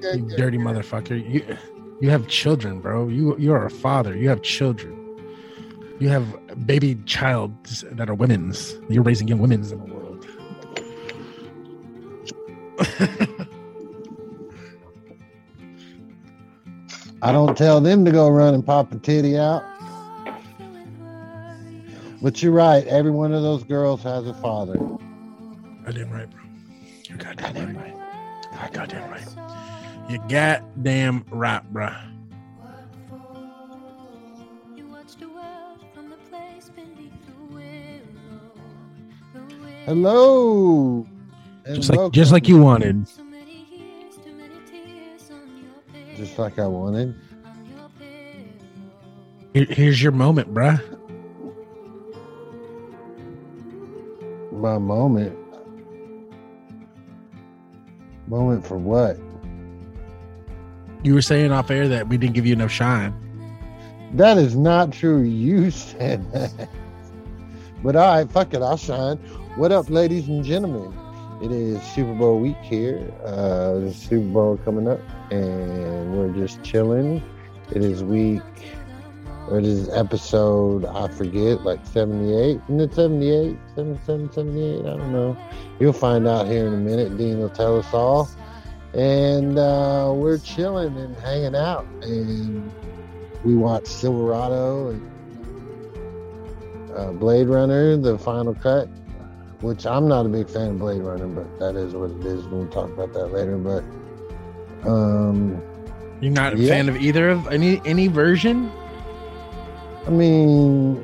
good, you good, dirty good. motherfucker. You you have children, bro. You you are a father. You have children. You have baby childs that are women's. You're raising young women's in the world. I don't tell them to go run and pop a titty out. But you're right. Every one of those girls has a father. I damn right, bro. You're goddamn, right. I goddamn right. You goddamn right, bro. Hello. and Just like welcome. just like you wanted. Just like I wanted. Here- here's your moment, bruh. My moment. Moment for what? You were saying off air that we didn't give you enough shine. That is not true. You said that. But all right, fuck it. I'll shine. What up, ladies and gentlemen? It is Super Bowl week here. Uh, the Super Bowl coming up, and we're just chilling. It is week, or it is episode, I forget, like 78. Isn't it 78? 77, 78? I don't know. You'll find out here in a minute. Dean will tell us all. And uh, we're chilling and hanging out. And we watched Silverado and uh, Blade Runner, the final cut, which I'm not a big fan of Blade Runner, but that is what it is. We'll talk about that later. But um, You're not a Yeah. fan of either of any any version? I mean,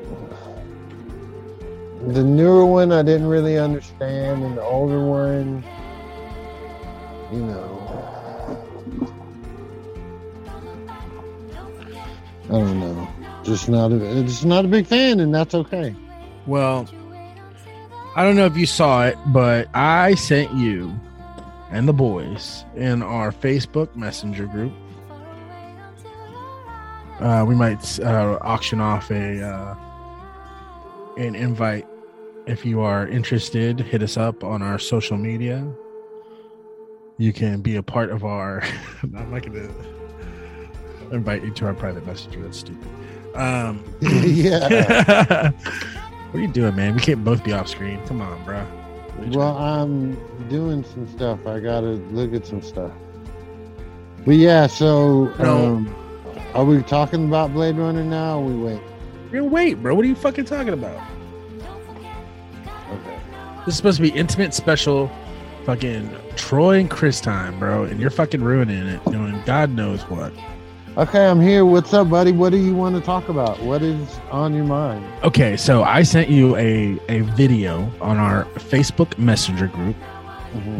the newer one I didn't really understand, and the older one, you know, I don't know. Just not a, just not a big fan, and that's okay. Well, I don't know if you saw it, but I sent you and the boys in our Facebook Messenger group. Uh, we might uh, auction off a uh, an invite if you are interested. Hit us up on our social media. You can be a part of our. I'm not gonna invite you to our private messenger. That's stupid. Um, yeah. what are you doing, man? We can't both be off screen. Come on, bro. Well, I'm doing some stuff. I gotta look at some stuff. But yeah, so No. um, are we talking about Blade Runner now? Or we wait. You're wait, bro. What are you fucking talking about? Okay. This is supposed to be intimate, special, fucking Troy and Chris time, bro. And you're fucking ruining it, doing God knows what. Okay, I'm here. What's up, buddy? What do you want to talk about? What is on your mind? Okay, so I sent you a a video on our Facebook Messenger group,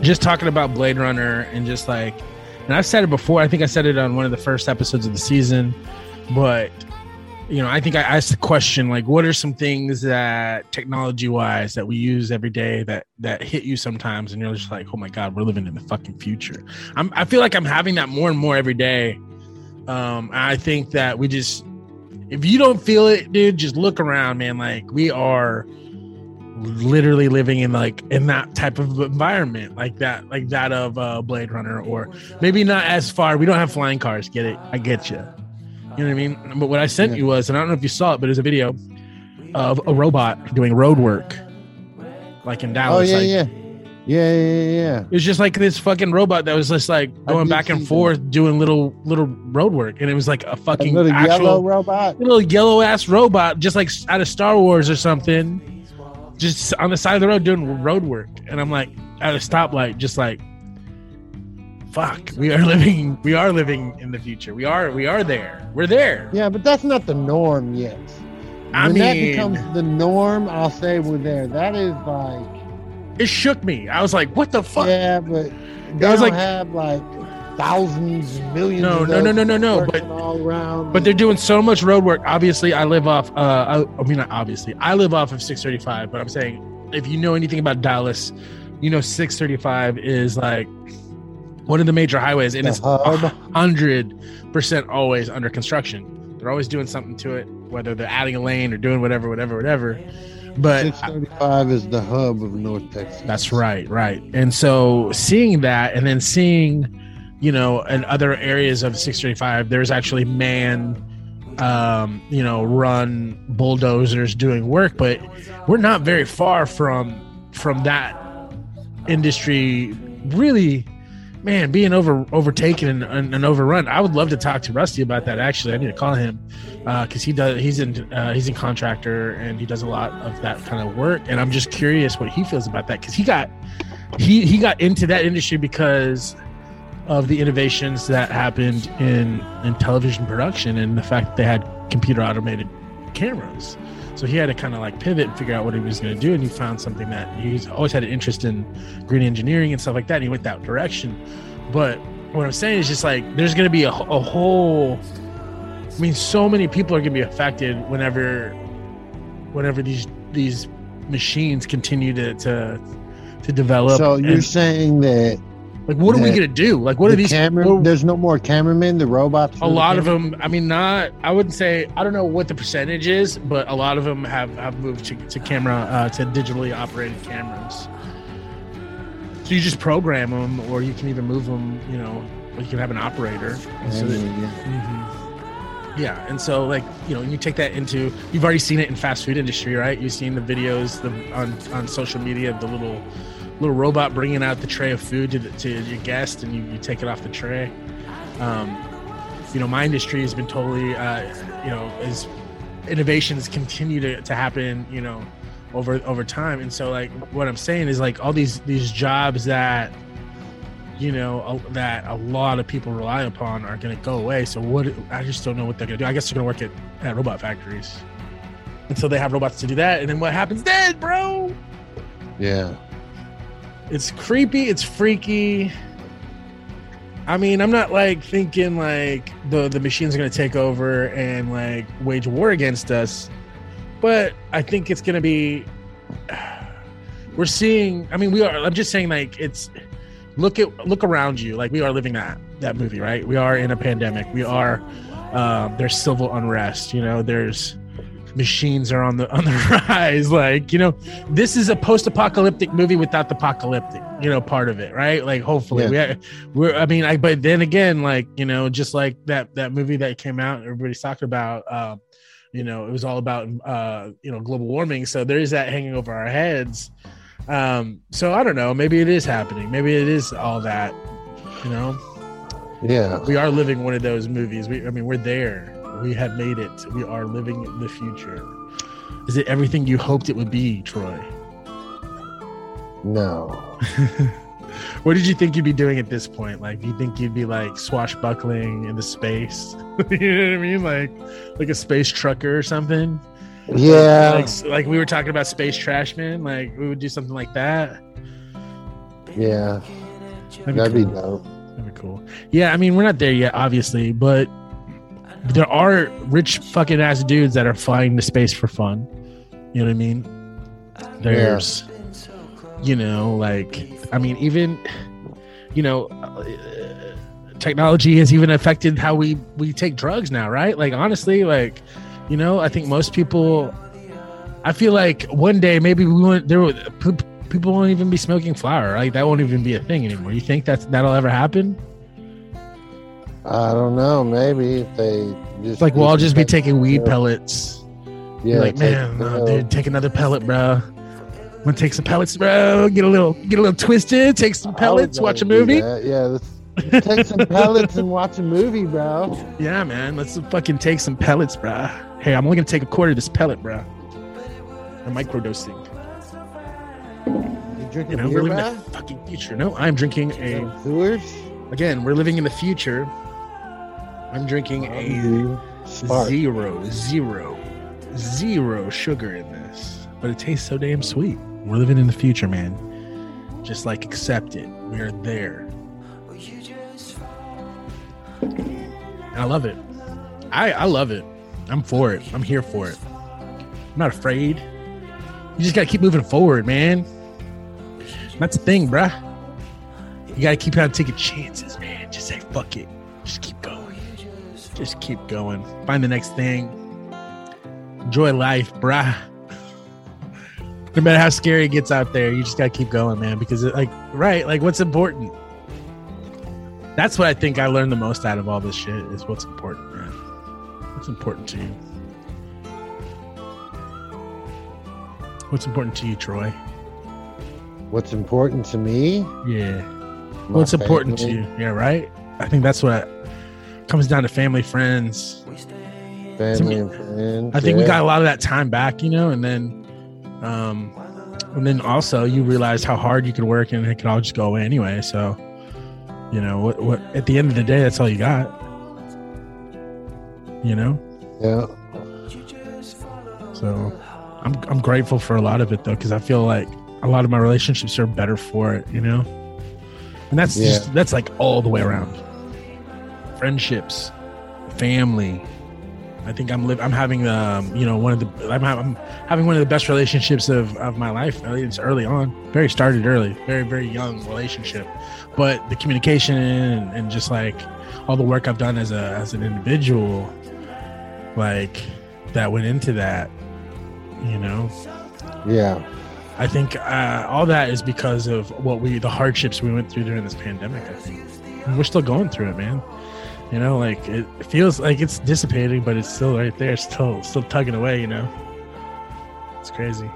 just talking about Blade Runner and just like, and I've said it before. I think I said it on one of the first episodes of the season, but you know, I think I asked the question like, what are some things that technology wise that we use every day that that hit you sometimes, and you're just like, oh my god, we're living in the fucking future. I'm, I feel like I'm having that more and more every day. Um, I think that we just, if you don't feel it, dude, just look around, man. Like we are literally living in like in that type of environment, like that, like that of uh, Blade Runner, or maybe not as far. We don't have flying cars. Get it? I get you. You know what I mean? But what I sent Yeah. you was, and I don't know if you saw it, but it was a video of a robot doing road work, like in Oh Dallas. yeah, like, yeah, yeah, yeah, yeah, yeah. it was just like this fucking robot that was just like I going did back see and that. forth doing little little road work and it was like a That fucking little actual yellow robot. little yellow ass robot just like out of Star Wars or something just on the side of the road doing road work and I'm like at a stoplight just like fuck we are living we are living in the future we are we are there we're there Yeah, but that's not the norm yet. I when that mean- becomes the norm, I'll say we're there. That is like it shook me I was like what the fuck Yeah, but they I was don't like- have like thousands, millions. No, of no, no, those no, no, no, working but- all around. But they're doing so much road work. Obviously, I live off. Uh, I, I mean, not obviously, I live off of 635. But I'm saying, if you know anything about Dallas, you know 635 is like one of the major highways, and The it's hub. hundred percent always under construction. They're always doing something to it, whether they're adding a lane or doing whatever, whatever, whatever. But 635 is the hub of North Texas. that's right, right. And so seeing that, and then seeing you know, in other areas of 635, there's actually man, um, you know, run bulldozers doing work, but we're not very far from from that industry really man being over overtaken and, and, and overrun i would love to talk to rusty about that actually i need to call him because he does he's in uh, he's in contractor and he does a lot of that kind of work and i'm just curious what he feels about that because he got he he got into that industry because of the innovations that happened in in television production and the fact that they had computer automated cameras so he had to kind of like pivot and figure out what he was going to do. And he found something that he's always had an interest in green engineering and stuff like that. And he went that direction. But what I'm saying is just like there's going to be a, a whole. I mean, so many people are going to be affected whenever, whenever these these machines continue to to, to develop. So you're And, saying that like, what are we that going to do? Like, what the are these? camera, what- there's no more cameramen. The robots. do a the lot of camera- them i mean not i wouldn't say i don't know what the percentage is but a lot of them have have moved to, to camera uh, to digitally operated cameras so you just program them or you can even move them you know or you can have an operator and so that- Yeah. yeah and so like you know you take that into you've already seen it in fast food industry right you've seen the videos the on on social media the little little robot bringing out the tray of food to, the, to your guest and you, you take it off the tray um, you know my industry has been totally uh, you know is innovations continue to, to happen you know over over time and so like what i'm saying is like all these these jobs that you know a, that a lot of people rely upon are going to go away so what i just don't know what they're going to do i guess they're going to work at, at robot factories and so they have robots to do that and then what happens then bro Mm-hmm. yeah. it's creepy it's freaky i mean i'm not like thinking like the the machines are going to take over and like wage war against us but i think it's going to be we're seeing i mean we are i'm just saying like it's look at look around you like we are living that that movie right we are in a pandemic we are um, there's civil unrest you know there's machines are on the on the rise like you know this is a post-apocalyptic movie without the apocalyptic you know part of it right like hopefully we we're i mean i but then again like you know just like that that movie that came out and everybody's talking about um you know it was all about uh you know global warming so there is that hanging over our heads um so i don't know maybe it is happening maybe it is all that you know Yeah. we are living one of those movies we i mean we're there we have made it we are living the future is it everything you hoped it would be troy No. what did you think you'd be doing at this point like do you think you'd be like swashbuckling in the space you know what i mean like like a space trucker or something Yeah. like, like we were talking about space trashmen like we would do something like that Yeah. That'd That'd be cool. dope. That'd be cool. Yeah, I mean, we're not there yet, obviously, but there are rich fucking ass dudes that are flying to space for fun. You know what I mean? There's, you know, like, I mean, even, you know, uh, technology has even affected how we we take drugs now, right? Like, honestly, like, you know, I think most people, I feel like one day maybe we won't there will- p- people won't even be smoking flower. Like that won't even be a thing anymore. You think that's that'll ever happen? I don't know. Maybe if they just It's like we'll all just be taking weed Yeah. pellets. Yeah. like, take man, the no, pill. dude, take another pellet, bro. I'm gonna take some pellets, bro. Get a little, get a little twisted. Take some I pellets. would Watch a never do movie. that. Yeah. Let's take some pellets and watch a movie, bro. Yeah, man. Let's fucking take some pellets, bro. Hey, I'm only gonna take a quarter of this pellet, bro. I'm microdosing. You drinking You know, beer, we're living bro? the fucking future. No, I'm drinking a Some sewers? again, we're living in the future. I'm drinking a Spark. zero, zero, zero sugar in this, but it tastes so damn sweet. We're living in the future, man. Just like accept it. We're there. And I love it. I, I love it. I'm for it. I'm here for it. I'm not afraid. You just gotta keep moving forward, man. That's the thing, bruh. You gotta keep on taking chances, man. Just say fuck it. Just keep going. Just keep going. Find the next thing. Enjoy life, bruh. No matter how scary it gets out there, you just gotta keep going, man. Because it, like, right, like what's important? That's what I think I learned the most out of all this shit is what's important, man. What's important to you? What's important to you, Troy? What's important to me? Yeah. what's important to you? Yeah, right? I think that's what comes down to family, friends. Family To and friends. I think we yeah. got a lot of that time back, you know, and then um and then also you realize how hard you could work and it could all just go away anyway. So you know, what what at the end of the day that's all you got. You know? Yeah. So I'm I'm grateful for a lot of it though, because I feel like a lot of my relationships are better for it, you know. And that's Yeah. just that's like all the way around. Friendships, family. I think I'm live. I'm having um, you know, one of the I'm, ha- I'm having one of the best relationships of of my life. At least early on, very started early, very very young relationship. But the communication and, and just like all the work I've done as a as an individual, like that went into that. You know, Yeah. I think uh, all that is because of what we, the hardships we went through during this pandemic. I think and we're still going through it, man. You know, like it feels like it's dissipating, but it's still right there, still, still tugging away. You know, it's crazy.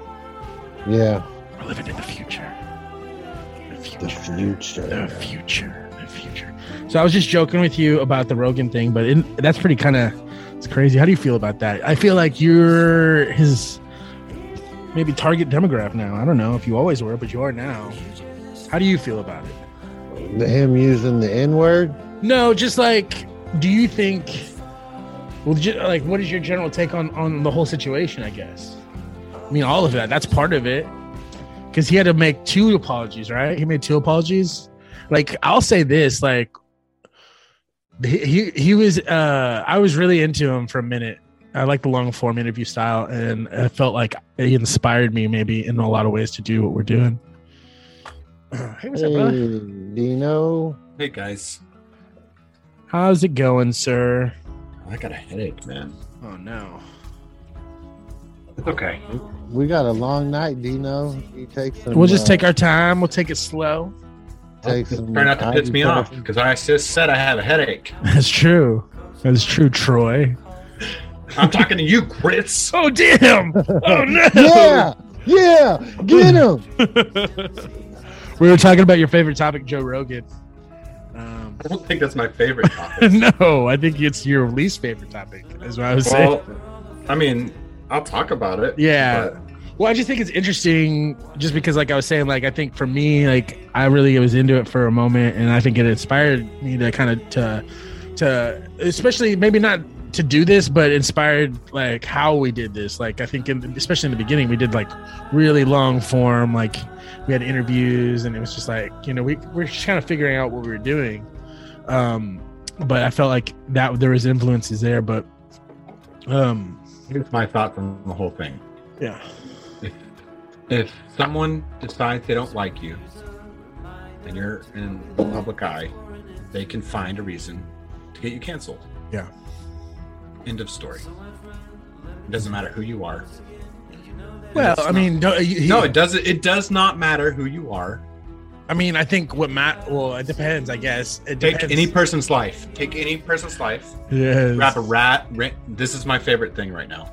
Yeah. We're living in the future. The The future. The future. future. The future. So I was just joking with you about the Rogan thing, but in, that's pretty kind of it's crazy. How do you feel about that? I feel like you're his maybe target demographic now. I don't know if you always were, but you are now. How do you feel about it? Him using the N word. No, just like, do you think? Well, ju- like, what is your general take on on the whole situation? I guess. I mean, all of that. That's part of it. Because he had to make two apologies, right? He made two apologies. Like, I'll say this: like, he he, he was. uh I was really into him for a minute. I like the long form interview style, and I felt like he inspired me, maybe in a lot of ways, to do what we're doing. Hey, what's up, brother? Hey, Dino. Hey guys, How's it going, sir? I got a headache, man. Oh no. It's okay. We got a long night, Dino. You take some. We'll just uh, take our time. We'll take it slow. Take some Try not to piss me off because I just said I have a headache. That's true. That's true, Troy. I'm talking to you, Chris. Oh damn! Oh no! Yeah. Yeah. Get him. We were talking about your favorite topic, Joe Rogan. Um, I don't think that's my favorite topic. no, I think it's your least favorite topic. Is what I was saying. well, I mean, I'll talk about it. Yeah. but Well, I just think it's interesting, just because, like I was saying, like I think for me, like I really was into it for a moment, and I think it inspired me to kind of to, to especially maybe not to do this, but inspired like how we did this. Like I think, in, especially in the beginning, we did like really long form, like we had interviews, and it was just like you know we we're just kind of figuring out what we were doing. Um, but I felt like that there was influences there, but um, Here's my thought from the whole thing. yeah, If someone decides they don't like you and you're in the public eye, they can find a reason to get you canceled. Yeah. End of story. It doesn't matter who you are. well, It's I not- mean, don't, you, No, it doesn't. It does not matter who you are. I mean, I think what Matt. Well, it depends. I guess it Take depends. any person's life. Take any person's life. Yes. Grab a rat. Ra- this is my favorite thing right now.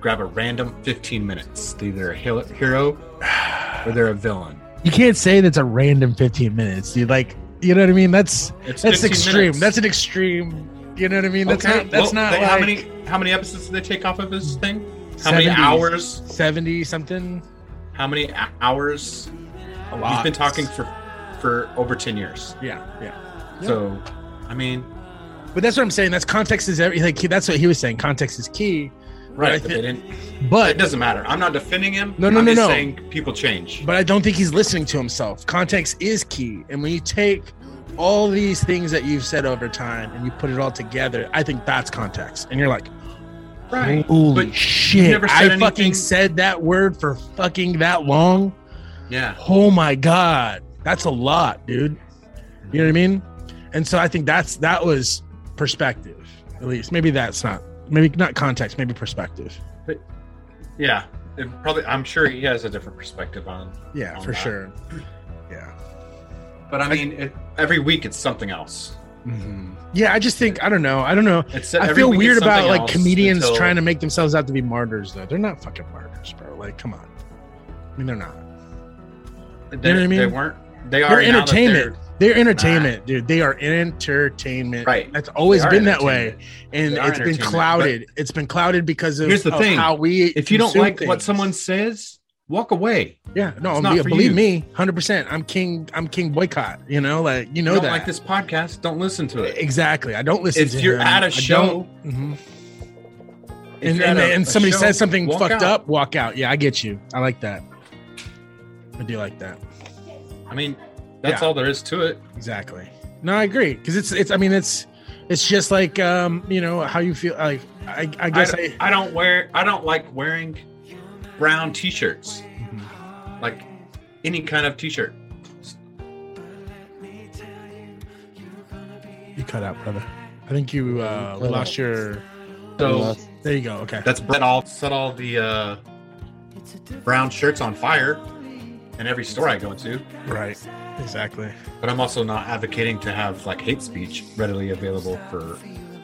Grab a random 15 minutes. They're either a hel- hero or they're a villain. You can't say that's a random 15 minutes, dude. Like, you know what I mean? That's It's that's 15 extreme. minutes. That's an extreme. You know what I mean? That's Okay, not. That's well, not they- like how many how many episodes did they take off of this thing? How many 70. hours? 70 something. How many a- hours? A We've been talking for for over 10 years. Yeah, yeah. Yeah. So, I mean, But that's what I'm saying. That's context is everything. Like, that's what he was saying. Context is key. right? I but thi- they didn't. It But doesn't matter. I'm not defending him. No, no, I'm no, just no. Saying people change. but I don't think he's listening to himself. Context is key. And when you take all these things that you've said over time and you put it all together, I think that's context. And you're like, right. Holy But shit! never I said anything- fucking said that word for fucking that long. Yeah. Oh my god, that's a lot, dude. You know what I mean? And so I think that's that was perspective, at least. Maybe that's not maybe not context, maybe perspective. Yeah. It probably. I'm sure he has a different perspective on. Yeah, On for that. sure. Yeah. But I mean, it, every week it's something else. Mm-hmm. Yeah, I just think I don't know. I don't know. It's I every feel week it's weird about something like else comedians until- trying to make themselves out to be martyrs though. They're not fucking martyrs, bro. Like, come on. I mean, they're not. They, you know what I mean? They weren't. They are They're now that entertainment. they're- They're entertainment, dude. They are entertainment. Right. That's always they are been that way, entertainment. and They are it's been entertainment, clouded. It's been clouded because of, Here's the of thing. how we. If you don't consume like what things. someone says, walk away. yeah, no, it's not be- for believe you. me, hundred percent. I'm king. I'm king boycott. You know, like you know You don't that. like this podcast? Don't listen to it. Exactly. I don't listen. If to you're him. at a I show, don't- Mhm. If and you're and, at a- and a somebody show, says something walk fucked out. up, walk out. Yeah, I get you. I like that. I do like that. I mean, that's Yeah. all there is to it. Exactly. No, I agree because it's it's. I mean, it's it's just like um, you know how you feel. Like I, I guess I, I, I don't wear. I don't like wearing brown t-shirts. Mhm. Like any kind of t-shirt. you cut out, brother. I think you uh, Cut lost out. your. So There you go. Okay. that's that all set all the uh, brown shirts on fire in every store I go into. Right. Exactly. But I'm also not advocating to have like hate speech readily available for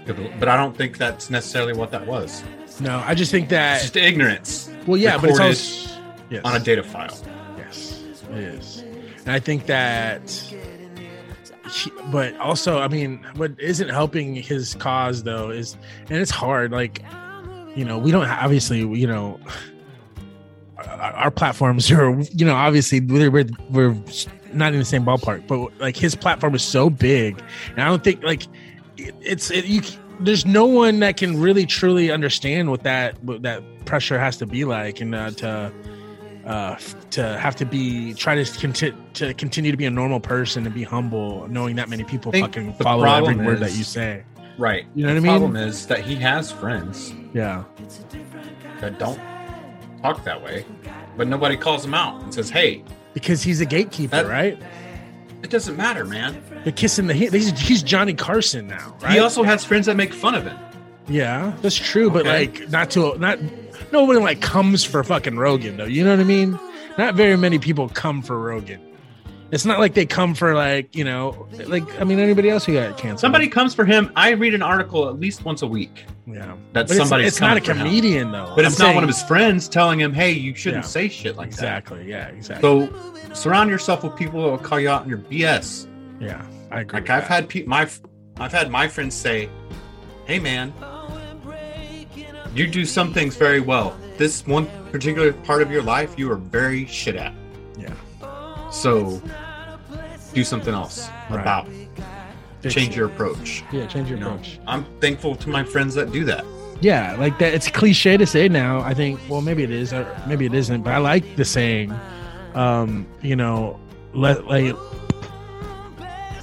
people. But I don't think that's necessarily what that was. No, I just think It's that. just ignorance Well, yeah, but it's recorded also yes. on a data file. Yes, it is. And I think that, he- but also, I mean, what isn't helping his cause though is, and it's hard. Like, you know, we don't obviously, you know, our, our platforms are, you know, obviously we're, we're we're not in the same ballpark. But like his platform is so big, and I don't think like it, it's it, you. c- There's no one that can really truly understand what that what that pressure has to be like, and uh, to uh, f- to have to be try to conti- to continue to be a normal person and be humble, knowing that many people Think fucking the follow every problem word is- that you say. Right. You know the what I mean? problem is that he has friends Yeah, that don't talk that way, but nobody calls him out and says, "Hey, because he's a gatekeeper, That- right? it doesn't matter, man." They're kissing the he's, he's Johnny Carson now, right? He also has friends that make fun of him. yeah, that's true, but Okay. like not to not no one like comes for fucking Rogan though. You know what I mean? Not very many people come for Rogan. It's not like they come for like you know like I mean anybody else who got canceled. Somebody comes for him. I read an article at least once a week yeah, that but it's, somebody's it's not a coming for him. comedian though. But it's I'm not one saying- of his friends telling him, "Hey, you shouldn't Yeah. say shit like exactly. Yeah, exactly. that." So surround yourself with people that will call you out on your BS. yeah, I agree. Like with I've that. had pe- my, I've had my friends say, "Hey, man, you do some things very well. This one particular part of your life, you are very shit at. yeah. So do something else Right. about. it. Change your approach." yeah, change your You know, approach. I'm thankful to my friends that do that. Yeah, like that. It's cliche to say now. I think. Well, maybe it is, or maybe it isn't. But I like the saying. Um, you know, let like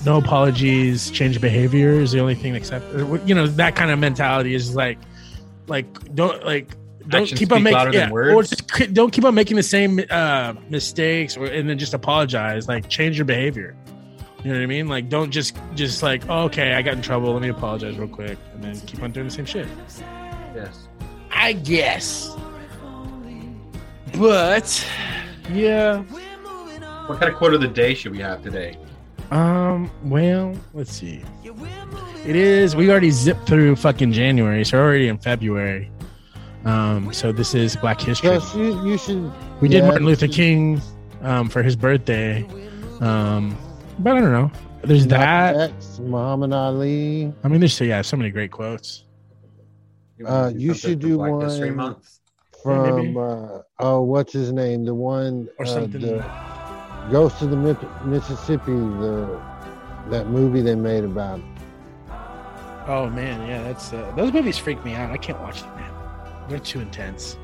no apologies, change behavior is the only thing accept. You know, that kind of mentality is like, like don't like. Don't Actions keep on speak making louder yeah, than or words. just, c- don't keep on making the same uh, mistakes, or, and then just apologize. Like change your behavior. You know what I mean? Like don't just just like oh, okay, I got in trouble. Let me apologize real quick, and then keep on doing the same shit. Yes. I guess. But yeah. What kind of quote of the day should we have today? Um, well, let's see. It is we already zipped through fucking January, so we're already in February. Um, so this is Black History. Gus, you, you should. we did yeah, Martin you Luther should- King um for his birthday. Um but I don't know. There's Malcolm that. X, Muhammad Ali. I mean there's so yeah, so many great quotes. wanna Uh, you something should for do Black History one- Month? maybe. from uh, oh, what's his name? The one Or uh, something. the Ghost of the Mi- Mississippi. The that movie they made about. It. Oh man, yeah, that's uh, those movies freak me out. I can't watch them now. They're too intense.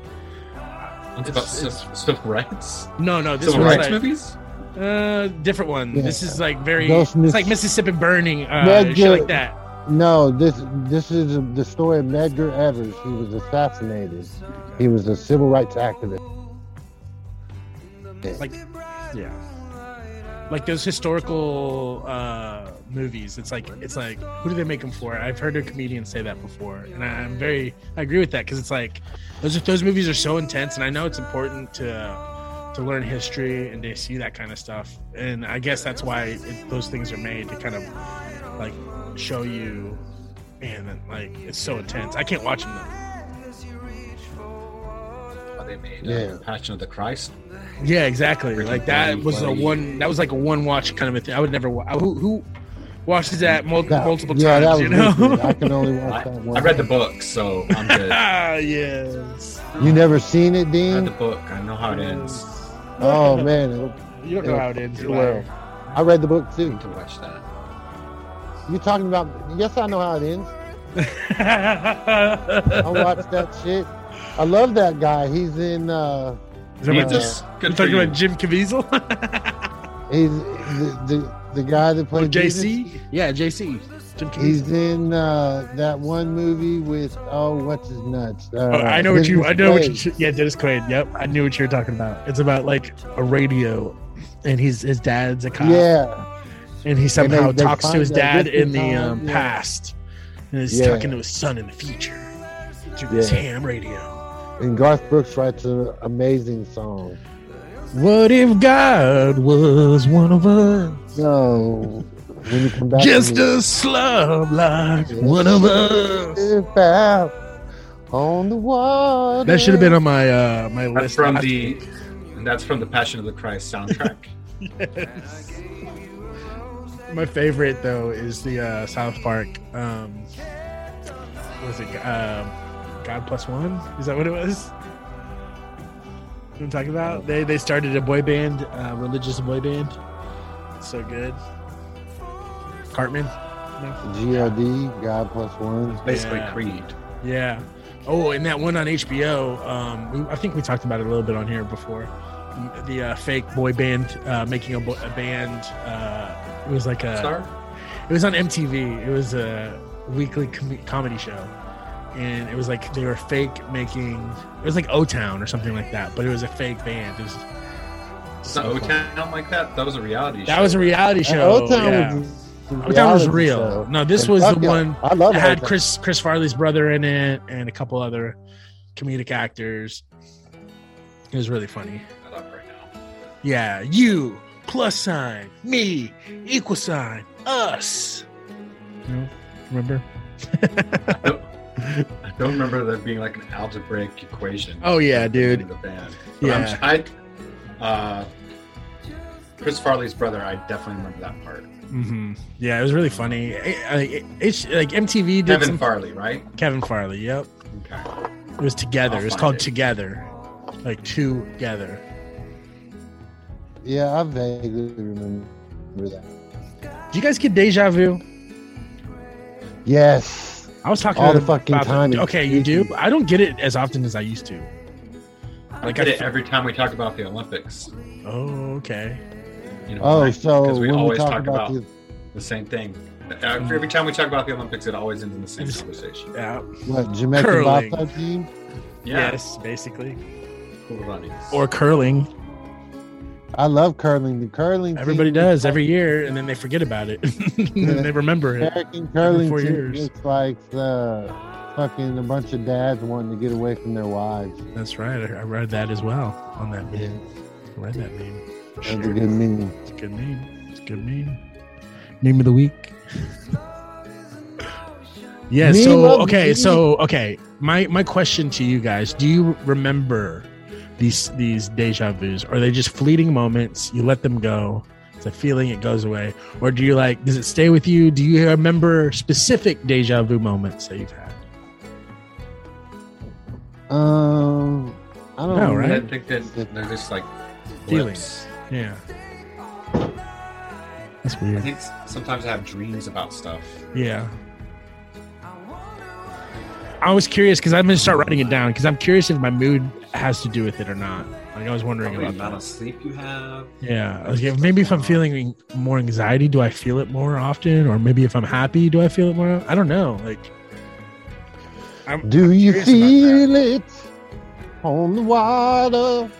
It's about ci- civil rights. No, no, this Civil was rights like, movies. Uh, different one. Yeah. This is like very. Ghost it's Miss- like Mississippi Burning, uh, Red shit like Dirt. that. No, this this is the story of Medgar Evers. He was assassinated. He was a civil rights activist. Like, yeah, like those historical uh movies. It's like it's like who do they make them for? I've heard a comedian say that before, and I, I'm very I agree with that because it's like those those movies are so intense, and I know it's important to to learn history and they see that kind of stuff. And I guess that's why it, those things are made to kind of like show you, man, like it's so intense. I can't watch them though. How Oh, they made Yeah. uh, Passion of the Christ. Yeah, exactly. Like that Bloody, was a bloody. one. That was like a one watch kind of a thing. I would never. Wa- who who watches that mul- That- multiple yeah, times? that You was me, dude. know. I can only I, watch that one. I read the book, so I'm good. I ah yes. You never seen it, read the Dean? book. I know how it ends. Oh man, it'll- You don't know how it ends. it you're will. lying. I read the book I too. need to watch that. You talking about? Yes, I know how it ends. I watched that shit. I love that guy. He's in. uh Is that what- just- Jesus, you good for talking you. about Jim Caviezel? He's the the, the guy that Oh, played Jesus. JC? Yeah, JC. Jim Caviezel. He's in uh, that one movie with oh, what's his nuts? Uh, Oh, I know what you. I know Dennis what you. Yeah, Dennis Quaid. Yep, I knew what you were talking about. It's about like a radio, and he's his dad's a Quaid. cop, Yeah, and he they- somehow they talks to find his that dad different in the time, um, yeah. past, and he's Yeah. talking to his son in the future through this Yeah. ham radio. and Garth Brooks writes an amazing song. What if God was one of us, No, when you come back, to just me, a slum like one of us? if out on the water. That should have been on my uh, my That's list. from last the, week. and that's from the Passion of the Christ soundtrack. Yes. My favorite though is the uh, South Park. Um, was it um, God Plus One? Is that what it was? You know what I'm talking about? They they started a boy band, uh, religious boy band. So good. Cartman. No. God God plus one. Basically, Yeah. Creed. Yeah. Oh, and that one on HBO. Um, we, I think we talked about it a little bit on here before. The uh, fake boy band uh, making a, bo- a band. Uh, it was like a. Star. It was on MTV. It was a weekly com- comedy show, and it was like they were fake making. It was like O Town or something like that, but it was a fake band. It was It's not O Town like that. That was a reality show. that was a reality show. Old Town yeah. was, O Town was reality real. show. No, this And was fuck the yeah, one I love it had Old Town. Chris Chris Farley's brother in it and a couple other comedic actors. It was really funny. Shut up right now. Yeah, you plus sign me equal sign us. You know, remember? I don't remember there being like an algebraic equation. Oh yeah, in dude. The band. But I'm- Yeah, I, uh, Chris Farley's brother. I definitely remember that part. hmm yeah, it was really funny. It- I- it- it's like MTV did Kevin some Farley, right? Kevin Farley. Yep, Okay. it was together. I'll It was find called it. Together, like together. Yeah, I vaguely remember that. Do you guys get deja vu? Yes. I was talking All the about- fucking about- time is Okay, you do. crazy. I don't get it as often as I used to. I Like get I- it every time we talk about the Olympics. Oh, okay. You know, Oh, like, so 'cause we when we always talk talk about, Mm. about- the the same thing. Every, every time we talk about the Olympics, it always ends in the same conversation. Yeah. what Jamaican curling. bobsled team, Yeah, Yes, basically. cool running. Or curling. I love curling. The curling. Everybody team- does every year, and then they forget about it. and then they remember it. American curling four team years. looks like uh, fucking a bunch of dads wanting to get away from their wives. That's right. I I read that as well on that meme. I read that meme. That's Sure. a good meme. It's a good meme. It's a good meme. Meme of the week. yeah. Meme of so the okay. week. So okay. My my question to you guys: Do you remember these these deja vu's? Are they just fleeting moments? You let them go. It's a feeling. It goes away. Or do you like? Does it stay with you? Do you remember specific deja vu moments that you've had? uh, Um, I don't No, know. I right? think that they're just like blips. Feelings. Yeah. That's I weird. think s- sometimes I have dreams about stuff. Yeah. I was curious because I'm gonna start writing it down because I'm curious if my mood has to do with it or not. Like I was wondering Probably the about amount that. of sleep you have. Yeah, like if, maybe if I'm feeling more anxiety, do I feel it more often? Or maybe if I'm happy, do I feel it more? I don't know. Like, I'm, Do you Curious about feel it on the water?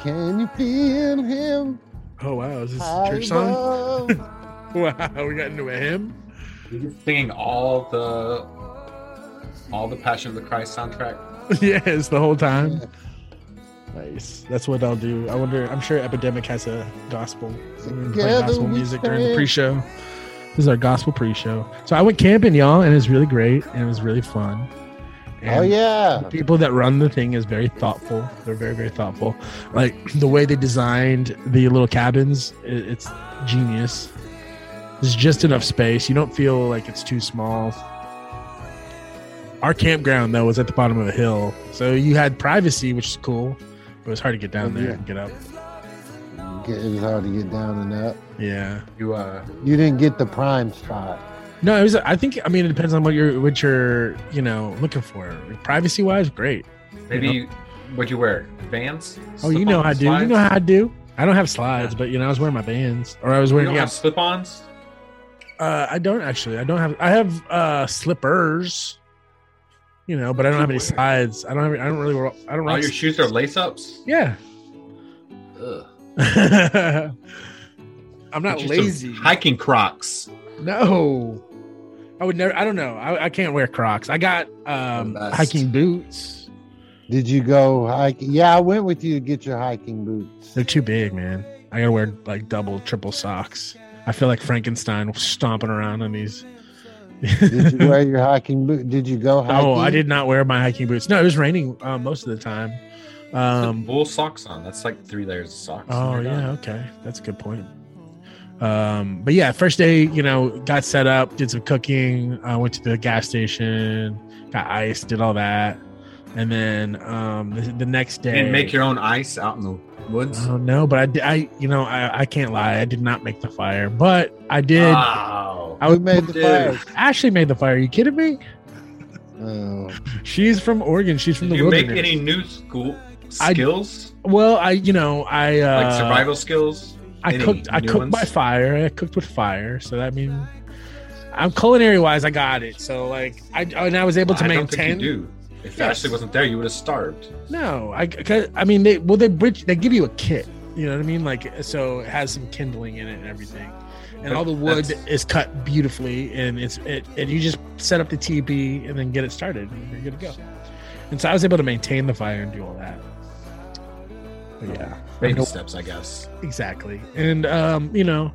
Can you feel him? oh wow, is this a high church song? above? Wow, we got into a hymn. You're just singing all the all the Passion of the Christ soundtrack. yes, the whole time. Nice. That's what I'll do. I wonder. I'm sure Epidemic has a gospel. We're gonna play Together gospel we music during the stand. pre-show. This is our gospel pre-show. So I went camping, y'all, and it was really great and it was really fun. Oh And yeah. the people that run the thing is very thoughtful. They're very very thoughtful. Like the way they designed the little cabins, i- it's genius. There's just enough space. You don't feel like it's too small. Our campground though was at the bottom of a hill, so you had privacy, which is cool. But it was hard to get down there Yeah. and get up. Get- It was hard to get down and up. Yeah. You uh, You didn't get the prime spot. No, it was. I think. I mean, it depends on what you're, what you're, you know, looking for. Privacy wise, great. maybe Yeah. you- what'd you wear? Vans? Oh, you know how I Slip-ons? do. You know Slides? how I do. I don't have slides, but you know, I was wearing my bands, or I was You wearing. don't Yeah, have slip-ons. uh, I don't actually. I don't have. I have uh slippers. You know, but I don't have any slides. I don't have. I don't really. rock- I don't. All rock your s- shoes are lace-ups. Yeah. Ugh. I'm Get not you some lazy. Hiking Crocs. No. I would never. I don't know. I, I can't wear Crocs. I got um best. hiking boots. Did you go hiking? Yeah, I went with you to get your hiking boots. They're too big, man. I gotta wear like double, triple socks. I feel like Frankenstein stomping around on these. Did you wear your hiking boot? Did you go hiking? oh, I did not wear my hiking boots. No, it was raining uh, most of the time. Um, Um, wool socks on. That's like three layers of socks. oh You're yeah, done. okay, that's a good point. Um, but yeah, first day, you know, got set up, did some cooking. I went to the gas station, got ice, did all that, and then um, the, the next day, And make your own ice out in the woods. Oh no, but I, di- I, you know, I, I can't lie. I did not make the fire, but I did. Wow. I Who was made the Dude. fire? Ashley made the fire. Are you kidding me? Oh, She's from Oregon. She's from Did the you make wilderness. any new school I- skills? well, I, you know, I uh, like survival skills? I any cooked. I new cooked ones? by fire. I cooked with fire. So that mean, I'm culinary wise. I got it. So like, I and I was able to I don't maintain. think you do. If Yes. Ashley wasn't there, you would have starved. No, I. 'cause- I mean, they well, they bridge. They give you a kit. You know what I mean? Like, so it has some kindling in it and everything, and all the wood That's- is cut beautifully, and it's it, and you just set up the teepee and then get it started, and you're good to go. And so I was able to maintain the fire and do all that. But yeah, Baby Nope. steps, I guess. exactly. And um, you know,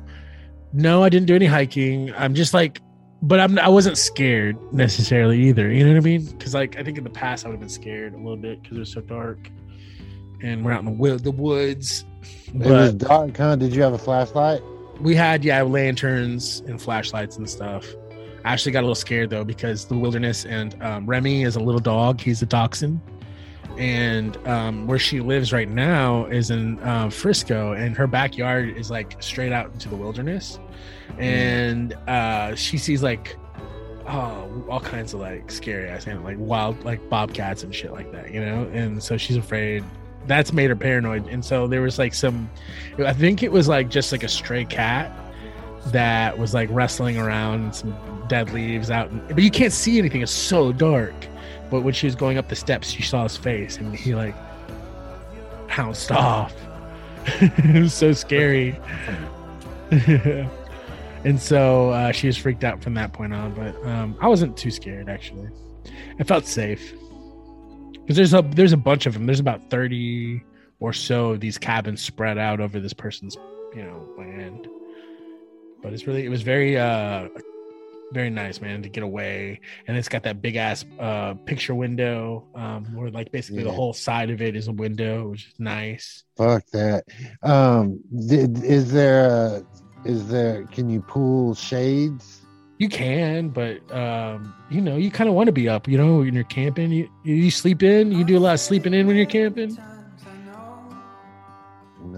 no, I didn't do any hiking. I'm just like, but I'm I wasn't scared necessarily either. You know what I mean? Because like I think in the past I would have been scared a little bit because it was so dark, and we're out in the wo- the woods. it was But dark. Huh? Did you have a flashlight? we had yeah lanterns and flashlights and stuff. I actually got a little scared though because the wilderness and um, Remy is a little dog. He's a dachshund. And um, where she lives right now is in uh, Frisco, and her backyard is like straight out into the wilderness. And uh, she sees like oh, all kinds of like scary ass animals, like wild, like bobcats and shit like that, you know? And so she's afraid. That's made her paranoid. And so there was like some, I think it was like just like a stray cat that was like wrestling around in some dead leaves out. in- But you can't see anything, it's so dark. But when she was going up the steps, she saw his face and he like pounced off. it was so scary. and so uh, she was freaked out from that point on. But um, I wasn't too scared actually. I felt safe because there's a there's a bunch of them. There's about thirty or so of these cabins spread out over this person's you know land. But it's really it was very uh very nice man to get away and it's got that big ass uh picture window um where like basically the Yeah. whole side of it is a window which is nice Fuck that. Um, did, is there? A, is there? Can you pull shades? You can, but um, you know, you kind of want to be up. You know, when you're camping, you you sleep in. You do a lot of sleeping in when you're camping.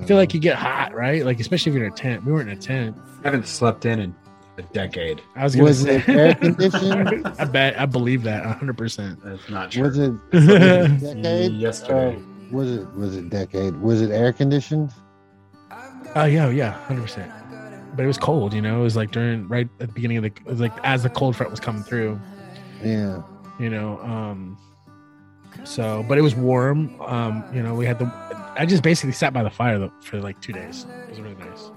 I feel like you get hot, right? Like especially if you're in a tent. We weren't in a tent. haven't slept in in a decade. I was gonna Was say. it air conditioned? I bet I believe that 100. percent That's not true. was it It decade? Yesterday. Uh, was it? Was it decade? Was it air conditioned? Oh yeah, yeah, 100. percent But it was cold. You know, it was like during right at the beginning of the it was like as the cold front was coming through. Yeah. you know um so but it was warm um you know we had the i just basically sat by the fire though, for like two days it was really nice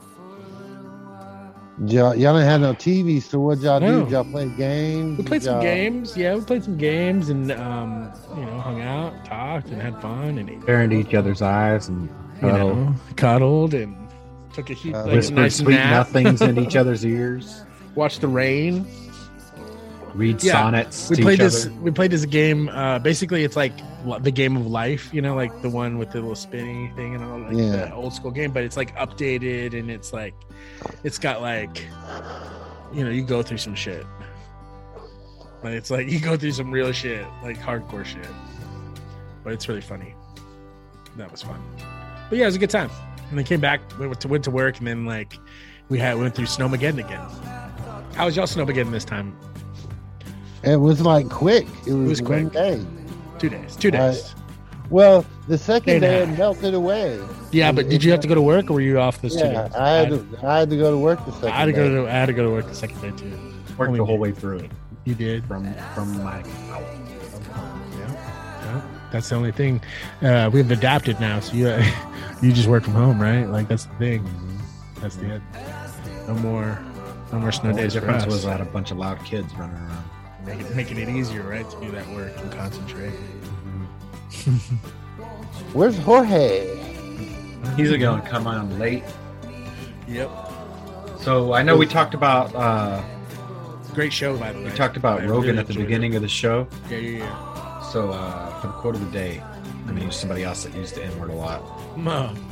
Y'all, y'all didn't have no TV, so what y'all do? No. Did Y'all play games? We Did played some y'all- games. Yeah, we played some games and um, you know, hung out, talked, and had fun, and you Stare into each other's eyes and cuddle. know, cuddled and took a heat, Uh, like a whisper nice sweet nap, nothings in each other's ears. watched the rain. Read Yeah, sonnets. We to played each this. Other. We played this game. Uh, basically, it's like li- the game of life. You know, like the one with the little spinny thing and all, like Yeah. the old school game. But it's like updated, and it's like, it's got like, you know, you go through some shit. But it's like you go through some real shit, like hardcore shit. But it's really funny. That was fun. But yeah, it was a good time. And then came back, went to went to work, and then like we had went through Snowmageddon again. How was y'all Snowmageddon this time? It was like quick. It was, was one quick. day. Two days. Two Uh, days. Well, the second Day and a day it half. melted away. Yeah, but did you have to go to work, or were you off those two Yeah, days? I had to, I had to go to work the second I had to day. go to I had to go to work the second day too. Worked Only the whole me. way through it You did. from from my house. Yeah. That's the only thing. Uh, we've adapted now, so you uh, you just work from home, right? Like that's the thing. That's the end. No more, no more snow The only days for difference us. was I had a bunch of loud kids running around. making, making it easier, right, to do that work and concentrate. Mm-hmm. Where's Jorge? He's He's gonna come on late. Yep. So I know we talked about uh, Great show, by the way. we talked about I Rogan really at the enjoyed it. beginning of the show. Yeah, yeah, So uh, for the quote of the day, I mean somebody else that used the N word a lot. yeah. Mom,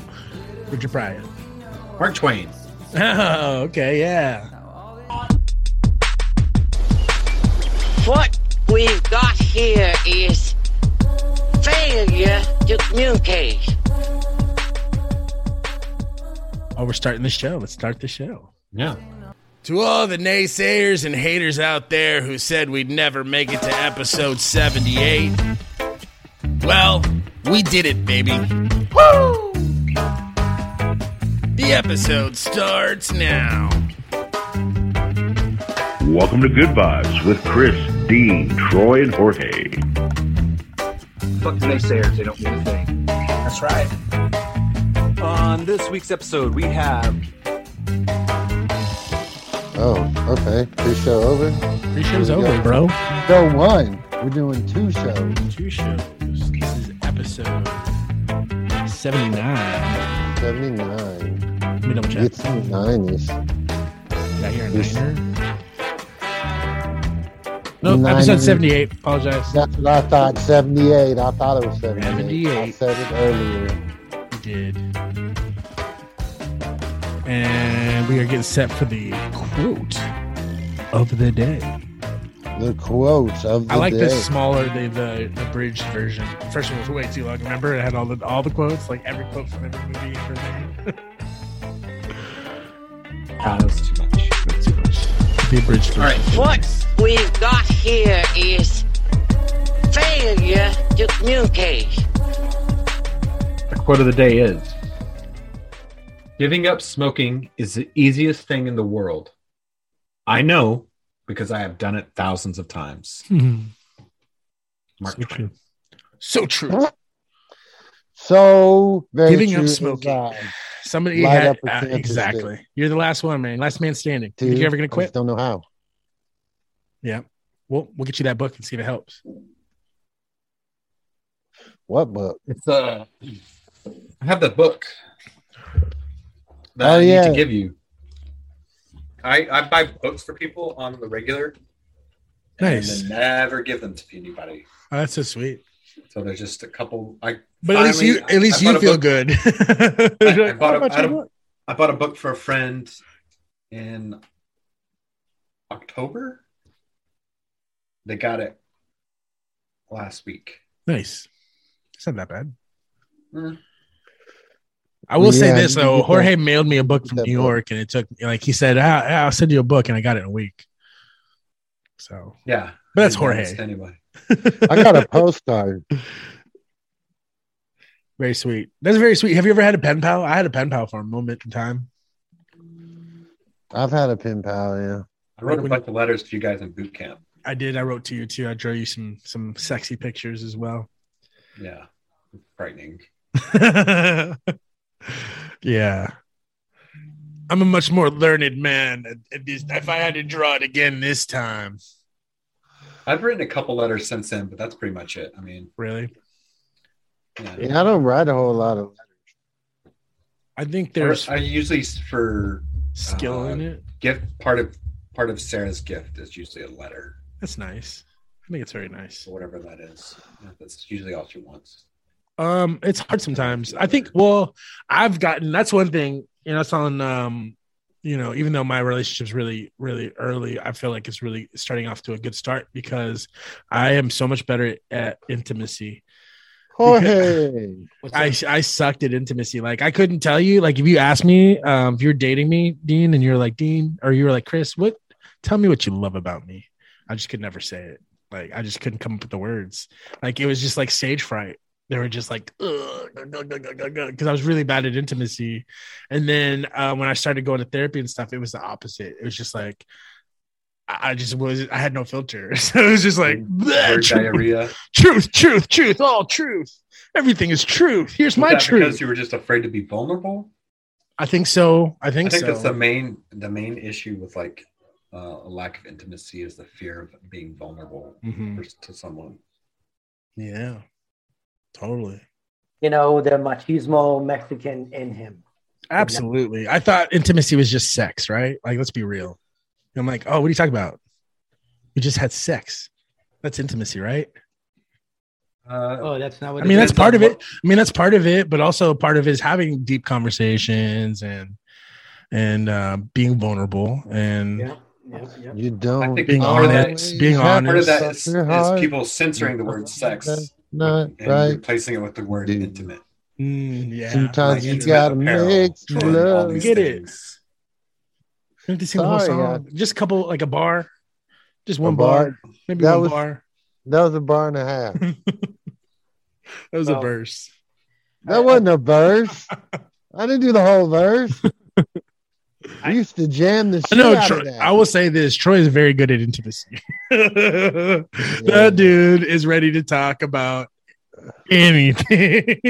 Richard Pryor. Mark Twain. Oh, okay, yeah. What we've got here is failure to communicate. Oh, we're starting the show. Let's start the show. Yeah. To all the naysayers and haters out there who said we'd never make it to episode 78, well, we did it, baby. Woo! The episode starts now. Welcome to Good Vibes with Chris, Dean, Troy, and Jorge. Fuck the naysayers, they don't mean a thing. That's right. On this week's episode, we have Oh, okay. Two show over. Free show's Here we over, go. bro. Show one. We're doing two shows. Two shows. This is episode 79. Let Seventy nine. me double check. Get some nineties. Did I hear a Yes. niner? No, Niner. episode 78. Apologize. That's what I thought. Seventy eight. I thought it was seventy eight. I 78. said it earlier. We did. And we are getting set for the quote of the day. The quotes of the I like day. this smaller, the, the abridged version. The first one was way too long. Remember, it had all the all the quotes, like every quote from every movie, everything. Ah, that was too much. That's too much. The abridged version. All right. What we've got here is failure to communicate. The quote of the day is Giving up smoking is the easiest thing in the world. I know because I have done it thousands of times. Mm-hmm. Mark So Twain. true. So true. So very Giving up true is smoking. I. Somebody Light had up a uh, candle exactly. You're the last one, man. Last man standing. You Dude, think you're ever I gonna just quit? Don't know how. Yeah. Well, we'll get you that book and see if it helps. What book? It's uh I have the book that Oh, I need yeah. to give you. I, I buy books for people on the regular Nice. and then never give them to anybody. Oh, that's so sweet. So there's just a couple. I But at least Finally, you, at least I- I you bought a feel book. good. I You're like, bought a- "How much I you don't- want?" I bought a book for a friend in October. They got it last week. nice. It's not that bad. Hmm. Mm. I will say Yeah, this you though. get Jorge mailed me a book get from that New book. York, and it took like he said, ah, "I'll send you a book," and I got it in a week. So, Yeah, but that's I didn't ask Jorge. Anyway, I got a postcard. very sweet. That's very sweet. Have you ever had a pen pal? I had a pen pal for a moment in time. I've had a pen pal. Yeah. I wrote a When- bunch of letters to you guys in boot camp. I did. I wrote to you too. I drew you some some sexy pictures as well. Yeah, frightening. yeah. I'm a much more learned man. At- at least If I had to draw it again this time, I've written a couple letters since then, but that's pretty much it. I mean, really, yeah. Yeah, I don't write a whole lot of. I think there's I usually s- for uh, skill in it. gift part of part of Sarah's gift is usually a letter That's nice. I think it's very nice. or whatever that is. That's usually all she wants. Um, it's hard sometimes. I think. Well, I've gotten. That's one thing. You know, it's on. Um, you know, even though my relationship's really, really early, I feel like it's really starting off to a good start because I am so much better at intimacy. Jorge, I I sucked at intimacy. Like I couldn't tell you. Like if you asked me, um, if you're dating me, Dean, and you're like Dean, or you were like Chris, what? Tell me what you love about me. I just could never say it. Like I just couldn't come up with the words. Like it was just like stage fright. They were just like, because I was really bad at intimacy. And then uh, when I started going to therapy and stuff, it was the opposite. It was just like, I I just was, I had no filter. So it was just like, Or bleh, truth, diarrhea. truth, truth, truth, all truth. Everything is truth. Here's Was my that truth. Because you were just afraid to be vulnerable. I think so. I I think, think so. that's the main the main issue with like uh, a lack of intimacy is the fear of being vulnerable Mhm. for- to someone. Yeah, totally. You know, the machismo Mexican in him. Absolutely. I thought intimacy was just sex, right? Like, let's be real. And I'm like, oh, what are you talking about? We just had sex. That's intimacy, right? Uh, Oh, that's not what I mean, it that's is. part of it. I mean, that's part of it, but also part of it is having deep conversations and and uh, being vulnerable and Yeah, yeah, yeah. you don't. I think being part of that- honest. Being Always part of honest. that is, Suck your heart. is people censoring the word sex Not and right. replacing it with the word Dude. intimate. Mm, yeah. Sometimes like you intimate gotta apparel mix and all love. these Get it. things. You don't have to sing the whole Sorry, song. Just a couple, like a bar, just one A bar. bar. maybe That one was- bar. That was a bar and a half. That was a Oh. verse. I- I- That wasn't a verse. I didn't do the whole verse. I used to jam the I shit know. out Troy, of that. I will say this: Troy is very good at intimacy. Yeah. That dude is ready to talk about anything.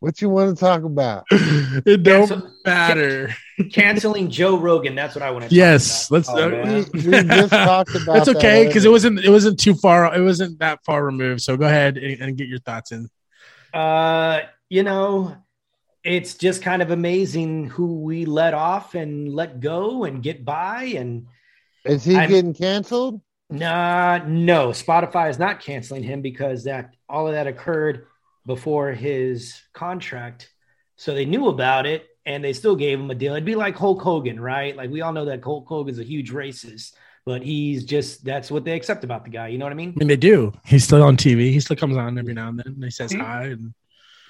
What you want to talk about? it don't Cancel- matter. Canceling Joe Rogan. That's what I want to. Yes, let's. Oh, man. We just talked about That's that okay because it earlier. wasn't. It wasn't too far. It wasn't that far removed. So go ahead and, and get your thoughts in. Uh, you know, it's just kind of amazing who we let off and let go and get by. And Is he I'm- getting canceled? nah, no, Spotify is not canceling him because that all of that occurred before his contract. So they knew about it and they still gave him a deal. It'd be like Hulk Hogan, right? Like we all know that Hulk Hogan's a huge racist, but he's just that's what they accept about the guy. You know what I I mean? mean, they do. He's still on TV. He still comes on every now and then. And he says Mhm. hi and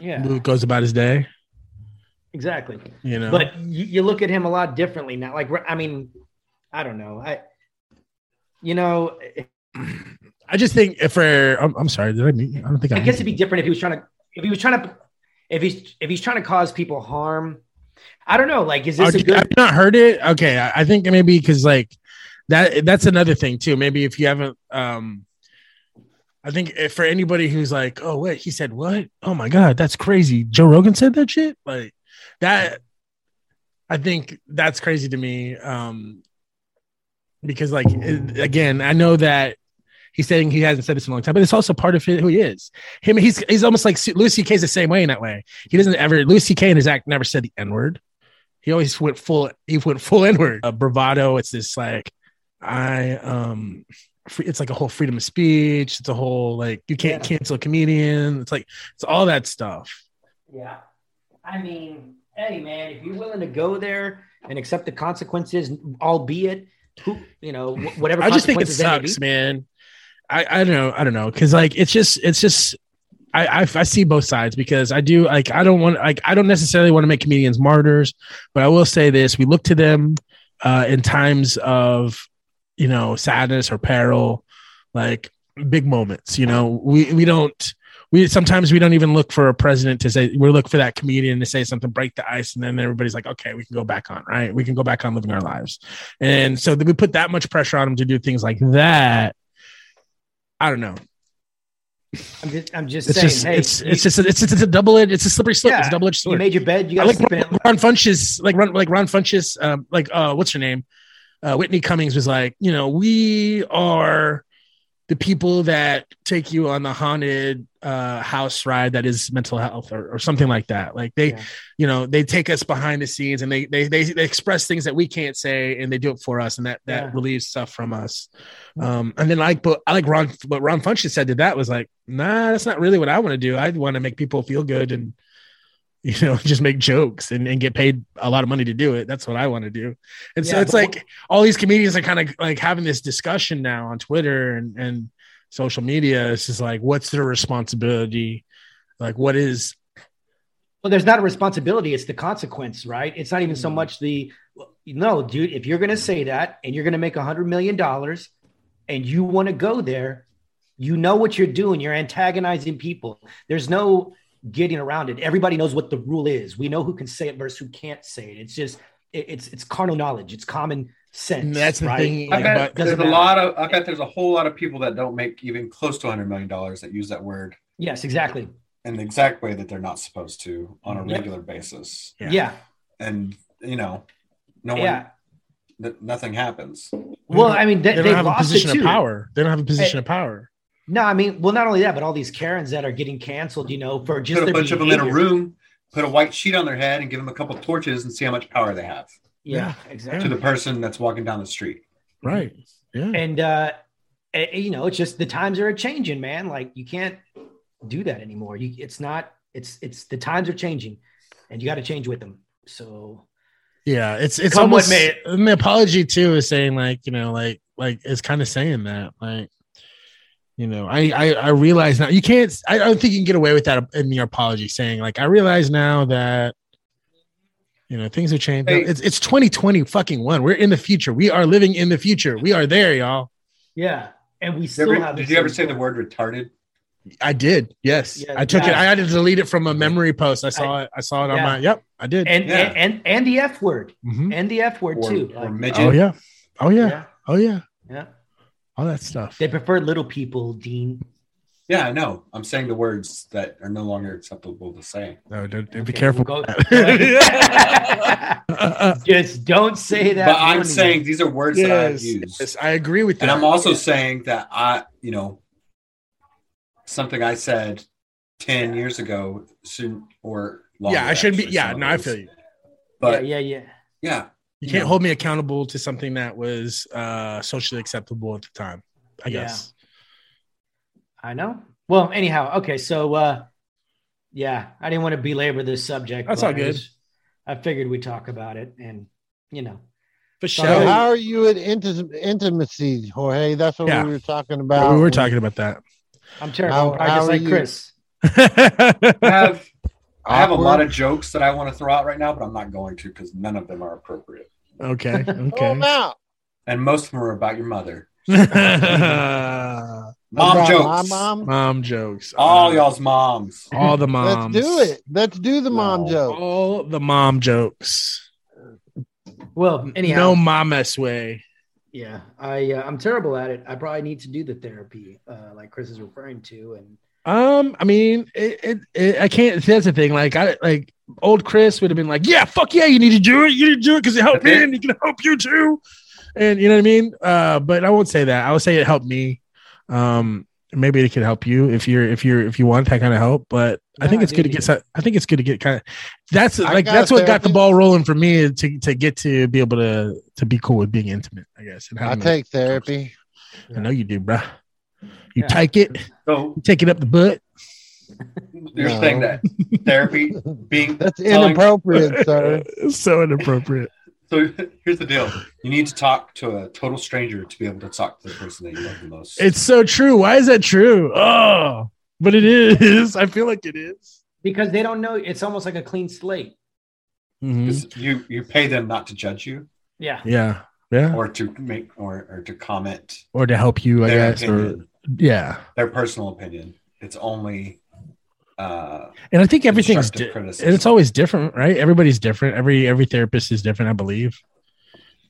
Yeah, Luke goes about his day. exactly. You know, but you, you look at him a lot differently now. Like, I mean, I don't know. I, you know, I just think if for I'm, I'm sorry, did I mean? I don't think I. I guess it'd muted be different if he was trying to, if he was trying to, if he's, if he's trying to cause people harm. I don't know. Like, is this Oh, a did- good? I've not heard it. Okay, I, I think maybe because like that that's another thing too. Maybe if you haven't, um, I think if for anybody who's like, oh wait, he said what? Oh my god, that's crazy. Joe Rogan said that shit. Like that. I think that's crazy to me. Um, because like it- again, I know that. He's saying he hasn't said this in a long time, but it's also part of who he is. Him, he's he's almost like Louis C.K. is the same way in that way. He doesn't ever Louis C.K. in his act never said the N word. He always went full. He went full inward. Uh, bravado. It's this like I um. free- It's like a whole freedom of speech. It's a whole like you can't cancel a comedian. It's like it's all that stuff. Yeah. I mean, hey man, if you're willing to go there and accept the consequences, albeit who, you know, wh- whatever. I just think it consequences they may sucks, be. man. I I don't know. I don't know because like it's just it's just. I, I, I see both sides because I do like I don't want like I don't necessarily want to make comedians martyrs, but I will say this: we look to them uh, in times of you know sadness or peril, like big moments. You know, we we don't we sometimes we don't even look for a president to say we look for that comedian to say something break the ice, and then everybody's like, okay, we can go back on, right? We can go back on living our lives, and so that we put that much pressure on them to do things like that. I don't know. I'm just, I'm just It's saying. just, hey, it's, you- it's just, a, it's, it's, it's a double edged, it's a slippery slip. It's Yeah, a double edged you sword. made your bed. You got I to like sleep in it. Ron, Ron Funches, like Ron, like Ron Funches, um, like uh, what's her name? Uh, Whitney Cummings was like, you know, we are the people that take you on the haunted uh, house ride that is mental health or, or something like that. Like they, Yeah. you know, they take us behind the scenes and they, they they they express things that we can't say and they do it for us and that that Yeah. relieves stuff from us. Um, and then I like, but I like Ron, what Ron Funches said to that was like, nah, that's not really what I want to do. I want to make people feel good and you know, just make jokes and, and get paid a lot of money to do it. That's what I want to do. And so Yeah, it's but like all these comedians are kind of like having this discussion now on Twitter and, and social media. It's just like, what's their responsibility? Like, what is, Well, there's not a responsibility. It's the consequence, right? It's not Mm-hmm. even so much the no, dude. If you're going to say that and you're going to make a hundred million dollars and you want to go there, you know what you're doing. You're antagonizing people. There's no getting around it. Everybody knows what the rule is. We know who can say it versus who can't say it. It's just it- it's it's carnal knowledge. It's common sense. And that's the right? thing, I like, bet but- Doesn't there's a matter. lot of I bet there's a whole lot of people that don't make even close to 100 million dollars that use that word Yes, exactly. in the exact way that they're not supposed to on a Yep. regular basis, Yeah. Yeah. and you know, no one, Yeah. th- nothing happens. Well, I mean, they, they they, don't have a lost position it too. of power. They don't have a position of power. No, I mean, well, not only that, but all these Karens that are getting canceled, you know, for just put a their bunch of them in a behavior. room, put a white sheet on their head, and give them a couple torches and see how much power they have Yeah, to exactly. the person that's walking down the street. Right. Yeah. And uh, eh, you know, it's just the times are changing, man. Like you can't do that anymore. You, it's not. It's it's the times are changing, and you got to change with them. So Yeah, it's it's Come almost what may, the apology too is saying like you know like like it's kind of saying that like you know I I, I realize now you can't I don't think you can get away with that in your apology saying like I realize now that you know things have changed. Hey. It's it's twenty twenty fucking one. We're in the future. We are living in the future. We are there, y'all. yeah, and we Did, still you ever, have. did this you ever thing. say the word retarded? I did. Yes, Yeah, I took it. yeah. I had to delete it from a memory post. I saw it. I saw it on Yeah. my. Yep, I did. And, Yeah. and and and the F word Mhm. and the F word Or, too. or Like, midget? Oh yeah. Oh yeah. yeah, Oh yeah. yeah. All that stuff. They prefer little people, Dean. Yeah, I know. I'm saying the words that are no longer acceptable to say. No, don't, be Okay, careful. we'll with go- that. Just don't say that. but I'm warning. saying these are words that I've yes, used. yes, I agree with that. And I'm also saying that I, you know, something I said 10 years ago shouldn't, or longer. yeah, I shouldn't be. actually, Yeah, some no, of I those. feel you. But yeah, yeah, yeah, yeah. You can't No. hold me accountable to something that was uh, socially acceptable at the time. I Yeah. guess. I know. Well, anyhow, okay. So, uh, yeah, I didn't want to belabor this subject. That's but all I good. just- I figured we'd talk about it, and you know, For So sure. So Yeah, how are you at inti- intimacy, Jorge? That's what Yeah. we were talking about. we were talking about that. I'm terrible. How- I'm probably how just are like you- Chris. I have, I have a Awkward. lot of jokes that I want to throw out right now, but I'm not going to because none of them are appropriate. okay. Throw 'em Okay. out. And most of them are about your mother. Mom About jokes. My mom. mom jokes. All y'all's moms. Uh, All the moms. Let's do it. Let's do the mom No. joke. All the mom jokes. Well, anyhow, No mamas way. yeah, I uh, I'm terrible at it. I probably need to do the therapy, uh, like Chris is referring to, and Um, I mean, it, it, it, I can't. That's the thing. Like, I like old Chris would have been like, "Yeah, fuck yeah, you need to do it. You need to do it because it helped me, and it can help you too." And you know what I mean. Uh, but I won't say that. I would say it helped me. Um, maybe it could help you if you're if you're if you want that kind of help. But I No, think I it's do good to need get. it. some- I think it's good to get kind of. That's I like got that's what got the therapy. ball rolling for me to to get to be able to to be cool with being intimate. I guess. And I having a- take therapy. I know you do, bruh. You Yeah. take it. So You take it up the butt. you're No. saying that therapy being That's telling- inappropriate, sir. It's so inappropriate. So here's the deal: you need to talk to a total stranger to be able to talk to the person that you love the most. It's so true. Why is that true? Oh, but it is. I feel like it is. because they don't know, it's almost like a clean slate. 'Cause you you pay them not to judge you Yeah, Yeah. Yeah. or to make or, or to comment Or to help you, I their guess. Or, opinion, yeah. their personal opinion. It's only uh, And I think everything's Constructive di- criticism. and it's always different, right? Everybody's different. Every every therapist is different, I believe.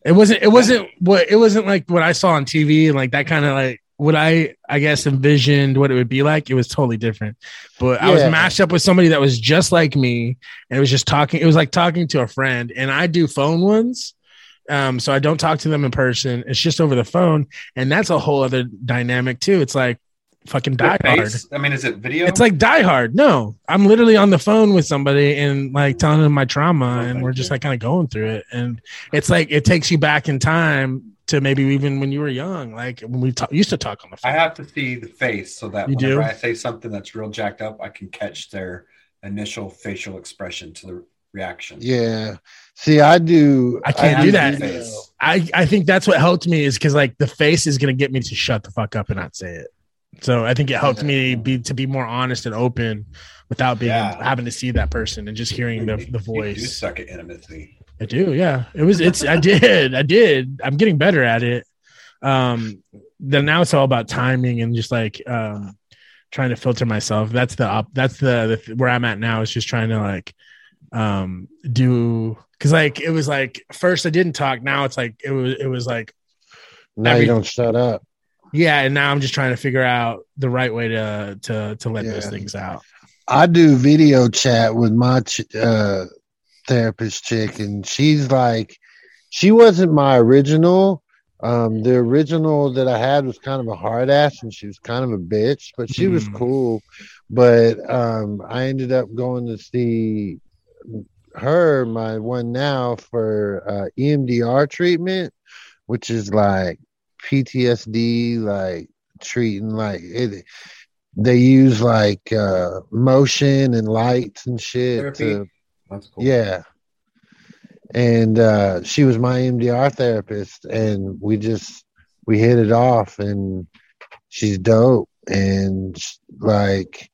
It wasn't it wasn't what it wasn't like what I saw on TV and like that kind of like what I I guess envisioned what it would be like, it was totally different. But I was Yeah. matched up with somebody that was just like me and it was just talking. It was like talking to a friend, and I do phone ones. Um, so I don't talk to them in person. It's just over the phone, and that's a whole other dynamic too. It's like fucking die hard. Face? I mean, is it video? It's like Die Hard. No, I'm literally on the phone with somebody and like telling them my trauma, and we're just like kind of going through it. And it's like it takes you back in time to maybe even when you were young, like when we ta- used to talk on the I phone. have to see the face so that You whenever do? I say something that's real jacked up, I can catch their initial facial expression to the reaction. Yeah. See, I do. I can't have do to that. the face. I I think that's what helped me is because like the face is gonna get me to shut the fuck up and not say it. So I think it helped me be to be more honest and open without being Yeah. having to see that person and just hearing the, the You do voice. suck at intimacy. I do, yeah. It was it's I did, I did. I'm getting better at it. Um then now it's all about timing and just like um trying to filter myself. That's the op that's the, the where I'm at now is just trying to like um do cuz like it was like first I didn't talk, now it's like it was it was like Now every- you don't shut up. yeah, and now I'm just trying to figure out the right way to to to let those Yeah. things out. I do video chat with my ch- uh, therapist chick, and she's like, she wasn't my original. Um, the original that I had was kind of a hard ass, and she was kind of a bitch, but she was Mhm. cool. But um, I ended up going to see her, my one now, for uh, EMDR treatment, which is like PTSD, like treating like it. They use like uh, motion and lights and shit Therapy. to That's cool. yeah. And uh, she was my MDR therapist, and we just we hit it off, and she's dope, and like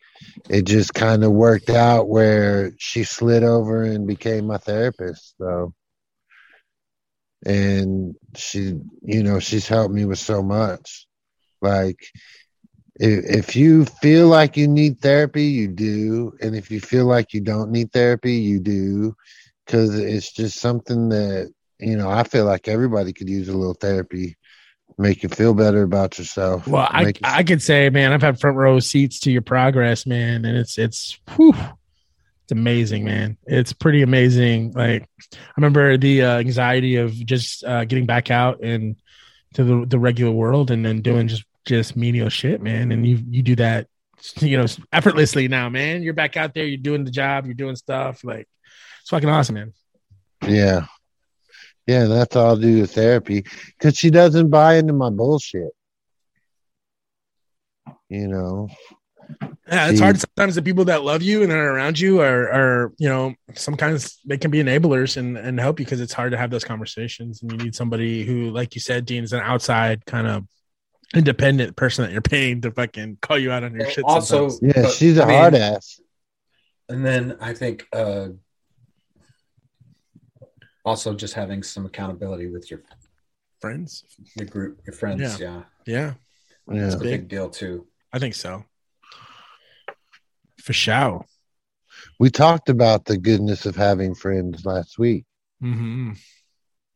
it just kind of worked out where she slid over and became my therapist. So, and she, you know, she's helped me with so much. Like, if, if you feel like you need therapy, you do. And if you feel like you don't need therapy, you do. Because it's just something that, you know, I feel like everybody could use a little therapy, make you feel better about yourself. Well, I make you- I could say, man, I've had front row seats to your progress, man, and it's it's whew, it's amazing, man. It's pretty amazing. Like I remember the uh, anxiety of just uh, getting back out and to the, the regular world, and then doing just just menial shit, man. And you you do that, you know, effortlessly now, man. You're back out there, you're doing the job, you're doing stuff. Like it's fucking awesome, man. yeah. Yeah, that's all I'll do with therapy. Because she doesn't buy into my bullshit. You know? Yeah, it's See- hard sometimes. The people that love you and that are around you are, are you know, sometimes they can be enablers and, and help you because it's hard to have those conversations. And you need somebody who, like you said, Dean, is an outside kind of independent person that you're paying to fucking call you out on your And shit. also- sometimes. Yeah, But, she's a I mean- hard ass. And then I think uh, also just having some accountability with your friends. your group, your friends. Yeah. Yeah, Yeah, Yeah. that's a Big. big deal too. I think so. For sure. We talked about the goodness of having friends last week. Mm-hmm.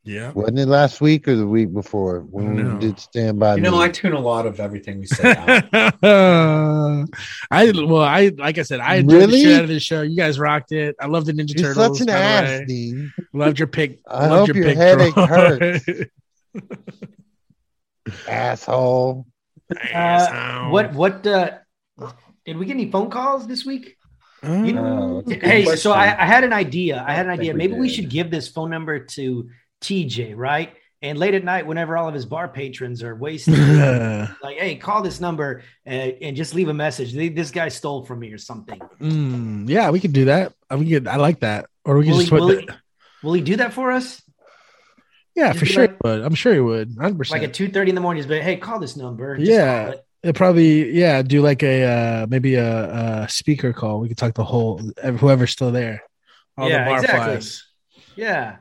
Yeah. Wasn't it last week or the week before when No. we did Stand By You Me? know, I tune a lot of everything we say out. I well, I like I said, I enjoyed Really? the shit out of this show. You guys rocked it. I love the Ninja You're Turtles. such an by the ass, way. Dean. Loved your pick. I loved hope your headache drawer. hurts. Asshole. Asshole. What Uh, what uh, did we get any phone calls this week? Uh, you know- Good Hey, so question. I, I had an idea. I had an I think idea. we Maybe we did. should give this phone number to TJ, right? And late at night, whenever all of his bar patrons are wasted, like, hey, call this number and, and just leave a message. Th- This guy stole from me or something. Mm, yeah, we could do that. I we could. I like that. Or we could Will just he, put. will, The, he, will he do that for us? yeah, just for be sure. like- But I'm sure he would. 100. Like at percent two thirty in the morning, he's like, hey, call this number. Just Yeah. call it. It probably yeah. Do like a uh, maybe a, a speaker call. We could talk the whole whoever's still there. All Yeah, the bar exactly. flies. Yeah.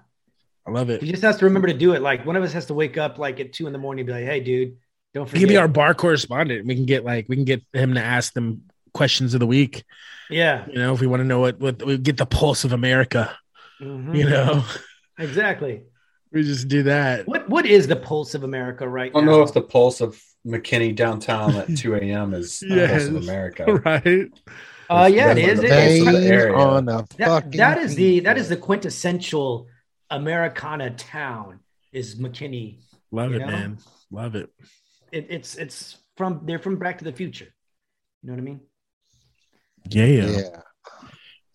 I love it. He just has to remember to do it. Like one of us has to wake up like at two in the morning and be like, hey, dude, don't He forget. could be our bar correspondent. We can get like we can get him to ask them questions of the week. yeah. You know, if we want to know what what we get the pulse of America. Mhm. You know, Exactly. we just do that. What what is the pulse of America right I don't now? know if the pulse of McKinney downtown at 2 a.m. is not Yes. Voice of America. right? Uh, yeah, it That's is. the It- it's- from the Bang area. on a that, fucking that is the that keyboard. is the quintessential Americana town is McKinney. Love You it, know? man. Love it. It, it's it's from they're from Back to the Future. You know what I mean? Yeah, Yeah.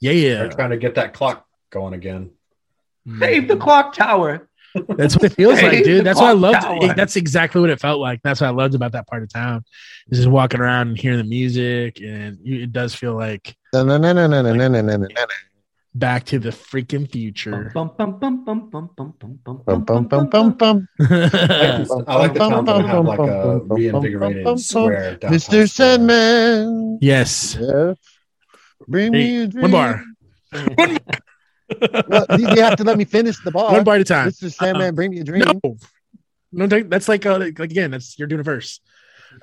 yeah, They're yeah. trying to get that clock going again. Mm-hmm. Save the clock tower. That's what it feels like, Hey, dude. the That's what I clock loved. tower. That's exactly what it felt like. That's what I loved about that part of town. Is just walking around and hearing the music, and you, it does feel like Da-na-na-na-na-na-na-na-na-na. back to the freaking future. Bum, bum, bum, bum, bum, bum, bum, bum, Bum, bum, bum, bum, bum. bum. I like the town that have like a reinvigorated square. downtown square. Mr. Sandman. yes. Yeah. Bring me Hey, a one bar, Well, you you have to let me finish the bar. one bar at a time. Mr. Sandman, bring me a dream. No, no, take- that's like, uh, like again, that's you're doing a verse.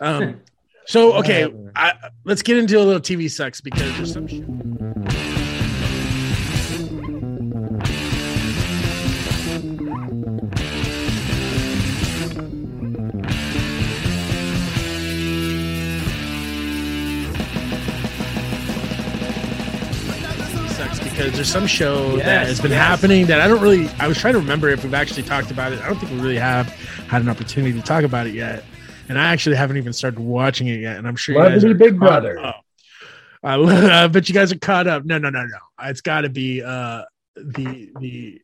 Um, so okay, Whatever. I, let's get into a little TV sucks because there's some shit. sucks because there's some show that Yes, has been yes. happening that I don't really. I was trying to remember if we've actually talked about it. I don't think we really have had an opportunity to talk about it yet, and I actually haven't even started watching it yet. And I'm sure you guys Celebrity are Big caught Brother. up. I, lo- I bet you guys are caught up. No, no, no, no. It's got to be uh the the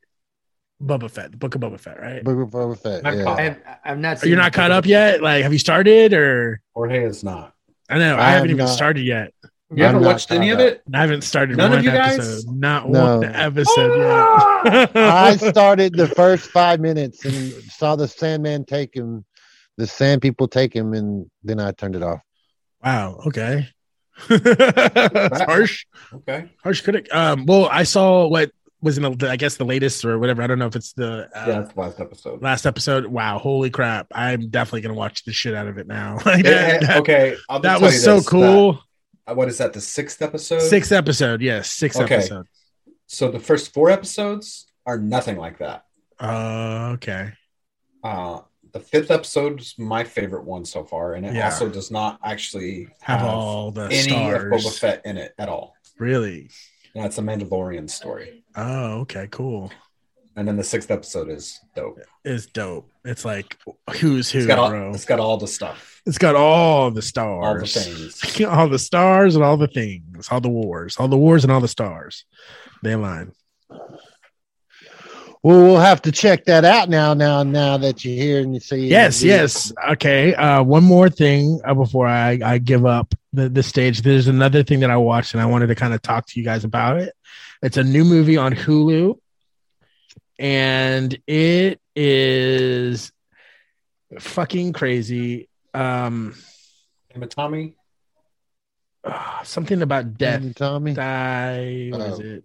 Boba Fett, the Book of Boba Fett, right? Boba- Boba Fett, Not yeah. caught. I have, I've not. Are you seen not it. caught up yet? Like, have you started or? Jorge is not. I know I, I haven't have even not. started yet. You I'm haven't not watched any caught of up. it? I haven't started None of one you guys? Oh, episode. Not No. one episode yet. I started the first five minutes and saw the Sandman take him, the Sand People take him, and then I turned it off. Wow. Okay. That's harsh. Okay. Harsh critic. Um, well, I saw what was in the, I guess the latest or whatever. I don't know if it's the uh, yeah, that's the last episode. last episode. Wow. Holy crap. I'm definitely going to watch the shit out of it now. Like, Eh, that, eh, that- okay. I'll just that tell you was so this, cool. that- uh, what is that? The sixth episode? Sixth episode. Yes. Sixth Okay. episode. So the first four episodes are nothing like that. Uh, okay. Uh, the fifth episode is my favorite one so far, and it Yeah. also does not actually Have have, all the any of Boba stars. Fett in it at all. Really? And that's a Mandalorian story. Oh, okay. Cool. And then the sixth episode is dope. It's dope. It's like who's who, It's got bro. all, it's got all the stuff. It's got all the stars, All the things. all the stars, and all the things, all the wars, all the wars, and all the stars. They line. Well, we'll have to check that out now. Now, now that you're here and you see, Yes, the- yes. Okay. Uh, one more thing uh, before I, I give up the, the stage. There's another thing that I watched, and I wanted to kind of talk to you guys about it. It's a new movie on Hulu, and it is fucking crazy. Um, And Tommy, ah, something about death. Tommy, Tommy. Die. What is Oh. it?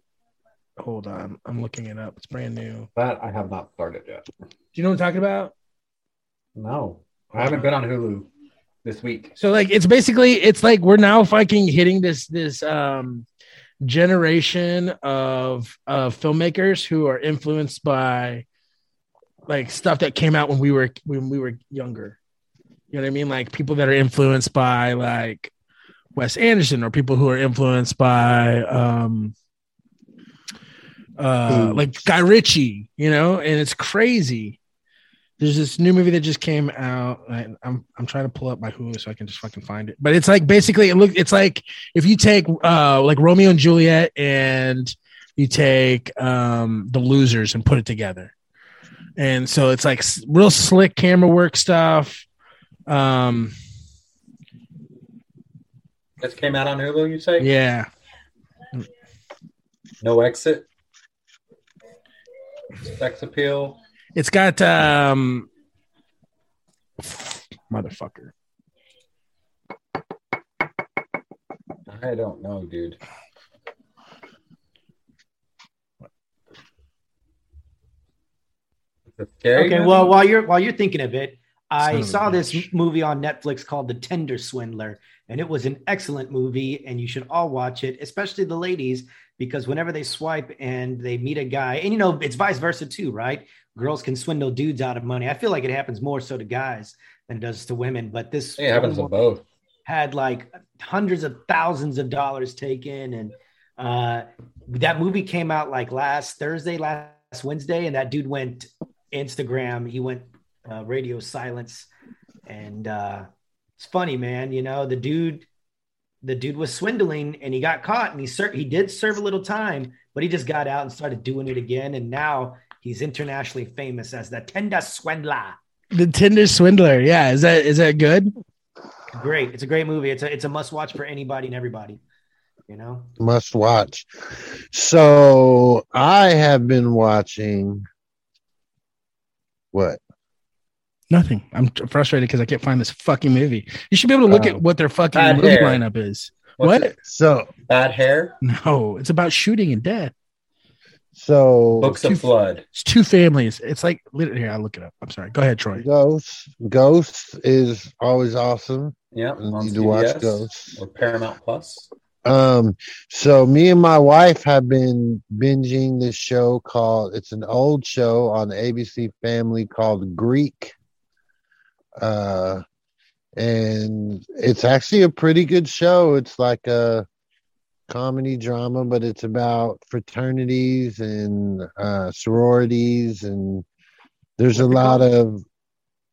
Hold on, I'm looking it up. It's brand new. that I have not started yet. Do you know what I'm talking about? No, I haven't been on Hulu this week. So like, it's basically it's like we're now fucking hitting this this um generation of of filmmakers who are influenced by like stuff that came out when we were when we were younger. You know what I mean? Like people that are influenced by like Wes Anderson or people who are influenced by um uh like Guy Ritchie, you know, and it's crazy. There's this new movie that just came out. And I'm I'm trying to pull up my Hulu so I can just fucking find it. But it's like basically it look it's like if you take uh like Romeo and Juliet and you take um the losers and put it together. And so it's like s- real slick camera work stuff. Um This came out on Hulu, you say? yeah. No exit. Sex appeal. It's got um motherfucker. I don't know, dude. Is it scary Okay, movie? well, while you're while you're thinking of it, I Son of a saw this bitch. movie on Netflix called The Tender Swindler, and it was an excellent movie, and you should all watch it, especially the ladies, because whenever they swipe and they meet a guy, and you know it's vice versa too, right? Girls can swindle dudes out of money. I feel like it happens more so to guys than it does to women. But this it happens one to both. had like hundreds of thousands of dollars taken, and uh, that movie came out like last Thursday, last Wednesday, and that dude went Instagram. He went uh, radio silence, and uh, it's funny, man. You know the dude. The dude was swindling and he got caught and he ser- he did serve a little time, but he just got out and started doing it again. And now he's internationally famous as the Tenda Swindler. The Tinder swindler. Yeah, is that is that good? Great. It's a great movie. It's a it's a must watch for anybody and everybody. You know? Must watch. So I have been watching what? Nothing. I'm t- frustrated because I can't find this fucking movie. You should be able to look Oh. at what their fucking Bad movie hair. lineup is. What's what? So Bad hair, No, it's about shooting and death. so books Two- of blood. It's two families. It's like literally. Here, I'll look it up. I'm sorry. Go ahead, Troy. Ghosts Ghosts is always awesome. Yeah, You on need to watch CBS Ghosts. or Paramount Plus. Um, so me and my wife have been binging this show called it's an old show on the ABC Family called Greek. Uh, and it's actually a pretty good show. It's like a comedy drama, but it's about fraternities and uh, sororities, and there's a lot of.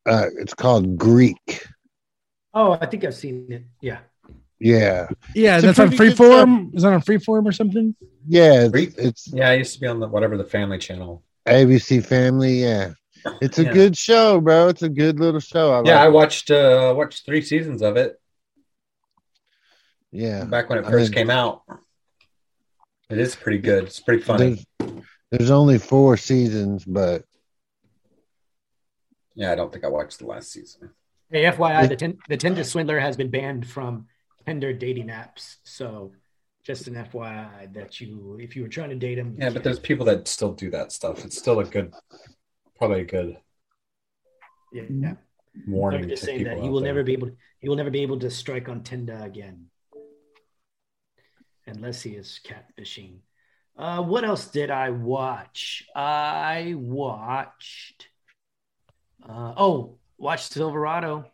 Uh, it's called Greek. Oh, I think I've seen it. Yeah. Yeah, Yeah, It's a that's on pretty good Freeform. Is that on Freeform or something? yeah. it's- Greek? it's Yeah, I used to be on the whatever the Family Channel. ABC Family, yeah. It's a Yeah. good show, bro. It's a good little show. I Yeah, I like it. watched uh watched three seasons of it yeah. back when it I first mean- came out. It is pretty good. It's pretty funny. There's, there's only four seasons, but yeah, I don't think I watched the last season. Hey, FYI, the, ten, the Tinder swindler has been banned from Tinder dating apps. So just an FYI that you, if you were trying to date him, you Yeah, but can't. there's people that still do that stuff. It's still a good, probably a good yeah, yeah. warning. I'm just to saying that people he out will there. never be able, he will never be able to strike on Tinder again, unless he is catfishing. Uh, what else did I watch? I watched. Uh, oh, watched Silverado.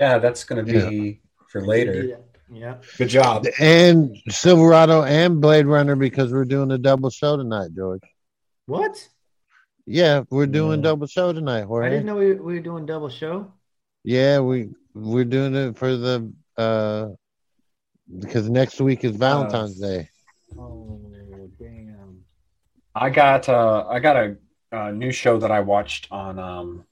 Yeah, that's going to be for later. Yeah. Good job. and Silverado and Blade Runner because we're doing a double show tonight, George. What? Yeah, we're doing Yeah. double show tonight, I Jorge. didn't know we, we were doing double show. Yeah, we we're doing it for the uh because next week is Valentine's Day. Oh damn! I got uh, I got a, a new show that I watched on um,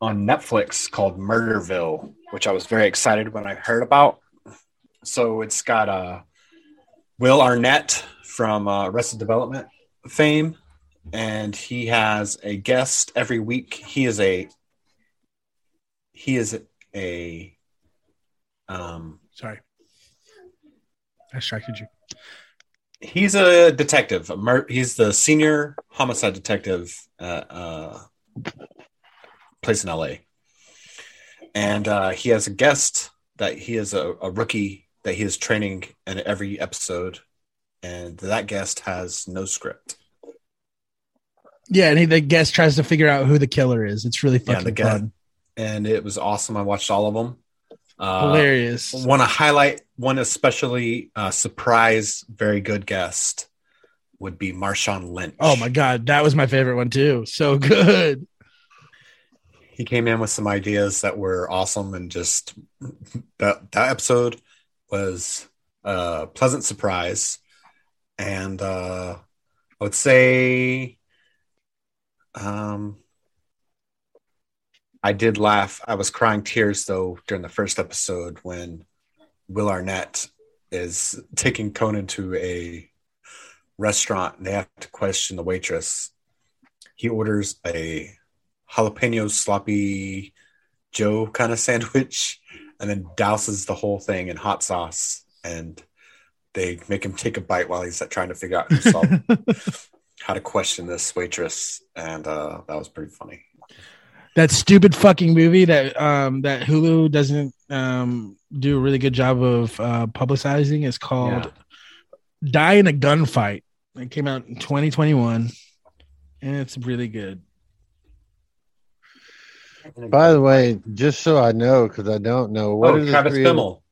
on Netflix called Murderville, which I was very excited when I heard about. So it's got uh, Will Arnett from uh, Arrested Development fame, and he has a guest every week. He is a he is a um, Sorry, I distracted you. he's a detective. A mur- he's the senior homicide detective at uh, place in LA, and uh, he has a guest that he is a, a rookie that he is training in every episode, and that guest has no script. Yeah, and he, the guest tries to figure out who the killer is. It's really Yeah, the fucking guest, fun, and it was awesome. I watched all of them. Uh, hilarious. want to highlight one especially uh, surprise, very good guest would be Marshawn Lynch. Oh my god, that was my favorite one too. So good. he came in with some ideas that were awesome and just that that episode was a pleasant surprise and uh i would say um i did laugh i was crying tears though during the first episode when will arnett is taking conan to a restaurant and they have to question the waitress he orders a jalapeno sloppy joe kind of sandwich and then douses the whole thing in hot sauce and they make him take a bite while he's trying to figure out himself how to question this waitress and uh, that was pretty funny that stupid fucking movie that um that Hulu doesn't um do a really good job of uh publicizing is called Die in a Gunfight. It came out in 2021 and it's really good. By the way, just so I know, because I don't know what oh, are the Travis three- Bimmel.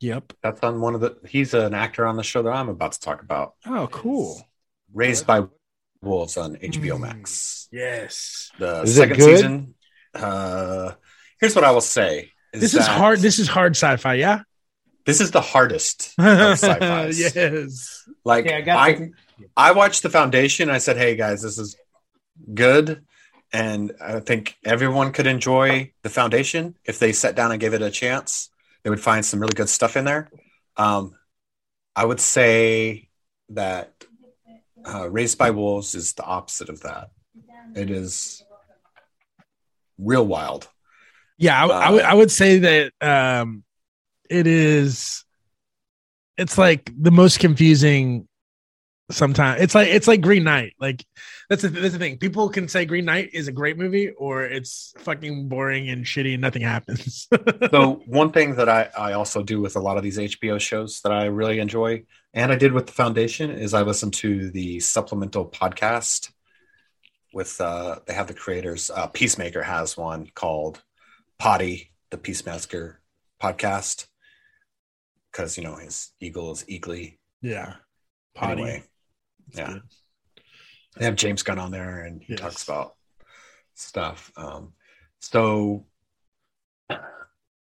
Yep. That's on one of the. He's an actor on the show that I'm about to talk about. Oh, cool. Hmm. Raised by Wolves on HBO Max. Yes. The Is it second good? season. Uh, here's what I will say. This is that hard. This is hard sci-fi. Yeah. This is the hardest of sci-fi. yes. Like Yeah, I I, got I, watched the Foundation. I said, "Hey guys, this is good," and I think everyone could enjoy the Foundation if they sat down and gave it a chance. They would find some really good stuff in there. Um, I would say that uh, Raised by Wolves is the opposite of that. It is real wild. Yeah. I, I would. Uh, I would say that um, it is. It's like the most confusing. Sometimes it's like it's like Green Knight. Like that's the that's the thing. People can say Green Knight is a great movie, or it's fucking boring and shitty and nothing happens. so one thing that I, I also do with a lot of these HBO shows that I really enjoy, and I did with the foundation, is I listen to the supplemental podcast with uh, they have the creators. Uh, Peacemaker has one called Potty, the Peacemaker podcast, because you know his eagle is eagly. yeah. Potty. Anyway, yeah, good. they have James Gunn on there, and he Yes. talks about stuff. Um, so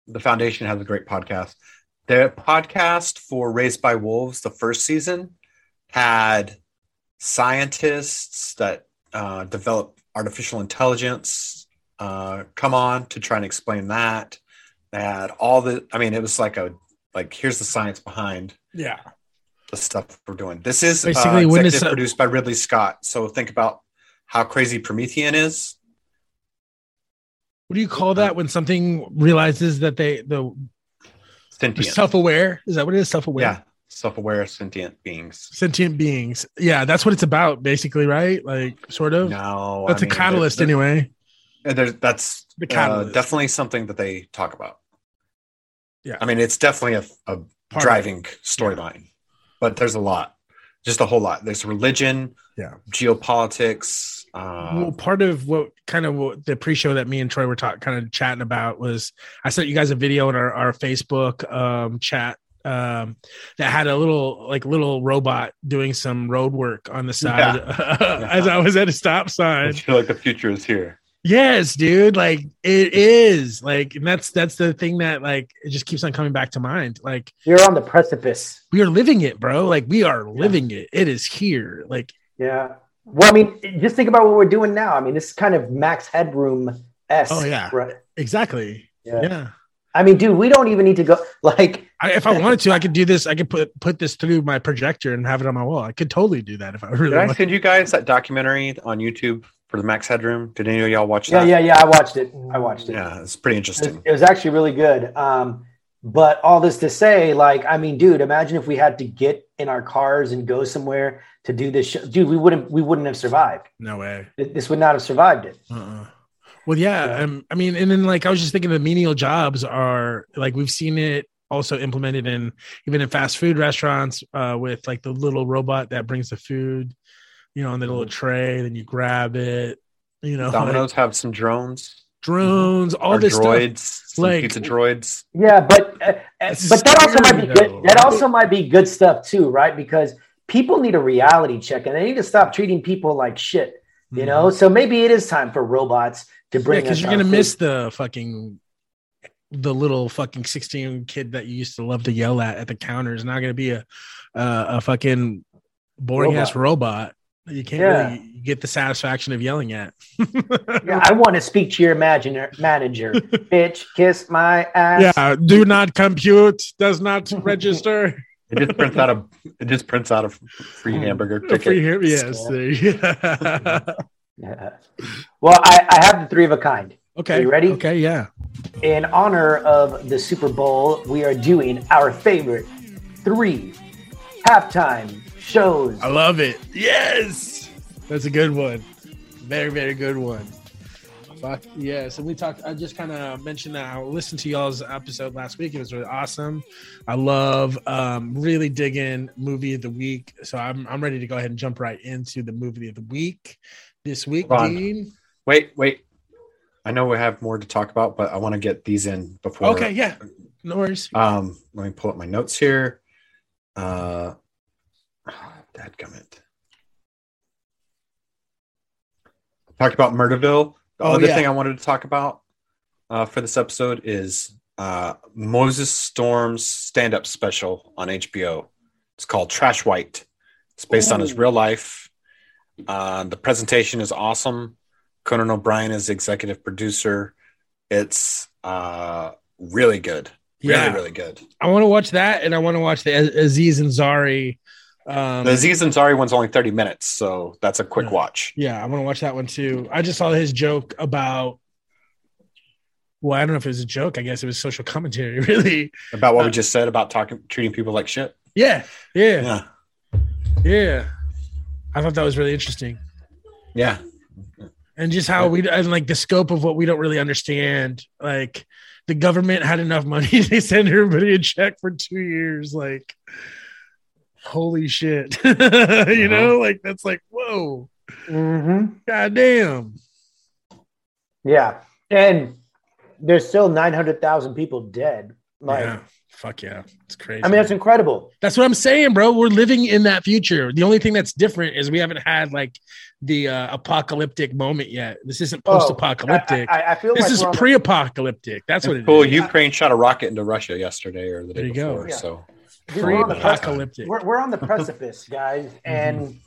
the foundation has a great podcast. Their podcast for Raised by Wolves, the first season, had scientists that uh, develop artificial intelligence uh, come on to try and explain that. They had all the, I mean, it was like a like here's the science behind Yeah. the stuff we're doing. This is Basically, uh, when executive it's- produced by Ridley Scott. So think about how crazy Promethean is. What do you call Uh, that when something realizes that they the Sentient, self-aware? Is that what it is? Self-aware. yeah, self-aware sentient beings. Sentient beings. Yeah, that's what it's about, basically, right? Like sort of. No, that's Oh, I a mean, there- catalyst there- anyway. there- that's The uh, catalyst. definitely something that they talk about. Yeah. I mean, it's definitely a, a Part of driving storyline, but there's a lot, just a whole lot. There's religion, Yeah. geopolitics. well, Uh, part of what kind of what the pre-show that me and Troy were talking, kind of chatting about was I sent you guys a video in our, our Facebook um, chat um, that had a little like little robot doing some road work on the side as I was at a stop I sign. feel like the future is here. Yes, dude. Like it is. Like, and that's that's the thing that like it just keeps on coming back to mind. Like You're on the precipice. we are living it, bro. Like we are living it. It is here. Like Yeah. Well, I mean, just think about what we're doing now. I mean, this is kind of Max Headroom esque. Oh, yeah. Right. exactly. Yeah. yeah. I mean, dude, we don't even need to go. Like, I, if I wanted to, I could do this. I could put put this through my projector and have it on my wall. I could totally do that if I really Did I wanted. send you guys that documentary on YouTube for the Max Headroom? Did any of y'all watch yeah, that? yeah, yeah. I watched it. Mm. I watched it. Yeah, it's pretty It was, interesting. it was actually really good. Um, but all this to say, like, I mean, dude, imagine if we had to get in our cars and go somewhere to do this show. Dude, we wouldn't we wouldn't have survived. No way. Th- This would not have survived it. Uh-uh. Well, yeah. Yeah. Um, I mean, and then like I was just thinking, the menial jobs are like we've seen it also implemented in even in fast food restaurants uh, with like the little robot that brings the food, you know, on the Mm-hmm. little tray. Then you grab it. You know, like Domino's have some drones, Mm-hmm. drones, all or this stuff. droids, some like- pizza droids. Yeah, but uh, uh, It's but that also might scary, be good. though, That right? also might be good stuff too, right? Because people need a reality check, and they need to stop treating people like shit. You know, so maybe it is time for robots to Mm-hmm. Yeah, bring. because us you're our gonna food. miss the fucking the little fucking 16 kid that you used to love to yell at at the counter is not gonna be a uh, a fucking boring ass robot. that You can't Yeah. really get the satisfaction of yelling at. Yeah, I want to speak to your imaginer, manager, bitch. Kiss my ass. yeah, do not compute, does not register. It just prints out a it just prints out a free hamburger ticket. Hmm, Free him, yes. there you- Yeah. Well, I, I have the three of a kind. okay. you ready? Okay, yeah. In honor of the Super Bowl, we are doing our favorite three halftime shows. I love it. Yes. That's a good one. Very, very good one. Fuck yes. And we talked, I just kind of mentioned that I listened to y'all's episode last week. It was really awesome. I love, um, really digging movie of the week. So I'm, I'm ready to go ahead and jump right into the movie of the week this week, Hold on. Dean. Wait, wait. I know we have more to talk about, but I want to get these in before. Okay, yeah. No worries. Um, let me pull up my notes here. Uh, dadgummit. Talked about Murderville. The Oh, other yeah. thing I wanted to talk about uh, for this episode is uh, Moses Storm's stand up special on HBO. It's called Trash White. It's based on his real life. Uh, the presentation is awesome. Conan O'Brien is the executive producer. It's uh, really good. Really, Yeah. really good. I want to watch that, and I want to watch the Az- Aziz Ansari. Um, The Aziz Ansari one's only 30 minutes, so that's a quick Yeah. watch. Yeah, I want to watch that one too. I just saw his joke about. Well, I don't know if it was a joke. I guess it was social commentary, really. Uh, About what we just said about talking treating people like shit. Yeah, yeah, Yeah. yeah. I thought that was really interesting, Yeah. and just how we and like the scope of what we don't really understand. Like, the government had enough money; they sent everybody a check for two years. Like, holy shit! you Uh-huh. know, like that's like whoa, Mm-hmm. goddamn. Yeah, and there's still nine hundred thousand people dead. Like, yeah, fuck yeah, it's crazy. I mean, that's incredible. That's what I'm saying, bro. We're living in that future. The only thing that's different is we haven't had like the uh, apocalyptic moment yet. This isn't Oh, post apocalyptic. I, I, I feel this like is we're on the- pre apocalyptic. That's what it is. Cool. Ukraine shot a rocket into Russia yesterday or the There day you go. before. Yeah. So dude, we're Pre on the precipice. apocalyptic. We're, we're on the precipice, guys, and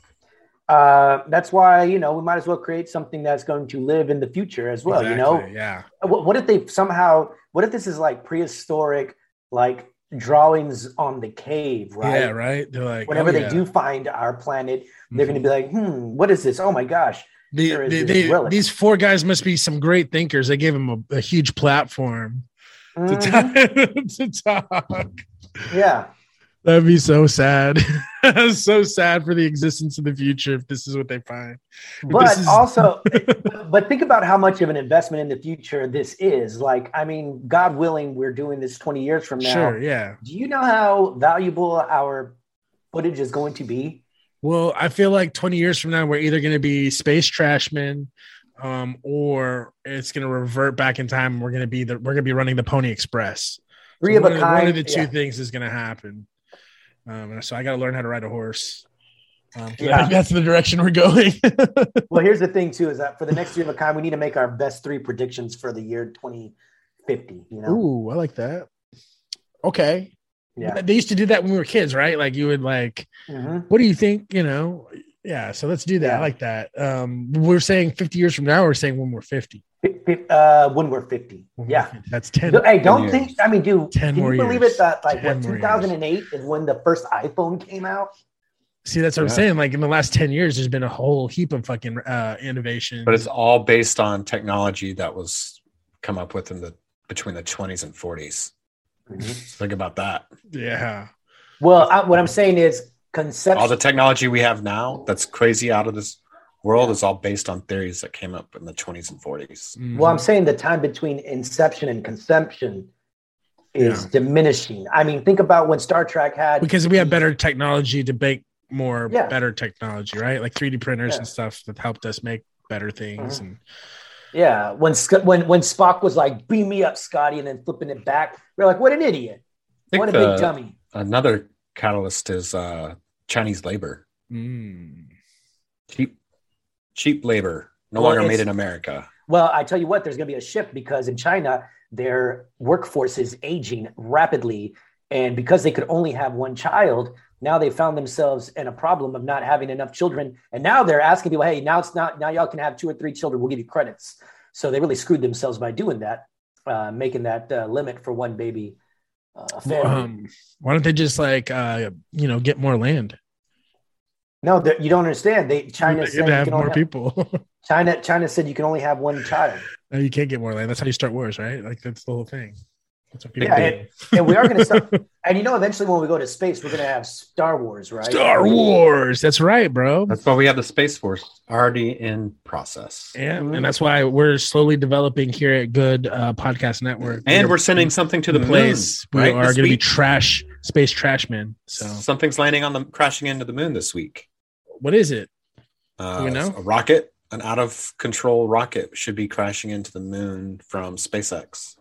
uh, that's why you know we might as well create something that's going to live in the future as well. You know, yeah. what, what if they somehow? What if this is like prehistoric, like drawings on the cave, right? Yeah, right. They're like, Whenever oh, they yeah. do find our planet, they're going to be like, "Hmm, what is this? Oh my gosh!" The- there is the- this they- relic. these four guys must be some great thinkers. They gave them a, a huge platform to, Mhm. to talk. Yeah, That'd be so sad. so sad for the existence of the future if this is what they find. but This is- also, but think about how much of an investment in the future this is. Like, I mean, God willing, we're doing this twenty years from now. Sure, yeah. Do you know how valuable our footage is going to be? Well, I feel like 20 years from now, we're either going to be space trashmen, um, or it's going to revert back in time. And we're going to be the we're going to be running the Pony Express. Three So of one a the- One kind. of the two yeah. things is going to happen. Um, and so I got to learn how to ride a horse. Um, 'cause I Yeah. think that's the direction we're going. Well, here's the thing too: is that for the next three of a kind, we need to make our best three predictions for the year 2050. You know? Ooh, I like that. Okay, Yeah. they used to do that when we were kids, right? Like you would like Mhm. what do you think? You know, yeah. So let's do that. Yeah. I like that. Um, we're saying 50 years from now, we're saying when we're 50. Fi- fi- Uh, when we're 50. When we're Yeah. 50. That's 10. No, Hey, don't years. think. I mean, dude, can 10 you more believe years. it that like 10 what more years. 2008 is when the first iPhone came out? See, that's what I'm Yeah. saying. Like in the last 10 years, there's been a whole heap of fucking uh, innovation. but it's all based on technology that was come up with in the between the 20s and 40s. Mm-hmm. Think about that. yeah. Well, I, what I'm saying is conception. All the technology we have now that's crazy out of this world is all based on theories that came up in the 20s and 40s. Mhm. Mm-hmm. Well, I'm saying the time between inception and consumption is Yeah. diminishing. I mean, think about when Star Trek had because we have better technology to make more Yeah. better technology, right? Like 3D printers Yeah. and stuff that helped us make better things. Mhm. And Yeah, when Sc- when when Spock was like, "Beam me up, Scotty," and then flipping it back, we're like, "What an idiot! I think What a the- big dummy!" Uh, another catalyst is uh, Chinese labor, Mm. cheap, cheap labor, no Well, longer it's- made in America. Well, I tell you what, there's going to be a shift because in China, their workforce is aging rapidly, and because they could only have one child, now they found themselves in a problem of not having enough children, and now they're asking people, "Hey, now it's not now y'all can have two or three children. We'll give you credits." So they really screwed themselves by doing that, uh, making that uh, limit for one baby. Uh, a family. Um, why don't they just like, uh, you know, get more land? no, they're- you don't understand. They China They could have more people. China China said you can only have one child. No, you can't get more land. That's how you start wars, right? Like that's the whole thing. That's what people Yeah, do. and, and we are going to start. And you know, eventually when we go to space, we're going to have Star Wars, right? Star Wars. That's right, bro. That's why we have the Space Force already in process. yeah, and that's why we're slowly developing here at Good uh, Podcast Network. And we're sending something to the place. moon, we right, are this going to be week? trash space trash men. So Something's landing on the crashing into the moon this week. what is it? Uh, Do we know? A rocket an out of control rocket should be crashing into the moon from SpaceX.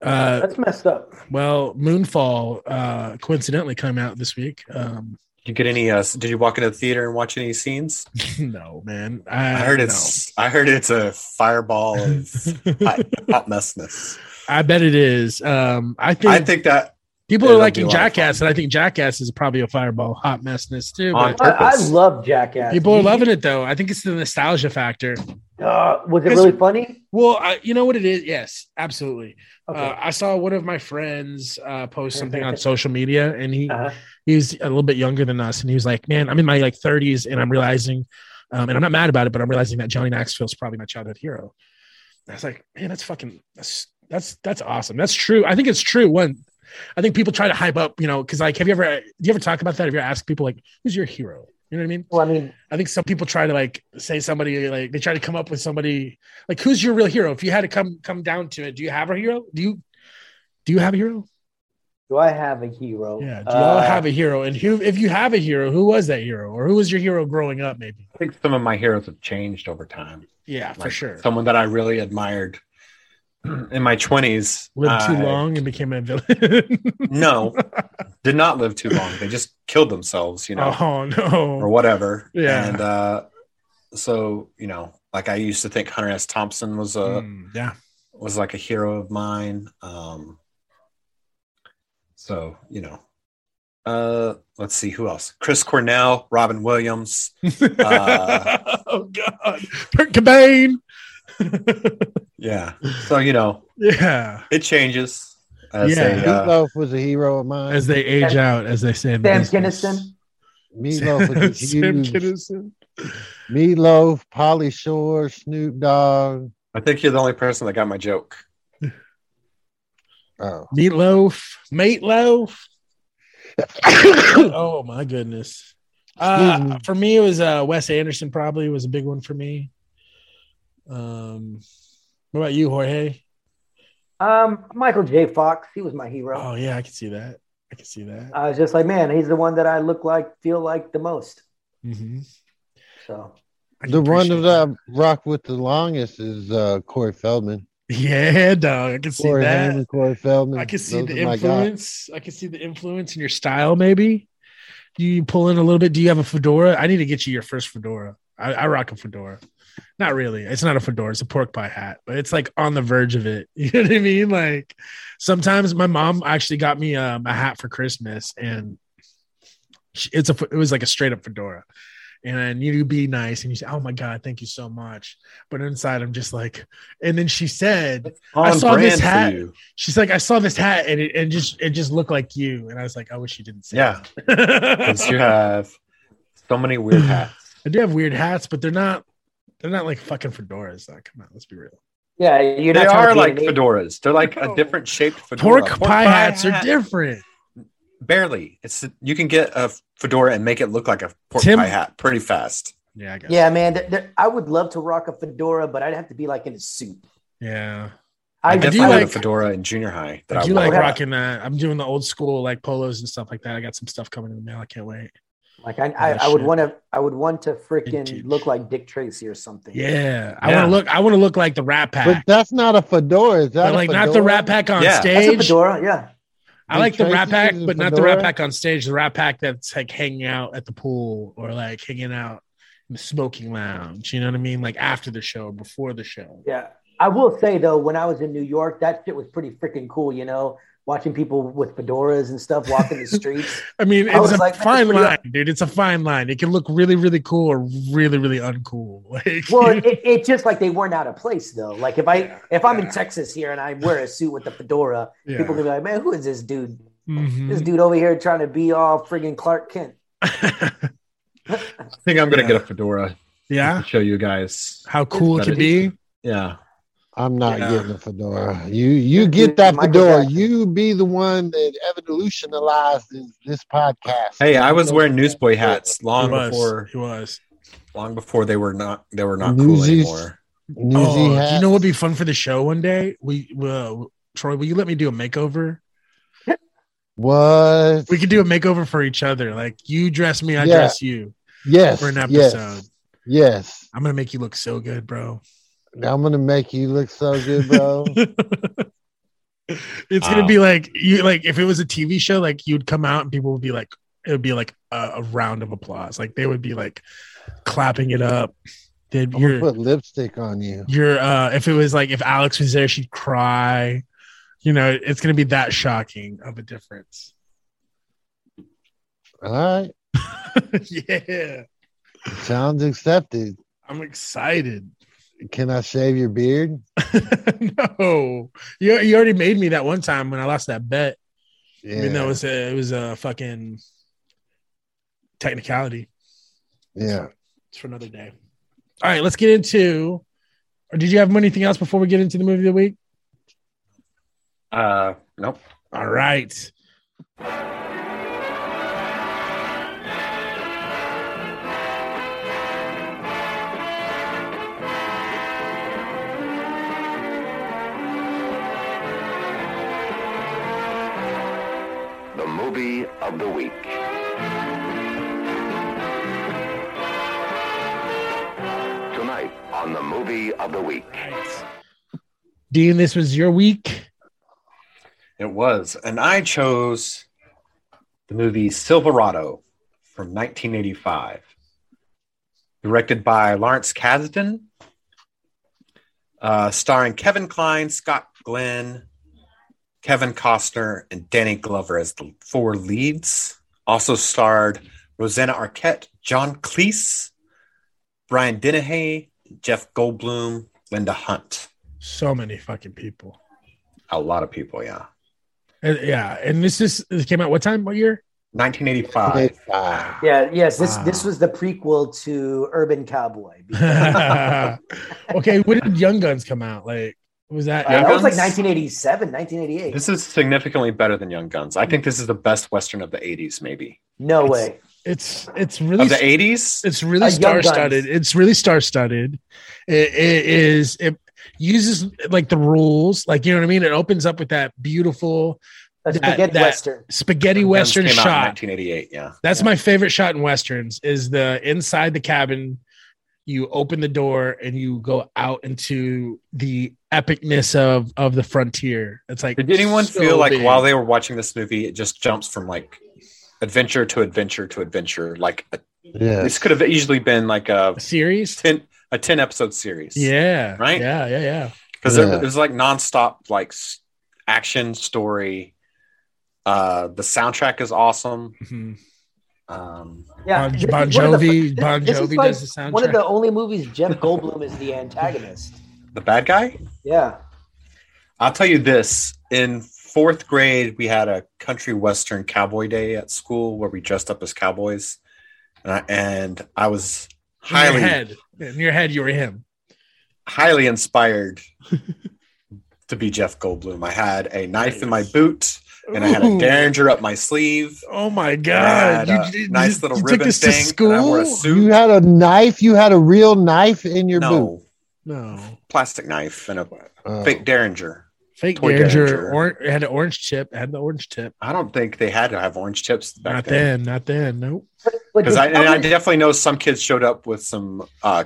Uh, That's messed up. well, Moonfall uh, coincidentally came out this week. Um, Did you get any? Uh, did you walk into the theater and watch any scenes? no, man. I heard it's. I heard it's a fireball of hot, hot messness. I bet it is. Um, I think, I think that people are it'll be a liking lot of Jackass, and I think Jackass is probably a fireball hot messness too. On But I, I purpose. love Jackass. people are loving it though. I think it's the nostalgia factor. Uh, was it Yes. really funny? Well, I, you know what it is? Yes, absolutely. Okay. Uh, I saw one of my friends uh, post something on social media, and he Uh-huh. he's a little bit younger than us, and he was like, "Man, I'm in my like 30s, and I'm realizing, um, and I'm not mad about it, but I'm realizing that Johnny Knoxville's probably my childhood hero." And I was like, "Man, that's fucking that's that's that's awesome. That's true. I think it's true. One, I think people try to hype up, you know, because like, have you ever do you ever talk about that? Have you ever asked people like, who's your hero? You know what I mean? Well, I mean, I think some people try to like say somebody like they try to come up with somebody like who's your real hero? If you had to come come down to it, do you have a hero? Do you do you have a hero? do I have a hero? Yeah. Do y'all Uh, have a hero? And who if you have a hero, who was that hero? Or who was your hero growing up, maybe? I think some of my heroes have changed over time. Yeah, for Like, sure. Someone that I really admired in my twenties uh, Lived too Uh, I- long and became a villain. No, did not live too long. They just killed themselves, you know, Oh or no. whatever. Yeah. And uh, so you know, like I used to think Hunter S. Thompson was a Mm, yeah. was like a hero of mine. Um, so you know, uh, let's see who else: Chris Cornell, Robin Williams, Uh, oh god. Kurt Cobain. yeah. So you know, yeah. it changes. As Yeah. they, uh, Meatloaf was a hero of mine. As they age out, as they say in the Sam business. Kinison. Meatloaf was a Sam huge. Kinison. Meatloaf, Polly Shore, Snoop Dogg. I think you're the only person that got my joke. Oh, Meatloaf. Meatloaf. oh my goodness. Excuse Uh, me. for me, it was uh, Wes Anderson. Probably was a big one for me. Um, what about you, Jorge? Um, Michael J. Fox. He was my hero. Oh yeah, I can see that. I can see that. I was just like, man, he's the one that I look like, feel like the most. Mhm. So I can the one appreciate that I rock with the longest is uh, Corey Feldman. Yeah, dog. I can see Corey that. Haim and Corey Feldman. I can see Those the are my guys. influence. I can see the influence in your style. Maybe you pull in a little bit. Do you have a fedora? I need to get you your first fedora. I, I rock a fedora. Not really. It's not a fedora. It's a pork pie hat, but it's like on the verge of it. You know what I mean? Like sometimes my mom actually got me um, a hat for Christmas, and she- it's a it was like a straight up fedora. And you be nice, and you say, "Oh my God, thank you so much." But inside, I'm just like, and then she said, I On saw brand this for hat. you. She's like, I saw this hat and it, and just it just looked like you. And I was like, I wish you didn't say Yeah, that. because you have so many weird hats. I do have weird hats, but they're not they're not like fucking fedoras. Though. Come on, let's be real. yeah, you're They not trying to are be like an ape. fedoras. They're like No. a different shaped fedora. Oh. Pork, pie, hats are hat- different. Barely. It's you can get a fedora and make it look like a pork Tim- pie hat pretty fast. Yeah, I guess. Yeah, man. th- th- I would love to rock a fedora, but I'd have to be like in a suit. Yeah. I, I, do definitely I, had like- a fedora in junior high that I I, do wore. like Yeah. rocking that. I'm doing the old school like polos and stuff like that. I got some stuff coming in the mail. I can't wait. like I, I, that I would shit. want to. I would want to freaking Vintage. look like Dick Tracy or something. Yeah. I Yeah. wanna look I wanna look like the rat But pack. that's not a fedora. Is that But a like fedora? not the rat pack on Yeah. That's a that's a stage. fedora. Yeah, I like the Tracy Rat Pack, uses a but not the Rat fedora? Pack on stage. The Rat Pack that's like hanging out at the pool or like hanging out in the smoking lounge. You know what I mean? Like after the show, before the show. yeah. I will say though, when I was in New York, that shit was pretty freaking cool. You know, watching people with fedoras and stuff walking the streets. I mean, I it's was a like, that's fine pretty- line, dude. It's a fine line. It can look really, really cool or really, really uncool. Like, Well, it, it just like they weren't out of place though. Like if I Yeah, if I'm yeah. in Texas here and I wear a suit with a fedora, yeah. people can be like, "Man, who is this dude? Mhm. This dude over here trying to be all friggin' Clark Kent." I think I'm gonna Yeah. get a fedora yeah. to show you guys. How cool it But could it- be. Yeah, I'm not Yeah. getting a fedora. You you get dude, that Michael fedora. Jackson. You be the one that evolutionizes this podcast. hey, I was wearing newsboy hats long he was. before He was. long before they were not they were not cool Newsies. anymore. Newsy oh, hats. do you know what'd be fun for the show one day? We, will Troy, will you let me do a makeover? what? We could do a makeover for each other. Like you dress me, I Yeah. dress you yes, for an yes, episode. yes, Yes. I'm gonna make you look so good, bro. I'm gonna make you look so good, bro. It's gonna be like you like if it was a TV show, like you'd come out and people would be like, it would be like a, a round of applause. Like they would be like clapping it up. Did I'm gonna your put lipstick on you. your uh if it was like if Alex was there, she'd cry. You know, it's gonna be that shocking of a difference. All right. yeah. Sounds accepted. I'm excited. Can I shave your beard? no. You, you already made me that one time when I lost that bet. Yeah. Even though it was a, it was a fucking technicality. yeah. It's for another day. All right, let's get into. Or did you have anything else before we get into the movie of the week? Uh, nope. All right. The movie of the week. Tonight on the movie of the week. Dean, this was your week. It was. And I chose the movie Silverado from 1985, directed by Lawrence Kasdan, uh, starring Kevin Kline, Scott Glenn, Kevin Costner, and Danny Glover as the four leads. Also starred Rosanna Arquette, John Cleese, Brian Dennehy, Jeff Goldblum, Linda Hunt. So many fucking people. A lot of people, yeah. And- yeah, and this is this came out what time? What year? 1985. Yeah, yes, this this Wow. was the prequel to Urban Cowboy. okay, when did Young Guns come out? Like, was that? Uh, that was like Guns? 1987, 1988. This is significantly better than Young Guns. I think this is the best Western of the 80s, maybe. no way. It's it's really Of the 80s? it's really Uh, Young star Guns. studded. It's really star studded. It, it is it uses like the rules, like you know what I mean. It opens up with that beautiful That's That- spaghetti that- western. spaghetti Young Guns western came out in shot. 1988, yeah. That's my favorite shot in westerns. Is the inside the cabin. You open the door and you go out into the epicness of of the frontier. It's like Did anyone so feel like big. while they were watching this movie, it just jumps from like adventure to adventure to adventure? Like a- Yeah. this could have easily been like a A series? 10, a 10 episode series. Yeah. Right? Yeah. Yeah. Yeah. Because Yeah. it was like nonstop, like s- action story. Uh, the soundtrack is awesome. Mhm. Um, Yeah, Bon, this is Bon one of the Jovi. fir- bon this- Jovi this is like does the soundtrack. One of the only movies Jeff Goldblum is the antagonist. the bad guy? Yeah. I'll tell you this. In fourth grade, we had a country western cowboy day at school where we dressed up as cowboys. And I, and I was in your highly, head. In your head, you were him. highly inspired to be Jeff Goldblum. I had a knife in my boot and I had a Ooh. derringer up my sleeve. Oh my I god! had a did- nice little you ribbon took this thing. to and I wore a school? You suit. had a knife. You had a real knife in your boot. No, No, plastic knife and a Oh. fake derringer. fake Toy Derringer. Derringer. Or, it had an orange tip. It had the orange tip. I don't think they had to have orange chips back not then. then. Not then. Nope. But because did I, and I someone- definitely know some kids showed up with some uh,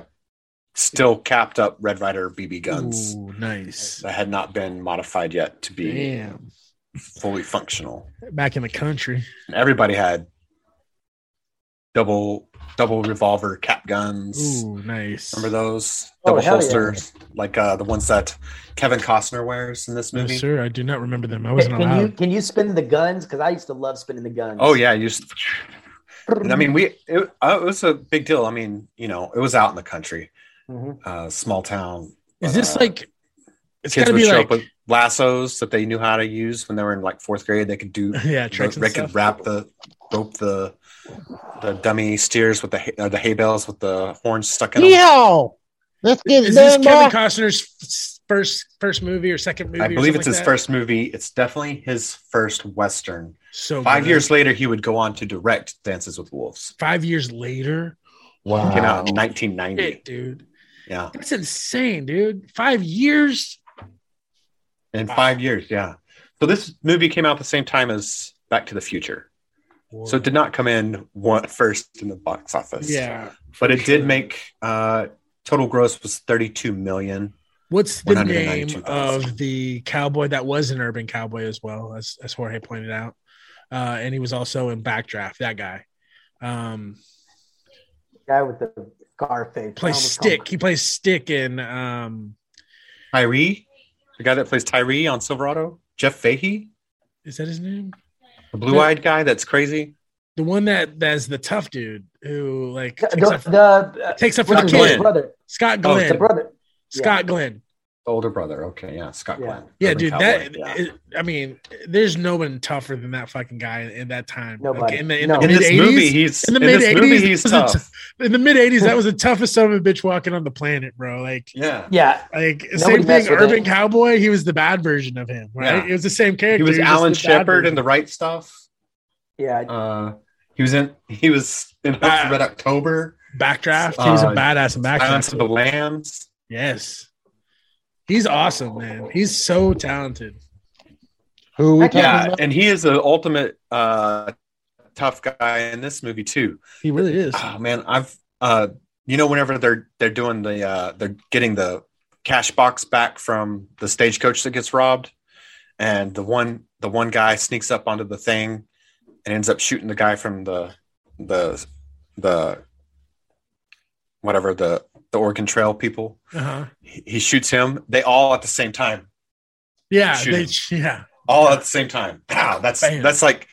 still capped up Red Rider BB guns Ooh, nice. that had not been modified yet to be Damn. fully functional. Back in the country. And everybody had double double revolver cap guns. Ooh, nice. Remember those Oh, double hell yeah. holsters, like uh, the ones that Kevin Costner wears in this No, movie? sir. I do not remember them. I can, wasn't can you allowed. can you spin the guns? Because I used to love spinning the guns. oh yeah, you. Just, and I mean, we it, uh, it was a big deal. I mean, you know, it was out in the country, Mhm. uh, small town. Is this uh, like? It's kids gotta would be show like. up with lassos that they knew how to use when they were in like fourth grade. They could do Yeah, tricks and they could stuff. wrap the rope the the dummy steers with the hay, uh, the hay bales with the horns stuck in them. Yeehaw! Let's get Is this done, Kevin boy. Costner's f- first first movie or second movie? I or believe it's something his like that? first movie. It's definitely his first western. So Five good. years later, he would go on to direct Dances with Wolves. Five years later. It Came out in Wow. 1990. Shit, dude. Yeah, That's insane, dude. Five years. in five years. Yeah. So this movie came out the same time as Back to the Future. So it did not come in one first in the box office. Yeah, but it did make uh, total gross was thirty two million. What's the name 192,000. of the cowboy that was an urban cowboy as well, as, as Jorge pointed out? Uh, and he was also in Backdraft, that guy. Um, guy with the scar face. plays Stick. He plays Stick in. Um, Tyree, the guy that plays Tyree on Silverado, Jeff Fahey, is that his name? the blue eyed guy that's crazy. The one that that's the tough dude who like The, takes up for, the- takes up for the Scott kid. Glenn. brother. Scott Oh, Glenn. The brother. Scott Glenn. The older brother. Okay, yeah, Scott Yeah. Glenn. Yeah, Urban dude. Cowboy, That yeah. it- I mean, there's no one tougher than that fucking guy in, in that time. Like, Nobody. in the, in No. the in mid this movie, 80s. he's in in, the this mid-eighties, movie, he's this is a tough. In the mid 80s, that was the toughest son of a bitch walking on the planet, bro. Like, yeah, Yeah. like Nobody same messed thing. with Urban him. Cowboy. He was the bad version of him, right? Yeah. It was the same character. he was just Alan the bad Shepard version. in the right stuff. Yeah. Uh, he was in. He was in Ah. Red October. backdraft. He was a Uh, badass in Silence backdraft. of the Lambs. Yes, he's awesome, man. He's so talented. Who are we Heck talking Yeah, about? and he is the ultimate uh, tough guy in this movie too. He really is. Oh man, I've uh, you know whenever they're they're doing the uh, they're getting the cash box back from the stagecoach that gets robbed, and the one the one guy sneaks up onto the thing and ends up shooting the guy from the the the whatever the the Oregon Trail people. Uh-huh. He, he shoots him. They all at the same time. Yeah, Shoot they, yeah. all at the same time. Pow! That's Bam. that's like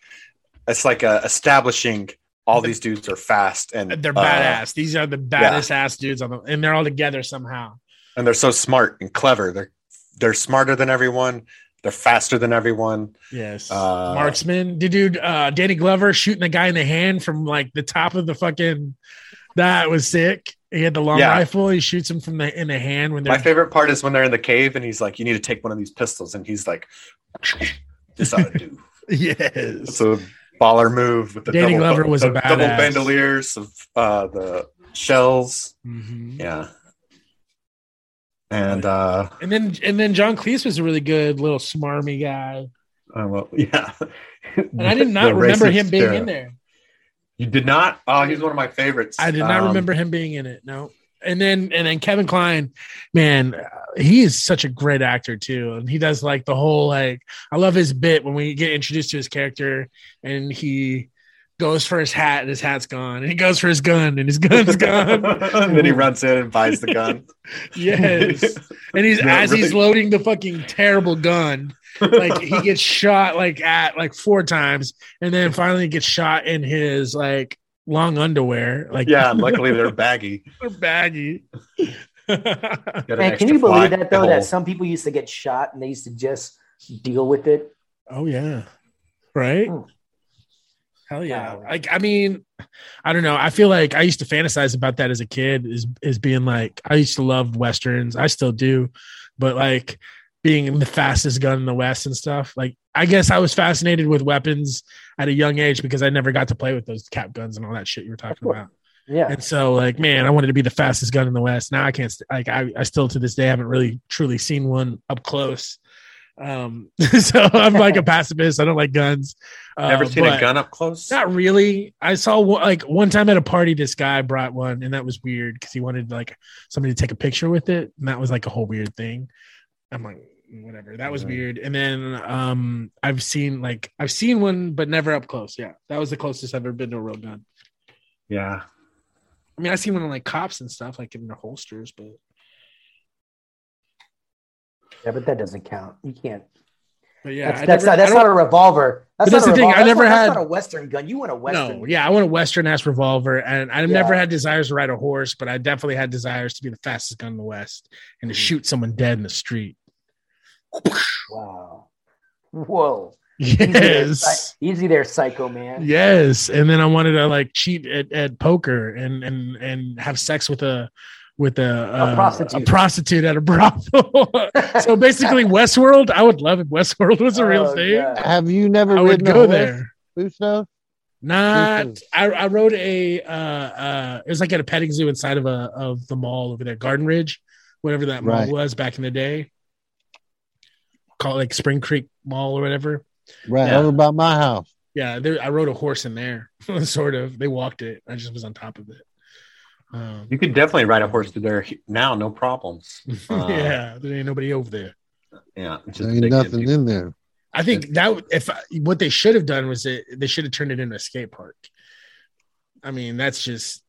that's like uh, establishing all these dudes are fast and They're uh, badass. These are the baddest ass dudes on the, and they're all together somehow. and they're so smart and clever. They're they're smarter than everyone. They're faster than everyone. Yes, Uh, marksman. The dude, uh, Danny Glover shooting the guy in the hand from like the top of the fucking. That was sick. He had the long Yeah. rifle. He shoots him from the in the hand when My they're favorite part is when they're in the cave and he's like, "You need to take one of these pistols," and he's like, "This ought to do." yes. It's a baller move with the Danny double, Glover was a the double badass. bandoliers of uh, the shells. Mhm. Yeah, and uh, And then and then John Cleese was a really good little smarmy guy, I love- Uh, yeah, and I did not remember him being in there. You did not? Oh, he's one of my favorites. I did not Um, remember him being in it. No. And then and then Kevin Klein, man, uh, he is such a great actor too, and he does like the whole like I love his bit when we get introduced to his character, and he goes for his hat and his hat's gone, and he goes for his gun and his gun's gone. and then he runs in and buys the gun. yes, and he's Yeah, as he's right. loading the fucking terrible gun, like he gets shot like at like four times, and then finally gets shot in his like long underwear, like yeah, and luckily they're baggy. they're baggy. oh, Got an Man, can extra you fly believe that though? hole. That some people used to get shot and they used to just deal with it. Oh, yeah. Right? Mm. Hell yeah. Yeah, right. Like, I mean, I don't know. I feel like I used to fantasize about that as a kid, is, is being like, I used to love Westerns. I still do. But like being the fastest gun in the West and stuff. Like, I guess I was fascinated with weapons at a young age because I never got to play with those cap guns and all that shit you were talking course. about. Yeah. And so, like, man, I wanted to be the fastest gun in the West. Now I can't, st- like, I, I still to this day haven't really truly seen one up close. Um, so I'm like a pacifist. I don't like guns. Uh, Never seen but- a gun up close. Not really. I saw one- like one time at a party, this guy brought one, and that was weird because he wanted like somebody to take a picture with it, and that was like a whole weird thing. I'm like, whatever. That was Mhm. weird. And then um, I've seen like I've seen one, but never up close. Yeah, that was the closest I've ever been to a real gun. Yeah, I mean, I see one on like cops and stuff, like in their holsters, but yeah, but that doesn't count. You can't. but yeah, that's I that's, never- not, that's I don't- not a revolver. That's, But that's not a the thing, revolver. I never that's not- had- That's not a Western gun. You want a Western? no, yeah, I want a western ass revolver, and I've Yeah. never had desires to ride a horse, but I definitely had desires to be the fastest gun in the west and Mm-hmm. to shoot someone dead in the street. Wow. Whoa. Easy there, Yes, psy- Easy there, psycho man. yes, and then I wanted to like cheat at, at poker and and and have sex with a with a, uh, prostitute. a prostitute at a brothel. so basically, Westworld. I would love if Westworld was a real Oh, thing. God. Have you never I would ridden a go horse, there. Busno? Not. Mhm. I, I rode a. Uh, uh, it was like at a petting zoo inside of a of the mall over there, Garden Ridge, whatever that mall Right. was back in the day. Call it like Spring Creek Mall or whatever. Right Oh. Yeah. over by my house. Yeah, there, I rode a horse in there, sort of. They walked it. I just was on top of it. Um, You could definitely ride a horse through there he- now, no problems. Uh, yeah, there ain't nobody over there. yeah. There ain't nothing in there. I think that if what they should have done was it, they should have turned it into a skate park. I mean, that's just.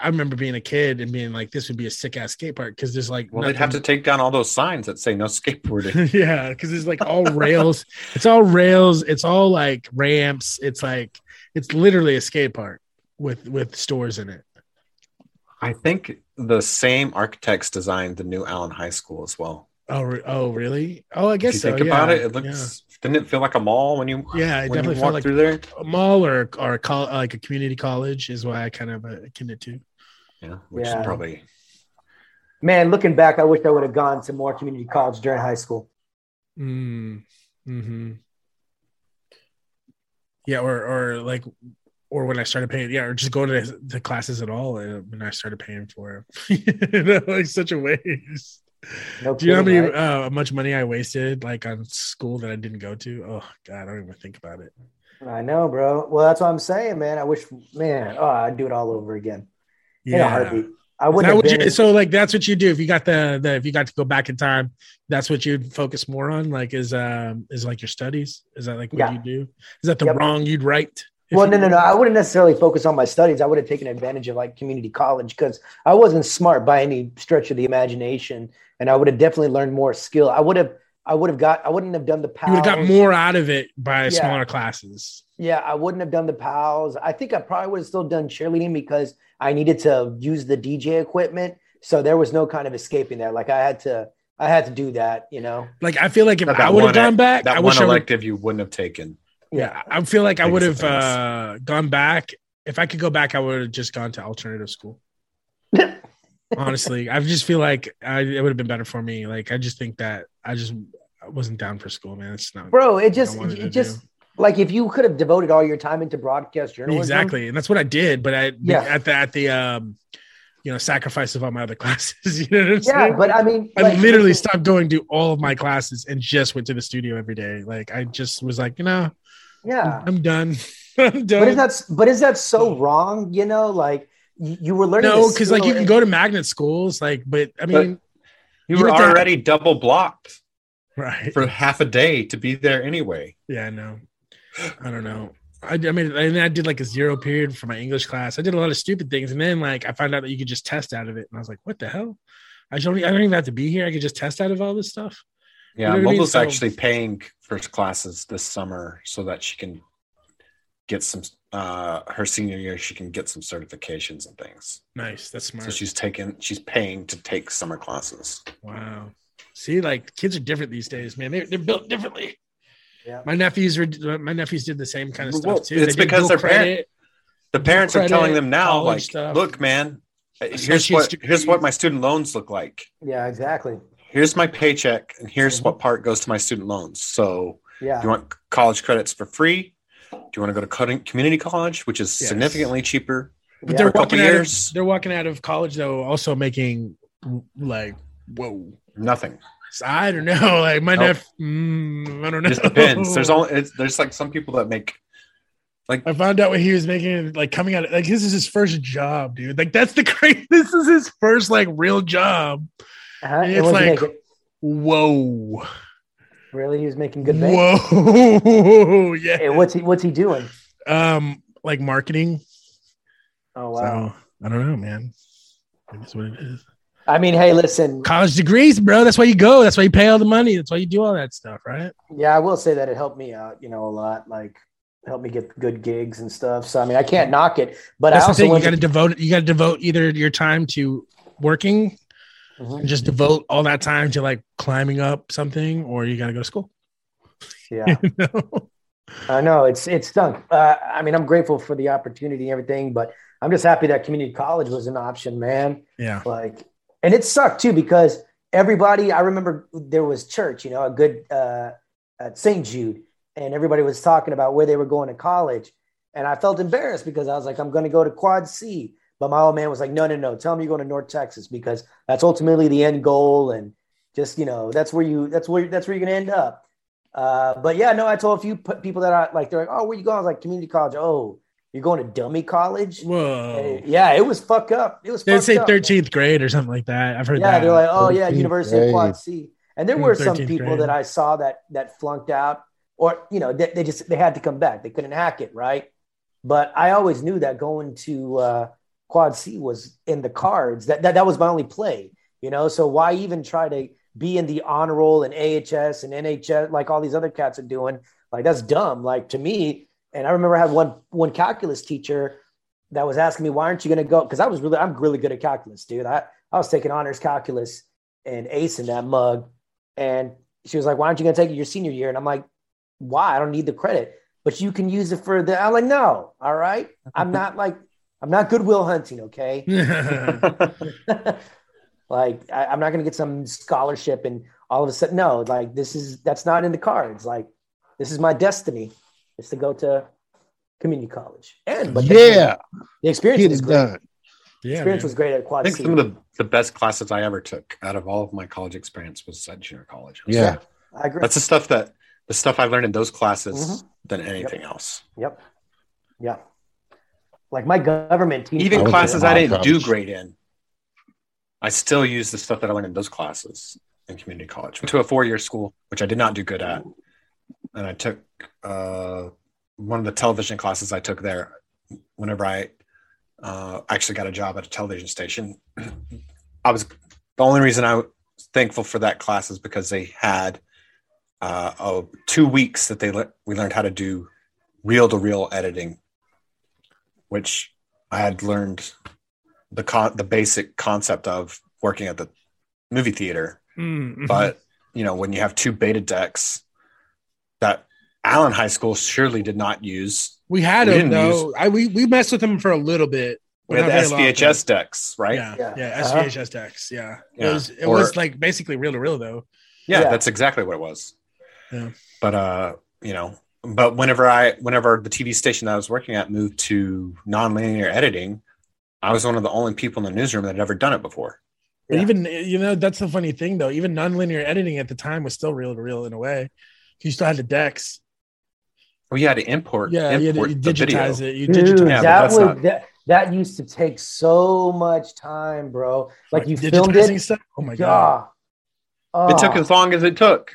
I remember being a kid and being like, "This would be a sick ass skate park" because there's like, Well, they'd have to take down all those signs that say no skateboarding. yeah, because it's like all rails. It's all rails. It's all like ramps. It's like it's literally a skate park with with stores in it. I think the same architects designed the new Allen High School as well. Oh, re- oh, really? Oh, I If guess you so, think about yeah, it, it looks didn't it feel like a mall when you Yeah, yeah it when you walked definitely felt like through there? a mall or or a col- like a community college is why I kind of uh, akin it to. Yeah, which Yeah. is probably Man, looking back, I wish I would have gone to more community college during high school. Mm, hmm Yeah, or or like, or when I started paying, yeah, or just going to the classes at all, and when I started paying for it, you know, like such a waste. No Do you know how many kidding, right? uh, much money I wasted like on school that I didn't go to? Oh God, I don't even think about it. I know, bro. Well, that's what I'm saying, man. I wish, man, oh, I'd do it all over again. In a Yeah. heartbeat. I Is wouldn't that have what you- been. so like that's what you do if you got the, the if you got to go back in time that's what you'd focus more on like is um is like your studies is that like what Yeah. you do is that the Yep. wrong you'd write well, no, no, no. I wouldn't necessarily focus on my studies. I would have taken advantage of like community college because I wasn't smart by any stretch of the imagination, and I would have definitely learned more skill. I would have, I would have got, I wouldn't have done the. you would have got PALs. more out of it by Yeah. smaller classes Yeah, I wouldn't have done the pals. I think I probably would have still done cheerleading because I needed to use the DJ equipment. So there was no kind of escaping there. Like I had to, I had to do that. You know. like i feel like if That i would one- have e- gone back That i one wish i would elective you wouldn't have taken. yeah i feel like i Biggest would have offense. uh gone back if i could go back i would have just gone to alternative school honestly i just feel like I, it would have been better for me like i just think that i just wasn't down for school man it's not Bro, it what I just, wanted to it just like if you could have devoted all your time into broadcast journalism. Exactly, and that's what I did. But I Yeah. at the at the um, you know sacrifice of all my other classes. You know what I'm Yeah, saying? but I mean, I like, literally listen- stopped going to all of my classes and just went to the studio every day. Like I just was like, you know, Yeah. I'm done. I'm done. But is that, but is that so wrong? You know, like you, you were learning. no, a because like skill you can and- go to magnet schools, like, but I mean, You, You were would have- already double blocked right? for half a day to be there anyway. Yeah, I know. I don't know. I, I mean, and then I did like a zero period for my English class. I did a lot of stupid things, and then like I found out that you could just test out of it, and I was like, what the hell? I don't. e, I don't even have to be here. I could just test out of all this stuff. Yeah, You know what I mean? Mobile's So- actually paying for classes this summer so that she can get some uh her senior year she can get some certifications and things. Nice. That's smart. So she's taking she's paying to take summer classes. wow. See, like kids are different these days, man. They're, they're built differently. Yeah. My nephews were. My nephews did the same kind of stuff Well, too. it's did because dual their parent- The parents are credit, telling them now college like stuff. look man Uh, here's Associate's what here's what degrees. my student loans look like. Yeah, exactly. Here's my paycheck and here's Mm-hmm. what part goes to my student loans. So Yeah. Do you want college credits for free? Do you want to go to co- community college, which is Yes. significantly cheaper? But Yeah. they're a couple walking out. Of, years. they're walking out of college though, also making like whoa. Nothing. So I don't know. Like my Nope. nephew. Mm, I don't know. It just depends. There's only it's, there's like some people that make I found out what he was making, like coming out. of- Like this is his first job, dude. Like that's the crazy. This is his first like real job. Uh-huh. It's And what'd you like- make it? Whoa. really, he was making good bank. Oh, Whoa. yeah. Hey, what's he? What's he doing? Um, like marketing. Oh wow. So I don't know, man. That's what it is. I mean, hey, listen. College degrees, bro. That's why you go. That's why you pay all the money. That's why you do all that stuff, right? Yeah, I will say that it helped me out, you know, a lot. Like, helped me get good gigs and stuff. So I mean, I can't knock it, but That's I the also thing. You went got to to, devote. You got to devote either your time to working Mhm. and just devote all that time to like climbing up something, or you got to go to school. yeah. You know? I know it's it's stunk. Uh, I mean, I'm grateful for the opportunity and everything, but I'm just happy that community college was an option, man. Yeah. Like, and it sucked too because everybody. I remember there was church, you know, a good uh, at St. Jude, and everybody was talking about where they were going to college, and I felt embarrassed because I was like, I'm going to go to Quad C, but my old man was like, No, no, no, tell me you're going to North Texas because that's ultimately the end goal, and just you know, that's where you that's where that's where you're going to end up. Uh, but yeah, no, I told a few p- people that I like, they're like, oh, where you going? I was like, community college. Oh, you're going to dummy college? Whoa. yeah, it was fuck up. It was They'd fucked say up, 13th grade or something like that. I've heard yeah, that. they're like, oh yeah, University of Quad C. And there Mm, were some 13th people grade. that I saw that that flunked out, or you know, they, they just they had to come back. They couldn't hack it, right? But I always knew that going to uh, Quad C was in the cards. That, that that was my only play, you know. So why even try to be in the honor roll and AHS and NHS like all these other cats are doing? Like that's dumb. Like to me, and I remember I had one one calculus teacher that was asking me, why aren't you going to go? Because I was really, I'm really good at calculus, dude. I, I was taking honors calculus and ace in that mug. And she was like, why aren't you going to take it your senior year? And I'm like, why? I don't need the credit, but you can use it for the, I'm like, no, all right. I'm not like, I'm not goodwill hunting. Okay. like, I, I'm not going to get some scholarship and all of a sudden, no, like this is, that's not in the cards. Like, this is my destiny is to go to community college. And, but they- yeah. the experience Get was it great. done. Yeah, experience man. was great at I Quad think C. some of the, the best classes I ever took out of all of my college experience was at junior college. It was- Yeah. I agree. Mm-hmm. That's the stuff that the stuff I learned in those classes than anything else. Yep. Yeah. Like my government team. Even classes I didn't do great in, I still use the stuff that I learned in those classes in community college. Went to a four year school, which I did not do good at. And I took uh, one of the television classes I took there whenever I uh, actually got a job at a television station. I was the only reason I was thankful for that class is because they had uh, oh, two weeks that they le- we learned how to do reel to reel editing, which I had learned the con- the basic concept of working at the movie theater. Hmm. Mm-hmm. But you know, when you have two beta decks that Allen High School surely did not use, we had We didn't him though. I we, we messed with him for a little bit. we but had the not very long. SVHS decks, right? Yeah, yeah, Uh-huh. SVHS decks. Yeah, Yeah. it was it Or- was like basically real to real though. yeah, Yeah. that's exactly what it was Yeah. but uh you know but whenever i whenever the tv station that i was working at moved to nonlinear editing i was one of the only people in the newsroom that had ever done it before But even you know that's the funny thing though. Even nonlinear editing at the time was still real to real in a way. You still had the decks. well you had to import Yeah, you had to- import you the video. digitize it. You Dude, digitize Yeah, that but that's would not- that, that used to take so much time, bro. Like, you filmed digitizing it. stuff. Oh my Yeah. god! Oh, it took as long as it took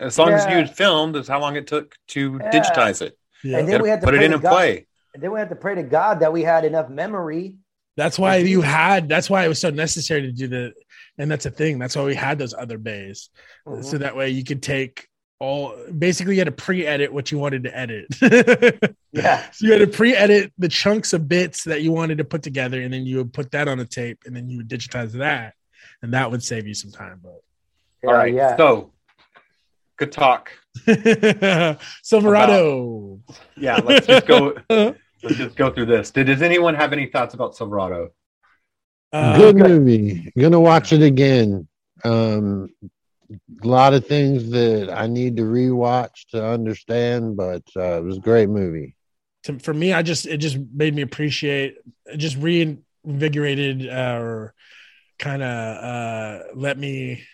as long as you Yeah. had filmed is how long it took to Yeah. digitize it Yeah. And You then we had to put it pray in to and God- play And then we had to pray to God that we had enough memory. That's why Mm-hmm. you had. That's why it was so necessary to do the. And that's a thing. That's why we had those other bays, Mm-hmm. so that way you could take all. Basically, you had to pre-edit what you wanted to edit. Yeah. So you had to pre-edit the chunks of bits that you wanted to put together, and then you would put that on a tape, and then you would digitize that, and that would save you some time. Yeah, all right yeah. so good talk But Silverado. yeah let's just go let's just go through this did does anyone have any thoughts about silverado Uh, Good movie. Gonna watch it again. Um, a lot of things that I need to rewatch to understand, but uh, it was a great movie. to, for me, I just it just made me appreciate it just reinvigorated uh, or kind of uh, let me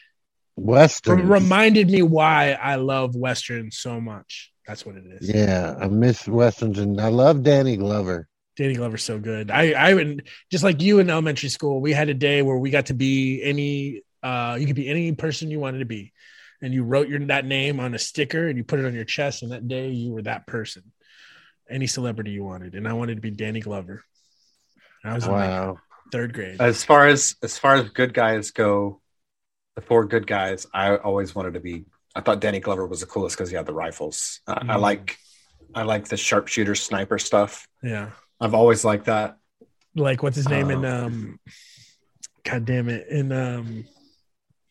Western. reminded me why I love westerns so much. That's what it is. yeah, I miss westerns, and I love Danny Glover. Danny Glover's so good. I I would just like you in elementary school. We had a day where we got to be any uh you could be any person you wanted to be, and you wrote your that name on a sticker and you put it on your chest. And that day you were that person, any celebrity you wanted. And I wanted to be Danny Glover. And I was in, like, Wow. third grade. as far as as far as good guys go the four good guys i always wanted to be i thought danny glover was the coolest because he had the rifles I- i Mm. like i like the sharpshooter sniper stuff yeah, i've always liked that like what's his name in Uh, um, God damn it in um,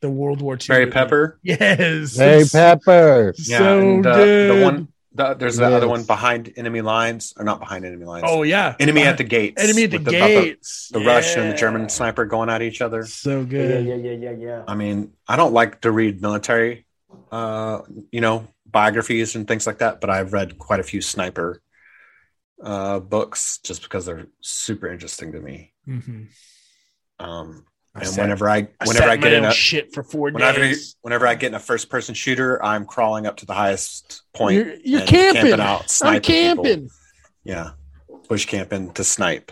the World War II. barry movie. pepper Yes, Hey, it's Pepper. so and, uh, good. the one the, there's the Yes. other one behind enemy lines or not behind enemy lines Oh yeah, enemy at the gates enemy at the with about gates. the, rush and the Yeah. german sniper going at each other So Yeah, yeah, good. yeah, yeah, yeah, yeah. I mean, I don't like to read military, uh, you know, biographies and things like that, but I've read quite a few sniper uh, books just because they're super interesting to me. Mhm. Um, and whenever I whenever I, get in a shit for four whenever, days. Whenever I get in a first person shooter, I'm crawling up to the highest point. You're, you're camping. camping out, I'm sniping people. camping. Yeah, bush camping to snipe.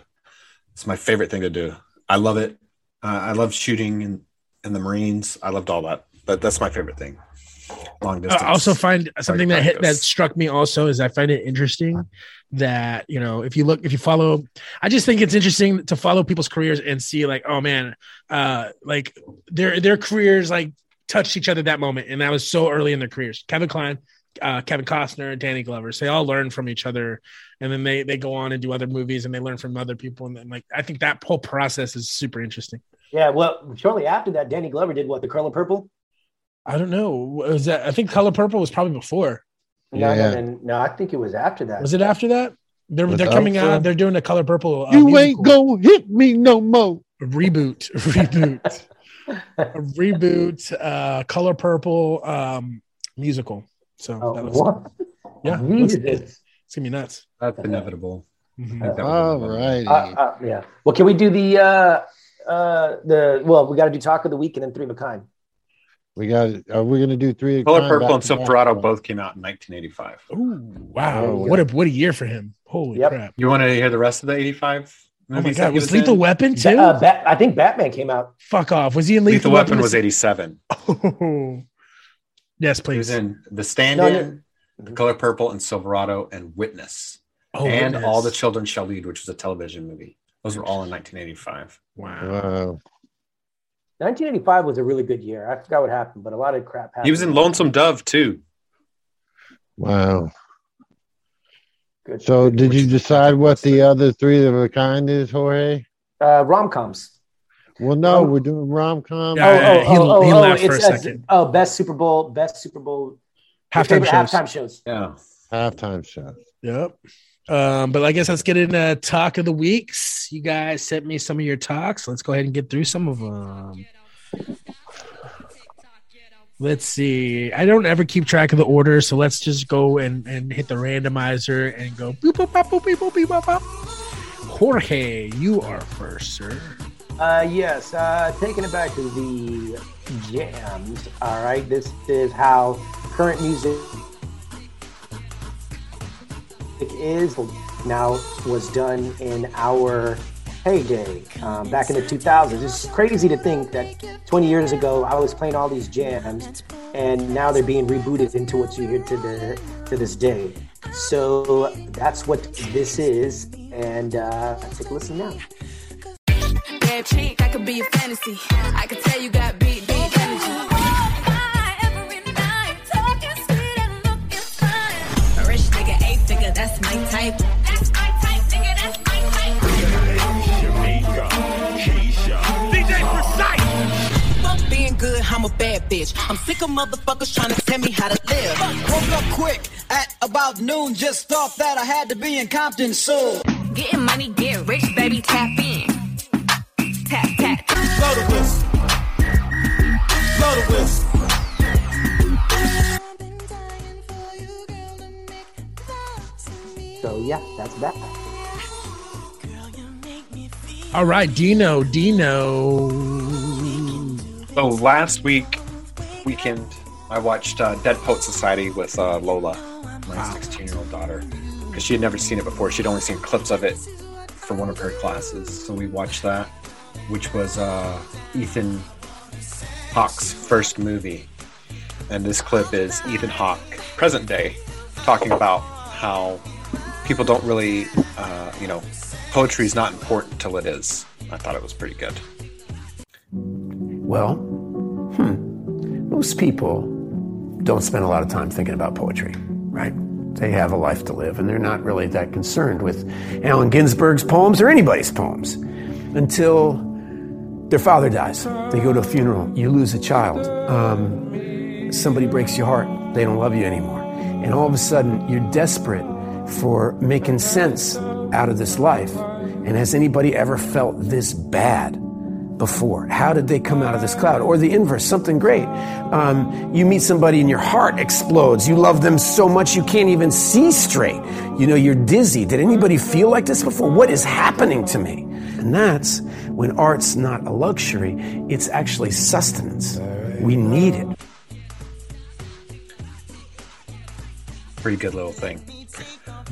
It's my favorite thing to do. I love it. Uh, I love shooting in, in the Marines. I loved all that. But that's my favorite thing. Long distance. I also find something that hit, that practice. struck me also is I find it interesting that you know if you look if you follow I just think it's interesting to follow people's careers and see like oh man uh like their their careers like touched each other that moment and that was so early in their careers Kevin Klein uh, Kevin Costner Danny Glover so they all learn from each other and then they they go on and do other movies and they learn from other people and then like I think that whole process is super interesting Yeah, well, shortly after that, Danny Glover did what? The Color Purple? I don't know was that I think Color Purple was probably before No, Yeah. no, no, no, I think it was after that. was it after that they're Was they're that coming before? out they're doing a Color Purple uh, you ain't musical. gonna hit me no more. reboot reboot a reboot uh color purple um musical so Oh, that looks, what? yeah it looks- it's, Jesus. gonna be nuts That's inevitable. Mhm. I think that was All inevitable. righty. Uh, uh, yeah. Well, can we do the uh, uh, the well? We got to do talk of the week and then three of a kind. we got. Are we gonna do three? Color Purple and Silverado both came out in 1985. Ooh, wow Oh, what a what a year for him holy Yep. crap You want to hear the rest of the 85? oh my movies that god he was, lethal in? weapon Ba- too uh, Bat- I think Batman came out. fuck off was he in Lethal, lethal, Weapon was 87. oh. yes He was please in The Stand No, Mm-hmm. In, no. The Color Purple, and Silverado, and Witness. oh, and goodness. All the Children Shall Lead, which was a television movie. Those were all in 1985. wow Wow. 1985 was a really good year. I forgot what happened, but a lot of crap happened. He was in Lonesome Dove too. Wow. Good. So, did you decide what the other three of a kind is, Jorge? uh, rom coms. Well, no, Oh. we're doing rom com. Yeah, yeah, he- he laughed for a it's- second. Oh, best Super Bowl, best Super Bowl your halftime favorite shows halftime shows. Yeah. halftime shot. Yep. Um, but I guess let's get into talk of the weeks. You guys sent me some of your talks. Let's go ahead and get through some of them. Let's see. I don't ever keep track of the order, so let's just go and, and hit the randomizer and go boop boop bop, boop beep, boop beep, bop, bop. Jorge, you are first, sir. Uh, yes, uh, taking it back to the jams. All right, this is how current music is now was done in our heyday um, back in the 2000s. It's crazy to think that 20 years ago I was playing all these jams, and now they're being rebooted into what you hear to the to this day. So that's what this is, and uh, take a listen now. Bad chick, that could be a fantasy. I could tell you got big, big energy. A rich nigga, eight figure, that's my type. That's my type, nigga, that's my type. Fuck being good, I'm a bad bitch. I'm sick of motherfuckers trying to tell me how to live. Woke up quick at about noon. Just thought that I had to be in Compton soon. Getting money, get rich, baby, tap in. Tap, tap. Blow the whistle. Blow the whistle. So yeah, that's that. All right, Dino, Dino. So last week, weekend, I watched uh, Dead Poet Society with uh, Lola, my 16 year old daughter, because she had never seen it before. She'd only seen clips of it for one of her classes. So we watched that, which was uh, Ethan Hawke's first movie. And this clip is Ethan Hawke, present day, talking about how people don't really, uh, you know, poetry's not important till it is. I thought it was pretty good. Well, hmm, most people don't spend a lot of time thinking about poetry, right? They have a life to live, and they're not really that concerned with Allen Ginsberg's poems or anybody's poems until their father dies. They go to a funeral, you lose a child, um, somebody breaks your heart, they don't love you anymore. And all of a sudden, you're desperate for making sense out of this life. And has anybody ever felt this bad? before? How did they come out of this cloud? Or the inverse, something great. Um, you meet somebody and your heart explodes. You love them so much you can't even see straight. You know, you're dizzy. Did anybody feel like this before? What is happening to me? And that's when art's not a luxury, it's actually sustenance. We need it. Pretty good little thing.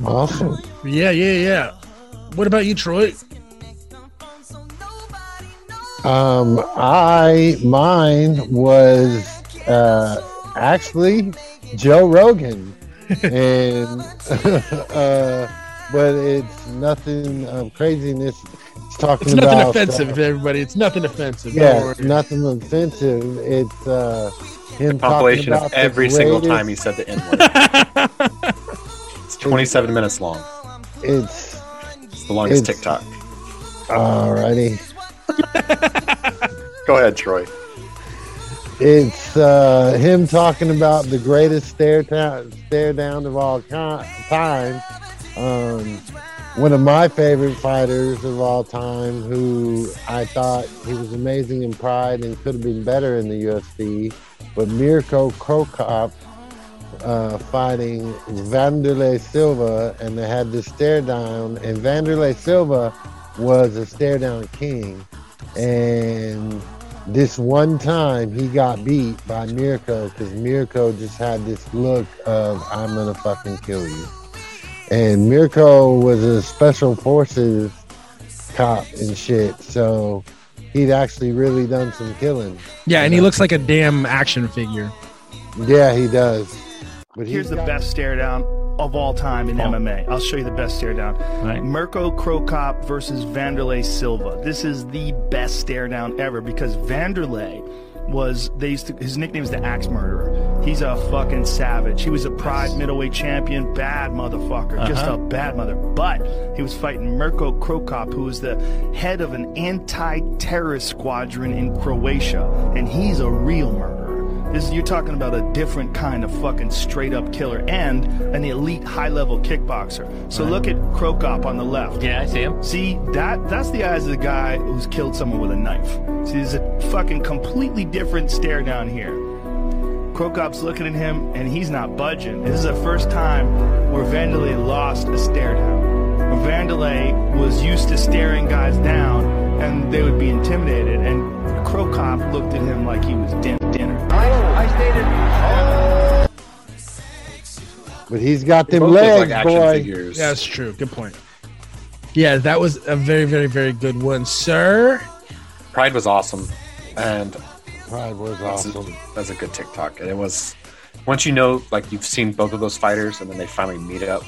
Awesome. Yeah, yeah, yeah. What about you, Troy? Um, I mine was uh, actually Joe Rogan, and uh, but it's nothing um, craziness. It's talking It's nothing about offensive, uh, everybody. It's nothing offensive. Don't yeah, worry. it's nothing offensive. It's uh, him talking Compilation of about the every single greatest- time he said the N word. it's 27 minutes long. It's It's the longest It's- TikTok. alrighty. Go ahead, Troy. It's uh, him talking about the greatest stare, ta- stare down of all ki- time. Um, one of my favorite fighters of all time, who I thought he was amazing in Pride and could have been better in the UFC, but Mirko Krokop uh, fighting Vanderlei Silva, and they had this stare down, and Vanderlei Silva was a stare down king, and this one time he got beat by Mirko because Mirko just had this look of I'm gonna fucking kill you. And Mirko was a special forces cop and shit, so he'd actually really done some killing. Yeah, and he looks like a damn action figure. Yeah, he does. But Here's he's the got- Oh. best stare down of all time in MMA. I'll show you the best stare down. Mirko Krokop versus Vanderlei Silva. This is the best stare down ever because Vanderlei was they used to, his nickname is the axe murderer. He's a fucking savage. He was a pride middleweight champion, bad motherfucker, just Uh-huh. a bad mother. But he was fighting Mirko Krokop, who is the head of an anti-terrorist squadron in Croatia, and he's a real murderer. This you're talking about a different kind of fucking straight up killer and an elite high level kickboxer. So look at Krokop on the left. Yeah, I see him. See that that's the eyes of the guy who's killed someone with a knife. See, there's a fucking completely different stare down here. Krokop's looking at him and he's not budging. This is the first time where Vandalay lost a stare down. Vandalay was used to staring guys down and they would be intimidated and Krokop looked at him like he was din- dinner. I stated But he's got them both look like legs, action boy. figures. Yeah, that's true. Good point. Yeah, that was a very, very, very good one, sir. Pride was awesome, and Pride was awesome. That's a good TikTok, and it was once you know like you've seen both of those fighters, and then they finally meet up.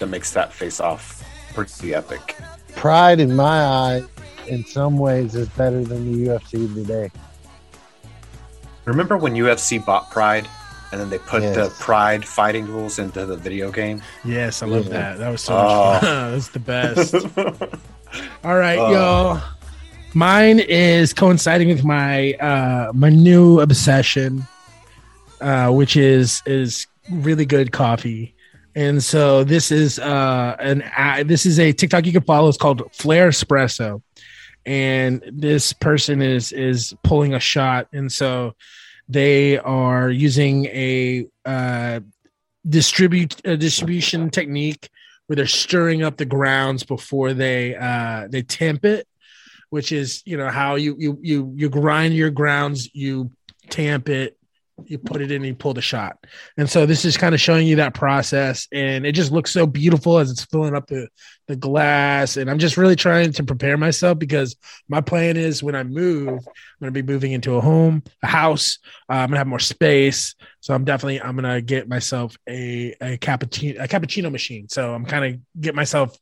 That makes that face off pretty epic. Pride in my eye, in some ways, is better than the UFC today. Remember when UFC bought Pride, and then they put the Pride fighting rules into the video game? Yes, I love Yeah. that. That was so Oh. much fun. That's the best. All right, Oh. y'all. Mine is coinciding with my uh my new obsession, uh, which is is really good coffee. And so this is uh an uh, this is a TikTok you can follow. It's called Flair Espresso, and this person is is pulling a shot, and so they are using a uh distribute uh, distribution technique where they're stirring up the grounds before they uh, they tamp it, which is you know how you you you you grind your grounds, you tamp it, you put it in, you pull the shot, and so this is kind of showing you that process, and it just looks so beautiful as it's filling up the the glass, and I'm just really trying to prepare myself because my plan is when I move, I'm gonna be moving into a home, a house, uh, I'm gonna have more space, so I'm definitely I'm gonna get myself a a cappuccino a cappuccino machine. So I'm kind of get myself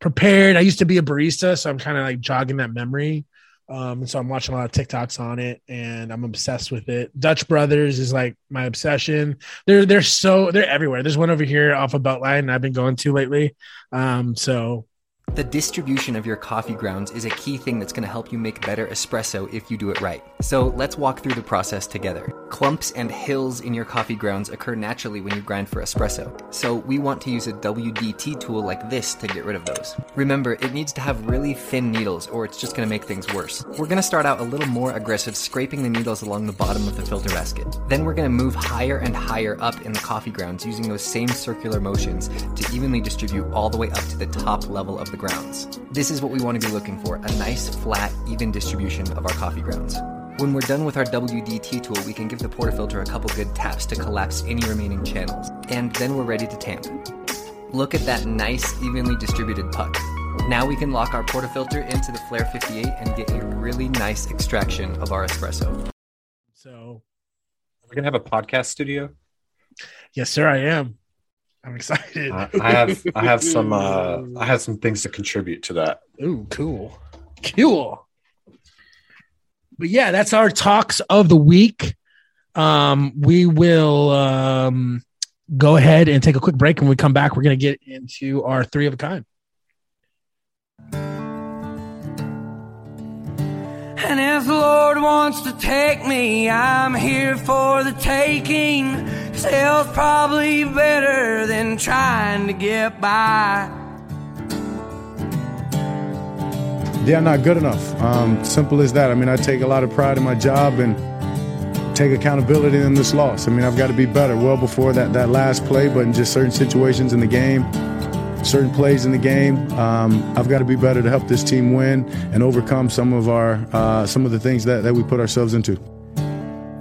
prepared. I used to be a barista, so I'm kind of like jogging that memory. Um, and so I'm watching a lot of TikToks on it, and I'm obsessed with it. Dutch Brothers is like my obsession. They're they're so they're everywhere. There's one over here off of Beltline I've been going to lately. Um, so The distribution of your coffee grounds is a key thing that's going to help you make better espresso if you do it right. So let's walk through the process together. Clumps and hills in your coffee grounds occur naturally when you grind for espresso. So we want to use a WDT tool like this to get rid of those. Remember, it needs to have really thin needles or it's just going to make things worse. We're going to start out a little more aggressive, scraping the needles along the bottom of the filter basket. Then we're going to move higher and higher up in the coffee grounds using those same circular motions to evenly distribute all the way up to the top level of the grounds. This is what we want to be looking for a nice, flat, even distribution of our coffee grounds. When we're done with our WDT tool, we can give the portafilter a couple good taps to collapse any remaining channels, and then we're ready to tamp. Look at that nice, evenly distributed puck. Now we can lock our portafilter into the Flare 58 and get a really nice extraction of our espresso. So, we're gonna have a podcast studio. Yes, sir, I am. I'm excited. I, I have I have some uh, I have some things to contribute to that. Ooh, cool, cool. But yeah, that's our talks of the week. Um, we will um, go ahead and take a quick break. When we come back, we're gonna get into our three of a kind. And if the Lord wants to take me, I'm here for the taking. Sales probably better than trying to get by. They're not good enough. Um, simple as that. I mean, I take a lot of pride in my job and take accountability in this loss. I mean, I've got to be better well before that, that last play, but in just certain situations in the game certain plays in the game. Um, I've got to be better to help this team win and overcome some of our uh, some of the things that, that we put ourselves into.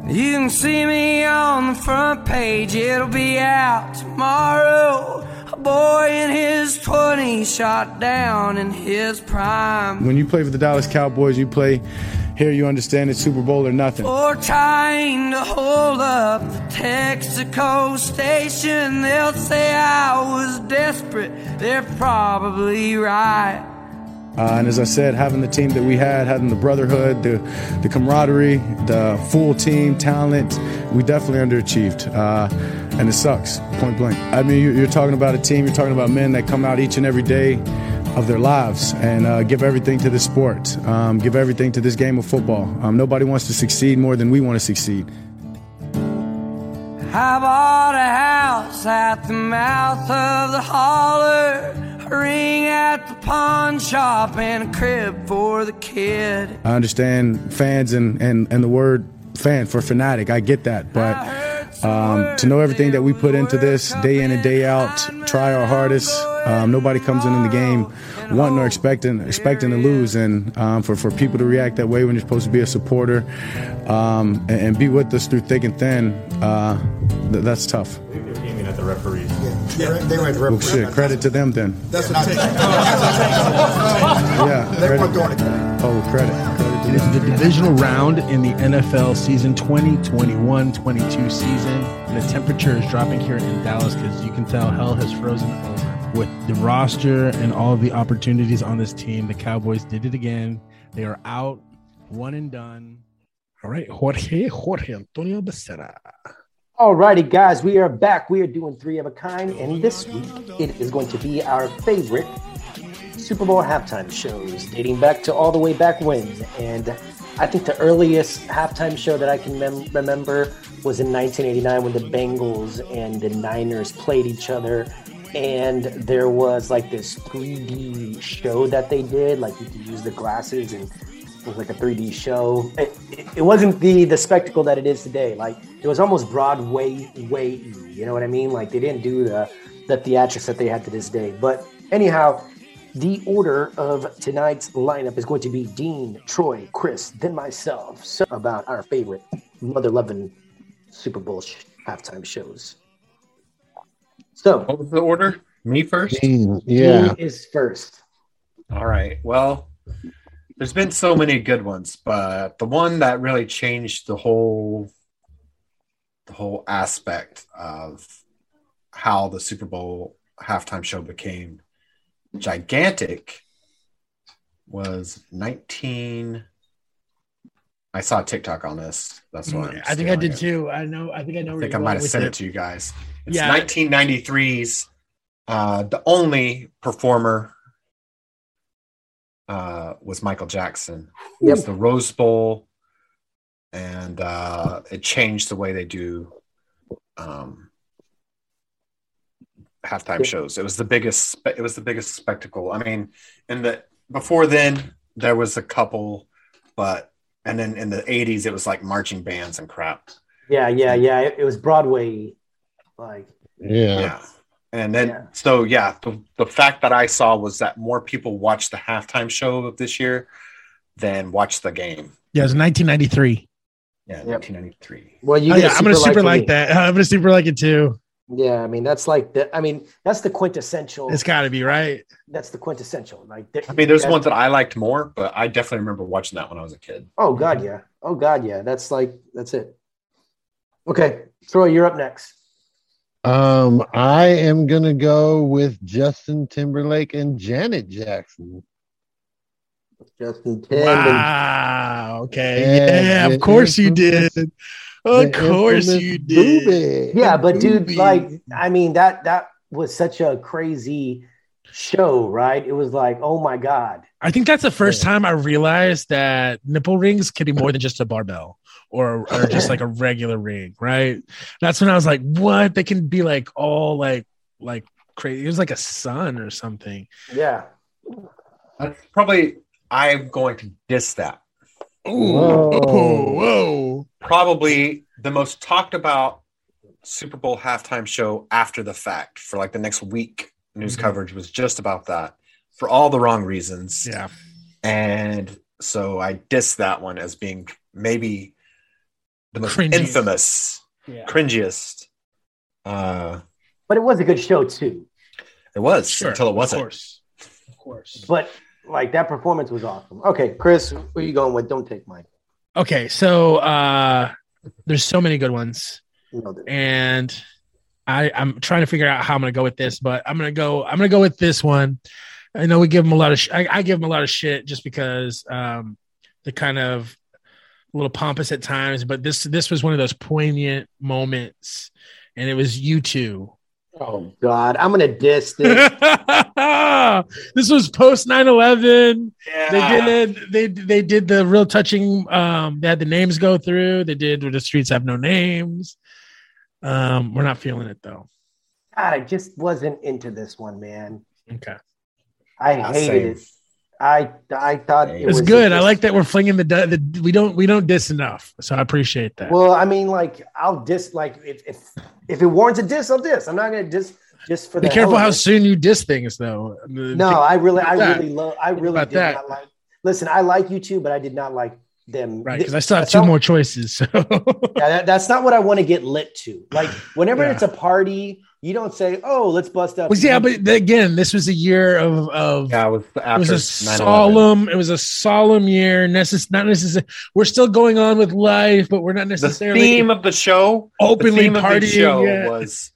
You can see me on the front page. It'll be out tomorrow. A boy in his 20s shot down in his prime. When you play for the Dallas Cowboys, you play here. You understand it's Super Bowl or nothing. Or trying to hold up the Texaco station. They'll say I was desperate. They're probably right. Uh, and as I said, having the team that we had, having the brotherhood, the, the camaraderie, the full team talent, we definitely underachieved. Uh, and it sucks, point blank. I mean, you, you're talking about a team, you're talking about men that come out each and every day of their lives and uh, give everything to this sport, um, give everything to this game of football. Um, nobody wants to succeed more than we want to succeed. I bought a house at the mouth of the holler ring at the pawn shop and a crib for the kid. I understand fans and, and, and the word fan for fanatic. I get that. But um, to know everything that we put into this day in and day out, try our hardest. Um, nobody comes in, in the game wanting or expecting expecting to lose, and um, for, for people to react that way when you're supposed to be a supporter um, and, and, be with us through thick and thin, uh, th- that's tough aiming at the referees. Yeah, they were at the referees. Well, shit, credit to them then. That's what I'm saying. yeah, they were doing it. Oh, credit. It is the divisional round in the NFL season 2021 20, 22 season. And the temperature is dropping here in Dallas because you can tell hell has frozen over. With the roster and all the opportunities on this team, the Cowboys did it again. They are out, one and done. All right, Jorge, Jorge Antonio Becerra. Alrighty, guys, we are back. We are doing three of a kind, and this week it is going to be our favorite Super Bowl halftime shows, dating back to all the way back when. And I think the earliest halftime show that I can mem- remember was in 1989 when the Bengals and the Niners played each other, and there was like this 3D show that they did. Like you could use the glasses, and it was like a 3D show. It, it, it, wasn't the the spectacle that it is today. Like it was almost Broadway way. You know what I mean? Like they didn't do the the theatrics that they had to this day. But anyhow, the order of tonight's lineup is going to be Dean, Troy, Chris, then myself. So about our favorite mother loving Super Bowl sh- halftime shows. So what was the order? Me first. Dean, yeah, Dean is first. All right. Well. There's been so many good ones, but the one that really changed the whole the whole aspect of how the Super Bowl halftime show became gigantic was 19 I saw a TikTok on this. That's Mm, why i think I did it. too. I know. I think I know. I think I might have sent it. it to you guys. It's yeah. 1993's uh, the only performer uh, was Michael Jackson. It was yep. the Rose Bowl, and uh, it changed the way they do um, halftime yep. shows. It was the biggest. It was the biggest spectacle. I mean, in the before then there was a couple, but and then in the '80s it was like marching bands and crap. Yeah, yeah, yeah. It, it was Broadway, like yeah. yeah. And then, so yeah, the, the fact that I saw was that more people watched the halftime show of this year than watched the game. Yeah, it was 1993. Yeah, 1993. Well, you Oh, get a yeah, I'm gonna super like super like me. that. I'm gonna super like it too. Yeah, I mean that's like the. I mean that's the quintessential. It's got to be right. That's the quintessential. Like I mean, there's ones that I liked more, but I definitely remember watching that when I was a kid. Oh God, yeah. Oh God, yeah. That's like that's it. Okay, Troy, you're up next. Um, I am gonna go with Justin Timberlake and Janet Jackson. Justin Wow. Okay. Yeah, of course you did. The Of course infamous you did. Yeah, but dude, Boobie. like I mean that that was such a crazy show, right? It was like, oh my God. I think that's the first time I realized that nipple rings can be more than just a barbell or, or just like a regular ring, right? That's when I was like, what? They can be like all like like crazy. It was like a sun or something. Yeah. That's Uh, probably I'm going to diss that. Whoa. Whoa. Probably the most talked about Super Bowl halftime show after the fact for like the next week. News Mhm. coverage was just about that for all the wrong reasons. Yeah. And so I diss that one as being maybe the most Cringiest. infamous, cringiest. Uh, But it was a good show too. it was Sure, until it of wasn't. Of course. But like that performance was awesome. Okay, Chris, who are you going with? Don't take mine. Okay, so uh there's so many good ones. No, there- And I, I'm trying to figure out how I'm gonna go with this, but I'm gonna go I'm gonna go with this one. I know we give them a lot of sh- I, I give them a lot of shit just because um they're kind of a little pompous at times, but this this was one of those poignant moments, and it was you two. Oh God, I'm gonna diss this. this was post 9-11 Yeah. they did they they did the real touching um they had the names go through they did the streets have no names um we're not feeling it though God, I just wasn't into this one, man. okay I hated Yeah, Ah, same. it. I I thought it, it was good i like that we're flinging the, di- the we don't we don't diss enough so i appreciate that Well, I mean, like I'll diss. Like if if if it warrants a diss, I'll diss. I'm not gonna diss just for be the careful hell how of it. soon you diss things though No, I really, I That. really love. I really about did that. not like. Listen, I like you too, but I did not like them. right Th- because i still have that's two not- more choices so yeah, that, that's not what I want to get lit to. Like whenever Yeah. it's a party, you don't say, "Oh, let's bust up." Well, yeah, but the- again, this was a year of of yeah, it was, it was after 9/11. a solemn. It was a solemn year. Necess- not necessarily. We're still going on with life, but we're not the necessarily theme of the show Openly the theme of the partying, show yeah. was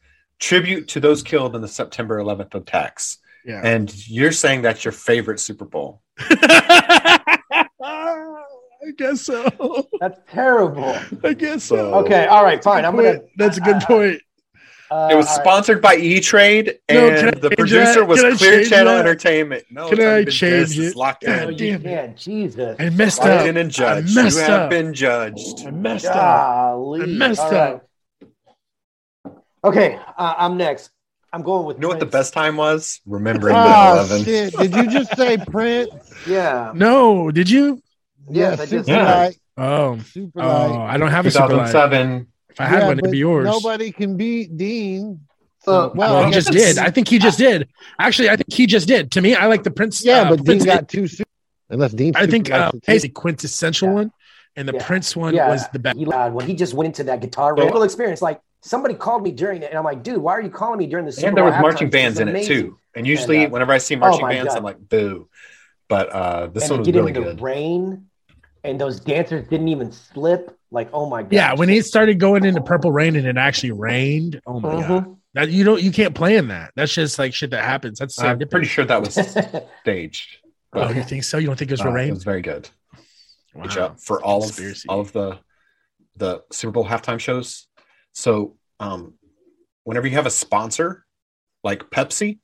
tribute to those killed in the september 11th attacks Yeah. and you're saying that's your favorite super bowl I guess so. That's terrible. I guess so. Okay, all right, fine. That's I'm a good gonna. point. That's a good point. Uh, it was all right. sponsored by e-trade No, and can I the change producer that? was Can I clear change channel that? entertainment no Can it's I already been change judged. it's it? locked No, in you can't. Jesus. I messed locked up. in and judged I you messed have up. been judged I messed up. Golly. I messed All up. right. Okay, uh, I'm next. I'm going with. Oh, you know what the best time was remembering Ah, 9/11. shit. Did you just say Prince? Yeah. No, did you? Yes, yeah, I just super Yeah. light. Oh, Super oh, light. I don't have a super light. 2007 If I had Yeah, one, it'd but be yours. Nobody can beat Dean. So, well, I he guess- just did. I think he just did. Actually, I think he just did. To me, I like the Prince. Yeah, uh, but Dean Prince- got two. Super, unless Dean, I think super uh, likes Pace, the the quintessential one, and the Yeah. Prince one Yeah. was the best. He lied when he just went into that guitar So- real experience. Like somebody called me during it, and I'm like, dude, why are you calling me during the Super and there Bowl was marching halftime? bands This in is it amazing. too and usually And, uh, whenever i see oh marching my bands God. i'm like boo but uh this and one to was get really into the good rain, and those dancers didn't even slip. Like, oh my god. Yeah, when he started going into Purple Rain and it actually rained. Oh my Mm-hmm. god, Mhm. that you don't you can't plan that. That's just like shit that happens. That's I'm serendipity. pretty sure that was staged. Oh, you think so? You don't think it was Uh, it rain? was very good. Wow. Good job for all of, Conspiracy. all of the the Super Bowl halftime shows. So, um, whenever you have a sponsor like Pepsi,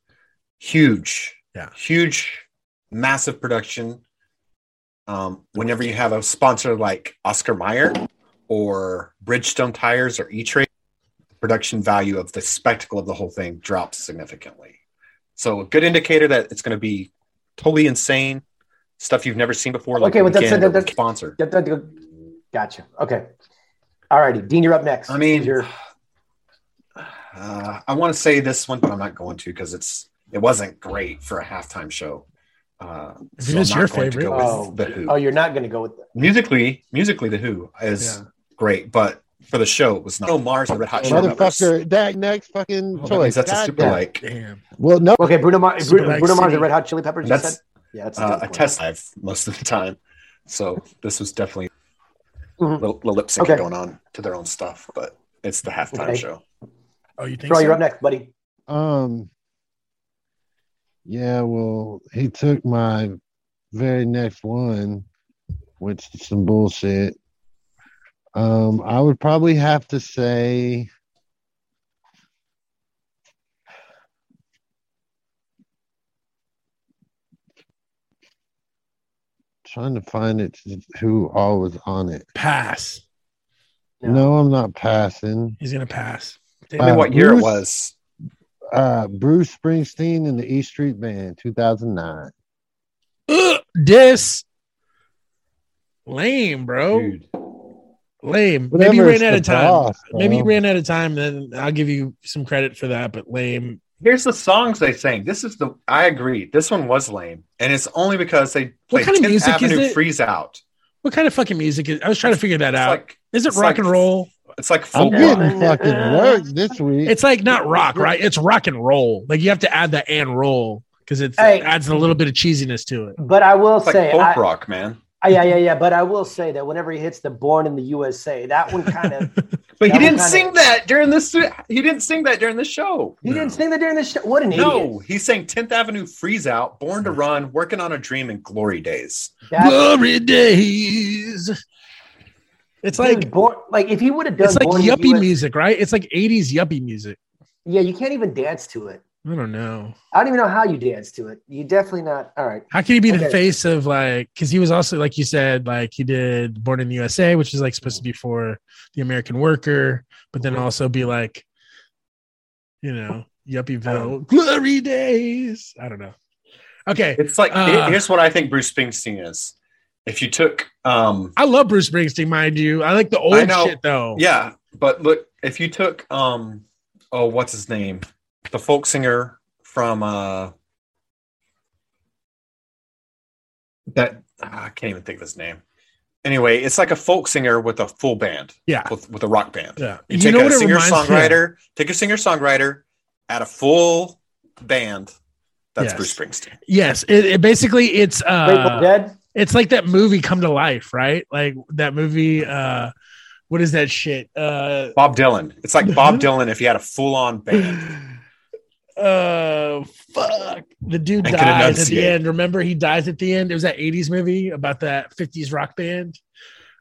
huge, Yeah. huge, massive production. Um, whenever you have a sponsor like Oscar Mayer or Bridgestone Tires or E Trade, production value of the spectacle of the whole thing drops significantly. So, a good indicator that it's going to be totally insane stuff you've never seen before. Like Okay, okay, but that's- that's, that's- sponsor. Yep, that- that- Gotcha. Okay. All righty, Dean, you're up next. I mean- You're- Uh, I want to say this one, but I'm not going to because it's it wasn't great for a halftime show. Uh, Is it just I'm your not going to favorite? go with Oh. The Who. Oh, you're not going to go with that. musically, musically, The Who is Yeah. great, but for the show, it was not. Oh, Mars and the Red Hot Chili Peppers. Motherfucker, that next fucking Oh, that means choice. that's a God super damn. like. Well, no. Okay, Bruno, Mar- Super Bruno, like Bruno Mars CD. and Red Hot Chili Peppers. you That's- said? Yeah, that's a Uh, good I point. test live most of the time, so this was definitely Mhm. little, little lip sync Okay. going on to their own stuff, but it's the halftime Okay. show. Oh, you Troy, you're up next, buddy. Um. Yeah, well, he took my very next one, which is some bullshit. Um, I would probably have to say. Trying to find it who all was on it. Pass. No, I'm not passing. He's gonna pass. Tell me what year it was. Uh, Bruce Springsteen and the E Street Band, 2009. This lame, bro. Lame. Maybe you Whatever, it's ran out the of time. boss, Maybe you bro. ran out of time. Then I'll give you some credit for that. But lame. Here's the songs they sang. This is the I agree. This one was lame, and it's only because they What played kind of 10th music is Avenue it? Freeze Out. What kind of fucking music is? I was trying to figure that out. like- is it it's rock like- and roll? It's like I'm folk getting rock. fucking work this week. It's like not rock, right? It's rock and roll. Like you have to add the and roll because it Hey. adds a little bit of cheesiness to it. But I will It's like say, folk I- rock, man. I- yeah, yeah, yeah. But I will say that whenever he hits the "Born in the USA," that one kind of That one But he didn't kinda- sing that during this. He didn't sing that during the show. he didn't sing that during the show. What an idiot! No, he sang 10th Avenue Freeze Out, Born to Run, Working on a Dream, and Glory Days. That, Glory days. It's like dude, born, like if he would have done it's like Born in the yuppie USA music, right? It's like '80s yuppie music. yeah, you can't even dance to it. I don't know. I don't even know how you dance to it. You definitely not. All right. How can he be the Okay. face of like? Because he was also like you said, like he did Born in the USA, which is like supposed to be for the American worker, but then also be like, you know, yuppieville glory days. I don't know. Okay, It's like Uh. here- here's what I think Bruce Springsteen is. If you took, um, I love Bruce Springsteen, mind you. I like the old I know. shit though. yeah, but look, if you took, um, oh, what's his name, the folk singer from uh, that ah, I can't even think of his name. Anyway, it's like a folk singer with a full band, yeah, with, with a rock band. yeah. You, take a singer me of? songwriter, take a singer songwriter, add a full band. That's Yes. Bruce Springsteen. Yes, it, it basically it's Grateful uh, Dead. it's like that movie Come to Life, right? Like that movie. uh What is that shit? Uh Bob Dylan. It's like Bob Dylan if he had a full on band. uh fuck the dude I could dies at the enunciate. end remember he dies at the end it was that 80s movie about that 50s rock band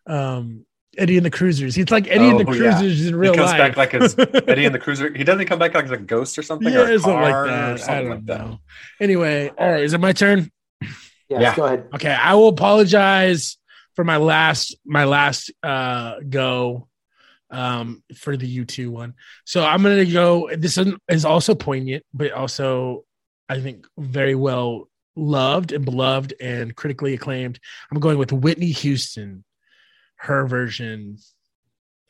um eddie and the cruisers he's like eddie and the Oh, yeah. cruisers He in real comes life back like his Eddie and the Cruiser. He doesn't come back like as a ghost or something, yeah, or a something car like or that i something don't like that. know anyway all right is it my turn Yeah, Yeah. Go ahead. okay i will apologize for my last my last uh go um for the u2 one so i'm gonna go this one is also poignant but also i think very well loved and beloved and critically acclaimed i'm going with whitney houston her version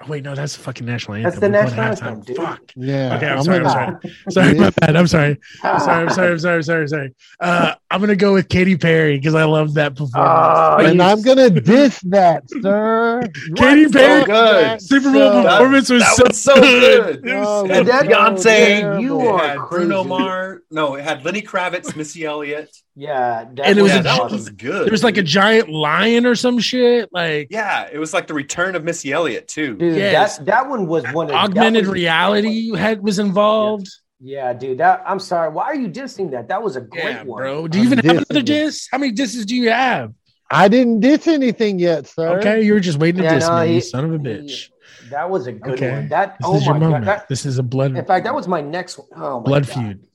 oh wait no that's the fucking national That's anthem the We're going national to anthem, halftime. dude. fuck Yeah. okay i'm, I'm sorry i'm gonna- sorry sorry my bad i'm sorry I'm sorry i'm sorry i'm sorry i'm sorry, I'm sorry. Uh, i'm gonna go with Katy perry because i love that performance Oh, Like, and I'm gonna diss that, sir. Katy Right, Perry- fuck that, Super Bowl sir. performance was That so was so good. good. It was Oh, so my good. That- Beyonce, you It are had Bruno crazy. Mars. No, it had Lenny Kravitz, Missy Elliott. Yeah. That And it was yeah, a- that was good. There was like a giant lion or some shit, like yeah, it was like the return of Missy Elliott too. dude. Yes. That that one was one of that augmented was- reality you had was involved. Yeah, dude. That I'm sorry. Why are you dissing that? That was a great Yeah, one. bro. Do you I'm even have another dissing you. disc? How many discs do you have? I didn't diss anything yet, sir. Okay, you were just waiting to Yeah, diss no, me, you he- son of a he- bitch. That was a good Okay. one. That This oh is my your god. moment. That, this is a blood in fact, that was my next one. Oh my blood God. feud.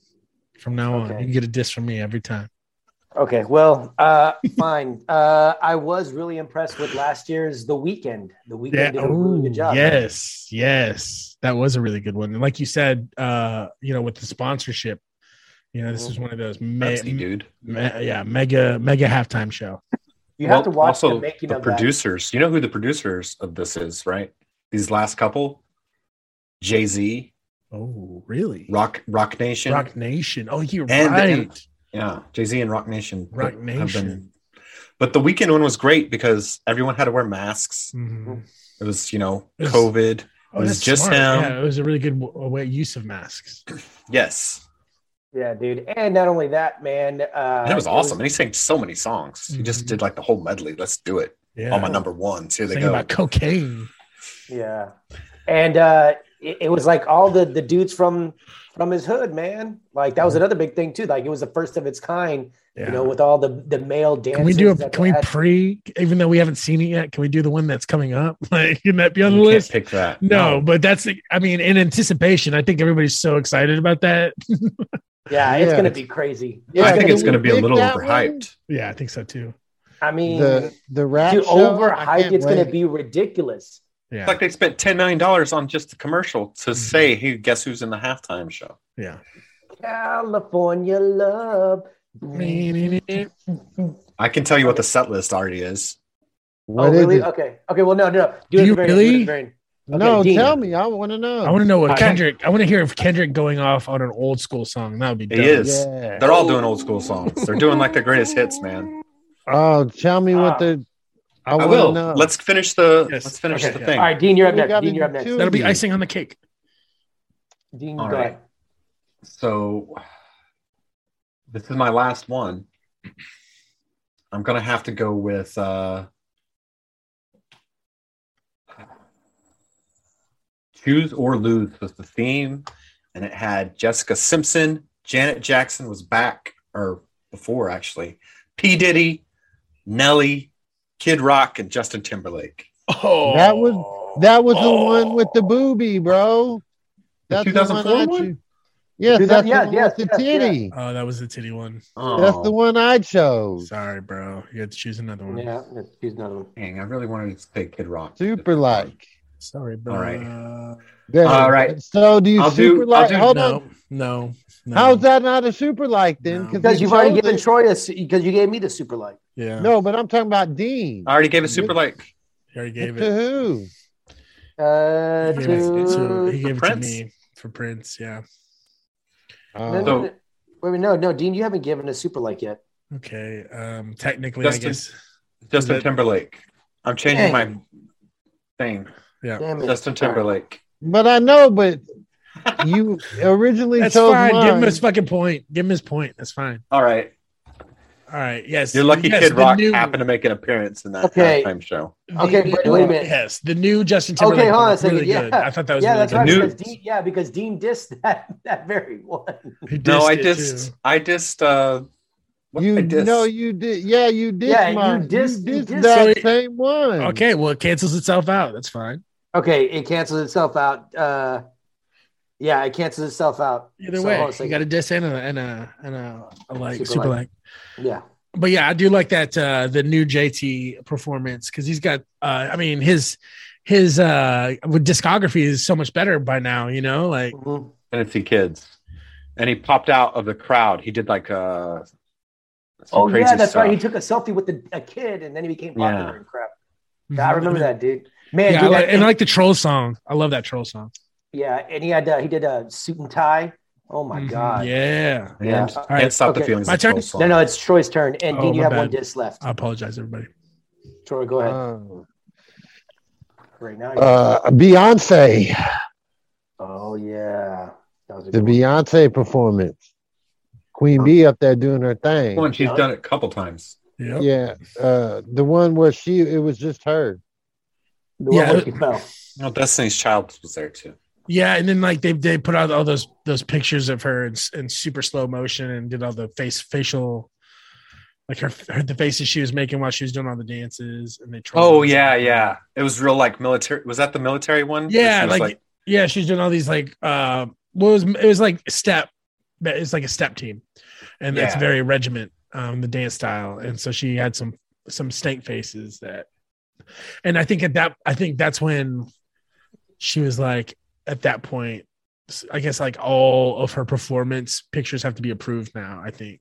From now on, Okay. you get a diss from me every time. Okay, well, uh, fine. Uh, I was really impressed with last year's The Weekend. The Yeah. Weekend did a really Ooh, good job. yes. Yes. That was a really good one. And like you said, uh, you know, with the sponsorship, you know, Mm-hmm. this is one of those me- Pepsi, dude. me- yeah, mega mega halftime show. You have Well, to watch the also making the of producers. You know who the producers of this is, right? These last couple, Jay Z Oh, really? Rock Rock Nation. Rock Nation. Oh, you're And- right. and- yeah, Jay Z and Rock Nation. Rock have Nation. but the weekend one was great because everyone had to wear masks. Mm-hmm. Mhm. It was, you know, It was- COVID. Oh, it was that's just smart. him. Yeah, it was a really good w- way use of masks. Yes. Yeah, dude. And not only that, man. Uh, And it was awesome. And he sang so many songs. He just did like the whole medley. Let's do it. Mm-hmm. Yeah. All my number ones. Here they Thing go. about cocaine. Yeah, and uh, it, it was like all the the dudes from from his hood, man. Like that was another big thing too. Like it was the first of its kind, Yeah. you know, with all the the male dancers. Can we do a? that Can they we had. pre? Even though we haven't seen it yet, can we do the one that's coming up? Like, can that be on the You can't list? pick that. No, but that's. I mean, in anticipation, I think everybody's so excited about that. yeah, it's Yeah. gonna be crazy. I think can it's we going to be a pick little that overhyped. Yeah, I think so too. I mean, The the rap to show, I overhype, can't it's gonna wait. be ridiculous. It's like they spent $10 million on just the commercial to say, hey, guess who's in the halftime show? Mm-hmm. Yeah. California love. I can tell you what the set list already is. oh, really? Okay. Okay. Well, no, no. Do, Do it at you the very end, do it at really? the very end. no, Dean. tell me. I want to know. I want to know what Okay. Kendrick. I want to hear if Kendrick going off on an old school song. That would be. He dope. is. Yeah. They're all doing old school songs. They're doing like the greatest hits, man. Oh, tell me Ah. what the. I, I, wanna will. Know. Let's finish the. Yes. Let's finish Okay, the yeah. thing. All right, Dean, you're up We next. gotta Dean, you're up do next. two. That'll be icing on the cake. Dean, All go right. ahead. So this is my last one. I'm gonna have to go with uh Choose or Lose was the theme, and it had Jessica Simpson, Janet Jackson was back, or before actually, P. Diddy, Nelly, Kid Rock, and Justin Timberlake. Oh, That was that was the one with the booby, bro. The the one 2004 I one? choo- Yes, Dude, that- that's yeah, the one yes, with the yes, yes. titty. Oh, that was the titty one. Oh, That's the one I chose. Sorry, bro. You had to choose another one. Yeah, let's choose another one. Dang, I really wanted to say Kid Rock. Super like. Sorry, bro. All right. There. All right. So do you I'll do- super I'll like? do- Hold uh, no, on. no, no. How's that not a super like then? No. Because we you've already chose given it. Troy a because you gave me the super light. Yeah. No, but I'm talking about Dean. I already gave a super like. He already gave to it. who? Uh, He gave it to, he to, gave it to Prince? me for Prince. Yeah. no, Uh, no, So- no. wait, wait, no, no, Dean, you haven't given a super light yet. Okay. Um. Technically, I Justin- guess. Justin But- Timberlake. I'm changing my thing. Yeah. Damn it. Justin Timberlake. but I know, but you originally That's chose fine. Give him mine. his fucking point. Give him his point. That's fine. All right. All right. Yes. Your lucky yes, Kid the Rock new- happened to make an appearance in that Okay. halftime show. the- Okay, but wait a minute. Yes, the new Justin Okay, Timberlake. hold on a was second, Really yeah. good. I thought that was yeah, really that's good. right. New- Because Dean, yeah, because Dean dissed that that very one. He No, dissed I it, just, too. I just, uh, what You I dissed? know you did. Yeah, you did. Yeah, you mine. dissed- you dissed- that So- same one. Okay. Well, it cancels itself out. That's fine. Okay, it cancels itself out. Uh, yeah, it cancels itself out. Either So, way, hold on a you second. got a diss and a and a and a, a like Super super, like. like. yeah. but yeah, I do like that uh the new JT performance because he's got uh I mean his his uh discography is so much better by now, you know, like Mhm. Tennessee Kids. And he popped out of the crowd. He did like, uh, some Oh crazy yeah, that's stuff. right. He took a selfie with the, a kid, and then he became popular Yeah. and crap. Yeah, I remember that, dude. Man, yeah, I dude, like- that- and I like the troll song. I love that troll song. yeah, and he had uh, he did a suit and tie. Oh my Mhm. god. Yeah. And Yeah. Can't right. stop the Okay. feelings. My is a turn? cool song. No, no, it's Troy's turn, and Oh, Dean, you my have one bad. disc left. I apologize, everybody. Troy, go ahead. Oh. right now. Uh, Beyonce, oh yeah, that was a the good one. Beyonce performance. Queen Bee up there doing her thing. One, she's done it a couple times. Yep. Yeah, uh, the one where she it was just her. The one Yeah. where she fell. No, Destiny's Child was there too. Yeah, and then like they they put out all those those pictures of her in, s- in super slow motion and did all the face facial like her, her the faces she was making while she was doing all the dances and they trolled Oh her. yeah, yeah. It was real like military. Was that the military one? Yeah, She was like, yeah, she's doing all these like uh what was it was like step it's like a step team. And that's Yeah. very regiment, um, the dance style. And so she had some some stank faces that and I think at that I think that's when she was like at that point I guess like all of her performance pictures have to be approved now, I think.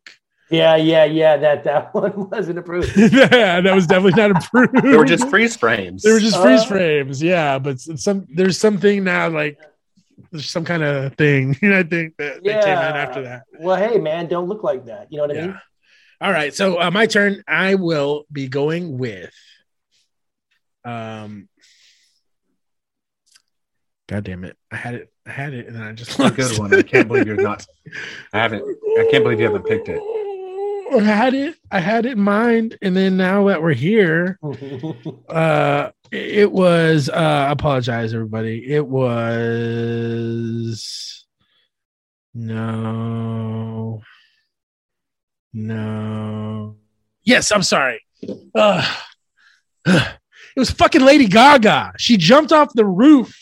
Yeah, yeah, yeah. That that one wasn't approved. yeah, that was definitely not approved. they were just freeze frames. They were just freeze Uh, frames, yeah. But s- some there's something now like there's some kind of thing. I think that they came out after that. Well, hey man, don't look like that. You know what I mean? All right, so uh, my turn. I will be going with. Um. God damn it! I had it. I had it, and then I just a lost good it. one. I can't believe you're not. I haven't. I can't believe you haven't picked it. I had it. I had it in mind, and then now that we're here, uh, it was. Uh, I apologize, everybody. It was. No. No. Yes, I'm sorry. Ugh. Ugh. it was fucking Lady Gaga. She jumped off the roof.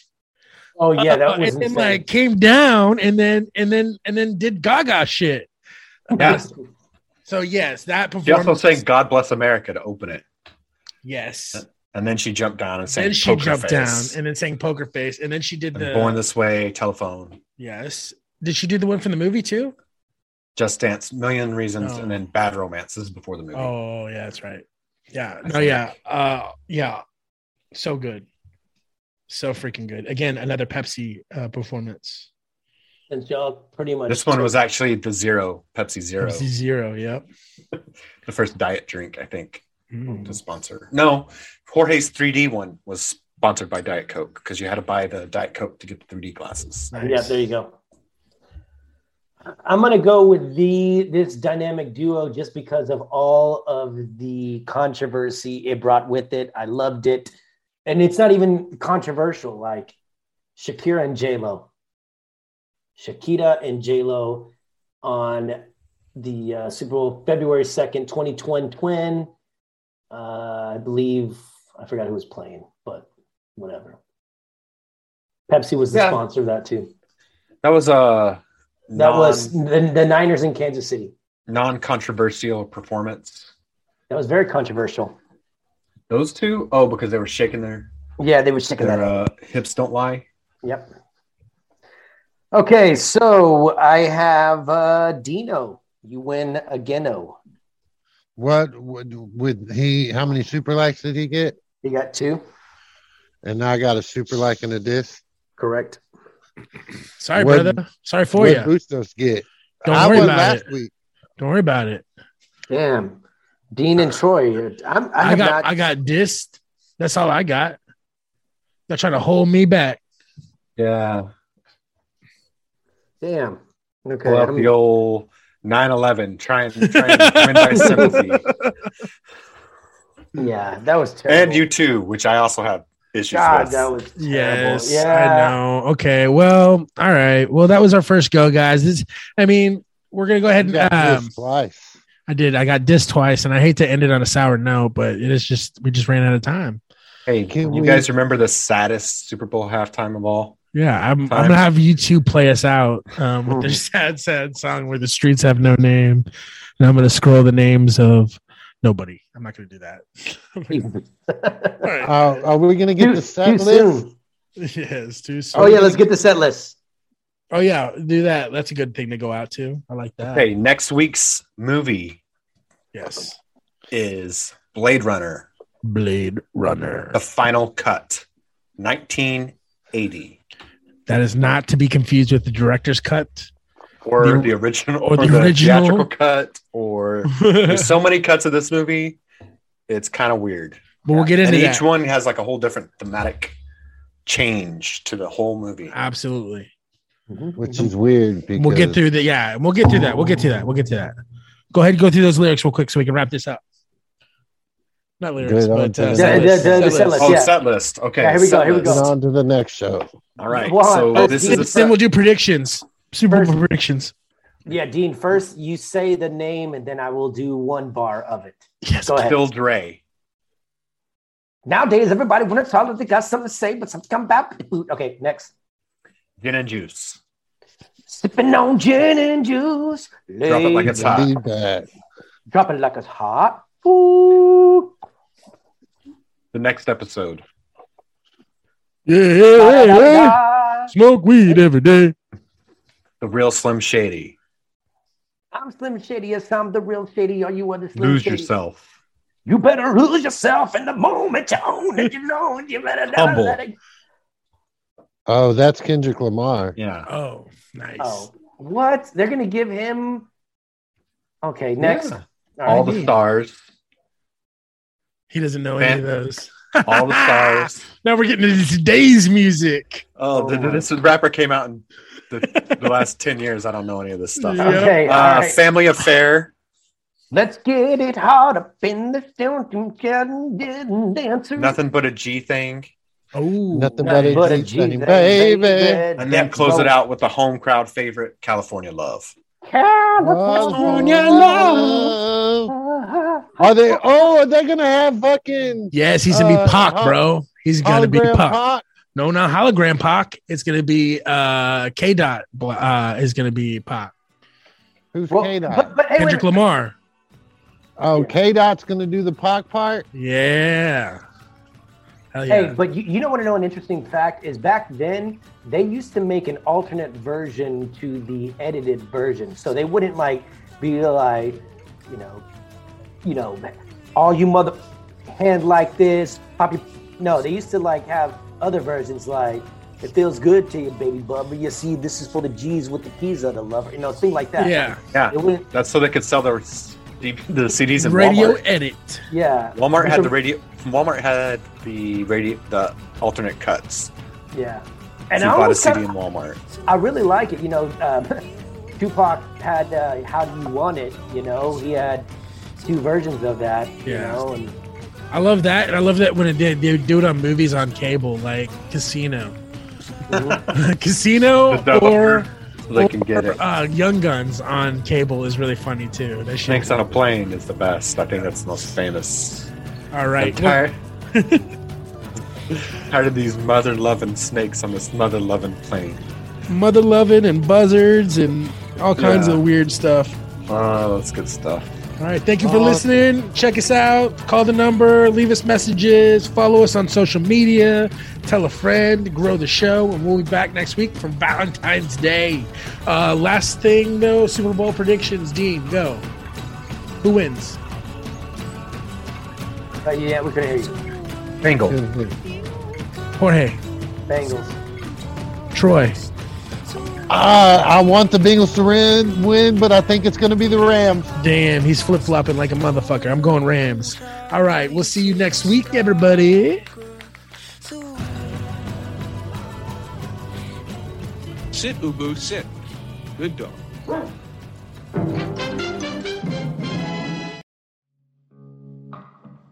Oh yeah, that Uh, was and then insane. like came down and then and then and then did Gaga shit. Uh, Yeah. So yes, that She also performance. sang "God Bless America" to open it, yes. and then she jumped down and sang. Then she Poker jumped Face down and then sang Poker Face and then she did and the "Born This Way," "Telephone," yes. Did she do the one from the movie too? "Just Dance," "Million Reasons," No. and then "Bad Romance." This is before the movie. Oh yeah, that's right. Yeah. No, yeah. Uh yeah. So good. So freaking good. Again, another Pepsi uh, performance. Since y'all pretty much This one was actually the Zero Pepsi Zero, Pepsi Zero, yep. the first diet drink I think Mm. to sponsor. No, Jorge's 3D one was sponsored by Diet Coke because you had to buy the Diet Coke to get the 3D glasses. Yeah, there you go. I'm gonna go with the this dynamic duo just because of all of the controversy it brought with it. I loved it, and it's not even controversial. Like Shakira and J Lo, Shakira and J Lo on the uh, Super Bowl February second, 2020. Twin, uh, I believe I forgot who was playing, but whatever. Pepsi was the Yeah. sponsor of that too. That was uh, a That was the, the Niners in Kansas City. non-controversial performance. That was very controversial. Those two? Oh, because they were shaking their Yeah, they were shaking their that. uh, hips. Don't lie. Yep. Okay, so I have uh, Dino. You win again. Oh, What would, would he? How many super likes did he get? He got two. And now I got a super like and a disc. Correct. Sorry, What- brother. Sorry for what you. Bustos get? Don't I worry won about last it. week. Don't worry about it. Damn, Dean and Troy. I'm, I, I, have got not. I got dissed. That's all I got. They're trying to hold me back. Yeah. damn. Okay. Pull out I'm- the old 9-11. Try and, try and win by sympathy. yeah, that was terrible. And you too, which I also have issues God, with. that was terrible. Yes, Yeah. I know. Okay, well, all right. Well, that was our first go, guys. This, I mean, we're gonna go ahead and. You got Um, dissed twice. I did. I got dissed twice, and I hate to end it on a sour note, but it is just we just ran out of time. hey, Can you we- guys remember the saddest Super Bowl halftime of all? Yeah, I'm. Fine. I'm gonna have you two play us out um, with this sad, sad song where the streets have no name, and I'm gonna scroll the names of nobody. I'm not gonna do that. All right. Uh, are we going to get Too- the too set list? soon. yes, too soon. Oh yeah, let's get the set list. Oh yeah, do that. That's a good thing to go out to. I like that. Hey, next week's movie Yes, is Blade Runner, Blade Runner. The Final Cut, 1980. That is not to be confused with the director's cut. Or The- the, original, or the original. theatrical cut, or there's so many cuts of this movie, it's kind of weird. But we'll get into and that. each one has like a whole different thematic change to the whole movie. Absolutely. Which is weird. Because We'll get through the yeah. We'll get through that. We'll get to that. We'll get to that. Go ahead, and go through those lyrics real quick so we can wrap this up. Not lyrics, Good, on but to uh, the set next. list, Yeah, the- the- the set set list. list. Oh, Yeah. set list. Okay. Yeah, here we go, set here we list. go. Get on to the next show. All right. Well, so oh, this Dean- is the Then- Then we'll do predictions. Super uh, Bowl predictions. Yeah, Dean. First, you say the name, and then I will do one bar of it. Yes. Go ahead. Phil Dre. Nowadays, everybody when it's holiday, they got something to say, but something come back. Okay, next. Gin and juice. Sipping on gin and juice. Drop it like it's lady. hot. Be back. Drop it like it's hot. Ooh. The next episode. Yeah, yeah, yeah, yeah. Da-da-da-da. Smoke weed every day. The real Slim Shady. I'm Slim Shady. Yes, I'm the real Shady. Are you other Slim Lose Shady? yourself. You better lose yourself in the moment you own it. You know, and you better never Humble. let it. Oh, that's Kendrick Lamar. Yeah. Oh, nice. Oh, what? They're gonna give him? Okay, next. Yeah. All the stars. He doesn't know any of those. All the stars. Now we're getting into today's music. Oh, the, this rapper came out in the, the last 10 years. I don't know any of this stuff. Yeah. Okay, all Uh, right. Family Affair. Let's get it hard up in the stone and shouting, didn't dance. Nothing but a G thing. Oh, nothing but a G thing, baby. And then close it out with the home crowd favorite, California Love. California love. Oh. Are they? Oh, are they gonna have fucking? Yes, he's gonna be uh, Pac, hol- bro. He's gonna be hologram Pac. No, not hologram Pac. It's gonna be uh K dot uh is gonna be Pac. Who's Well, K Dot? but- but hey, wait a Kendrick minute. Lamar. Oh, K Dot's gonna do the Pac part. Yeah. Hell Oh, yeah. Hey, but you, you don't want to know an interesting fact is back then they used to make an alternate version to the edited version, so they wouldn't like be like, you know, you know, all you mother hand like this, pop your. No, they used to like have other versions like it feels good to you, baby bubba. You see, this is for the G's with the keys of the lover, you know, thing like that. Yeah. Yeah. It wouldn't- That's so they could sell their s- the CDs in Radio Walmart. edit. yeah. Walmart had So- the radio. Walmart had the radio, the alternate cuts. Yeah. And And so I you bought a always CD kinda- in Walmart. I really like it. You know, um, Tupac had uh, "How Do You Want It." You know, he had two versions of that. You Yeah. know, and I love that. And I love that when it did they would do it on movies on cable, like Casino. Casino The Doubler, or so they can get it. uh, Young Guns on cable is really funny too. That shit. Snakes on a Plane is the best. I think that's the most famous. All right. I'm tired. tired of these mother loving snakes on this mother loving plane. Mother loving and buzzards and all kinds Yeah. of weird stuff. Oh, that's good stuff. All right. Thank you for Awesome. listening. Check us out. Call the number. Leave us messages. Follow us on social media. Tell a friend. Grow the show. And we'll be back next week for Valentine's Day. Uh, last thing, though, Super Bowl predictions. Dean, go. Who wins? but yeah, we could hear you. Bengal. Jorge. Bengals. Troy. Uh, I want the Bengals to win, win, but I think it's gonna be the Rams. Damn, he's flip flopping like a motherfucker. I'm going Rams. All right. We'll see you next week, everybody. Sit, Ubu, sit. Good dog.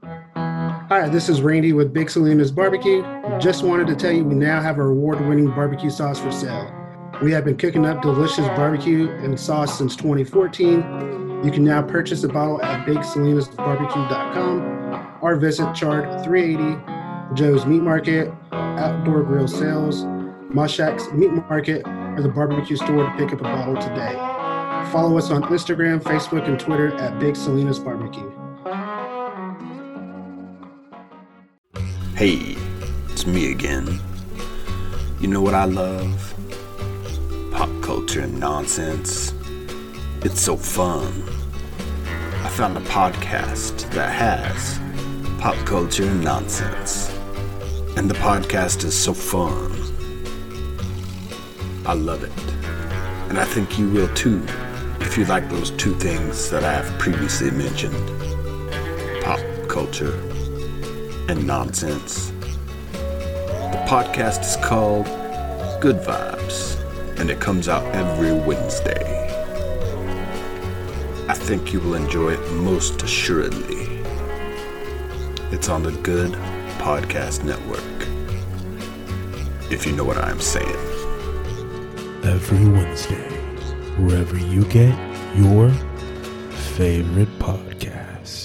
Hi, this is Randy with Big Salinas Barbecue. Just wanted to tell you we now have our award winning barbecue sauce for sale. We have been cooking up delicious barbecue and sauce since 2014. You can now purchase a bottle at BigSalinasBarbecue.com or visit Chard 380, Joe's Meat Market, Outdoor Grill Sales, Mushak's Meat Market, or the barbecue store to pick up a bottle today. Follow us on Instagram, Facebook, and Twitter at Big Salinas Barbecue. Hey, it's me again. You know what I love? Pop culture and nonsense. It's so fun. I found a podcast that has pop culture and nonsense. And the podcast is so fun. I love it. And I think you will too if you like those two things that I have previously mentioned pop culture and nonsense. The podcast is called Good Vibes, and it comes out every Wednesday. I think you will enjoy it most assuredly. It's on the Good Podcast Network, if you know what I'm saying. every Wednesday, wherever you get your favorite podcast.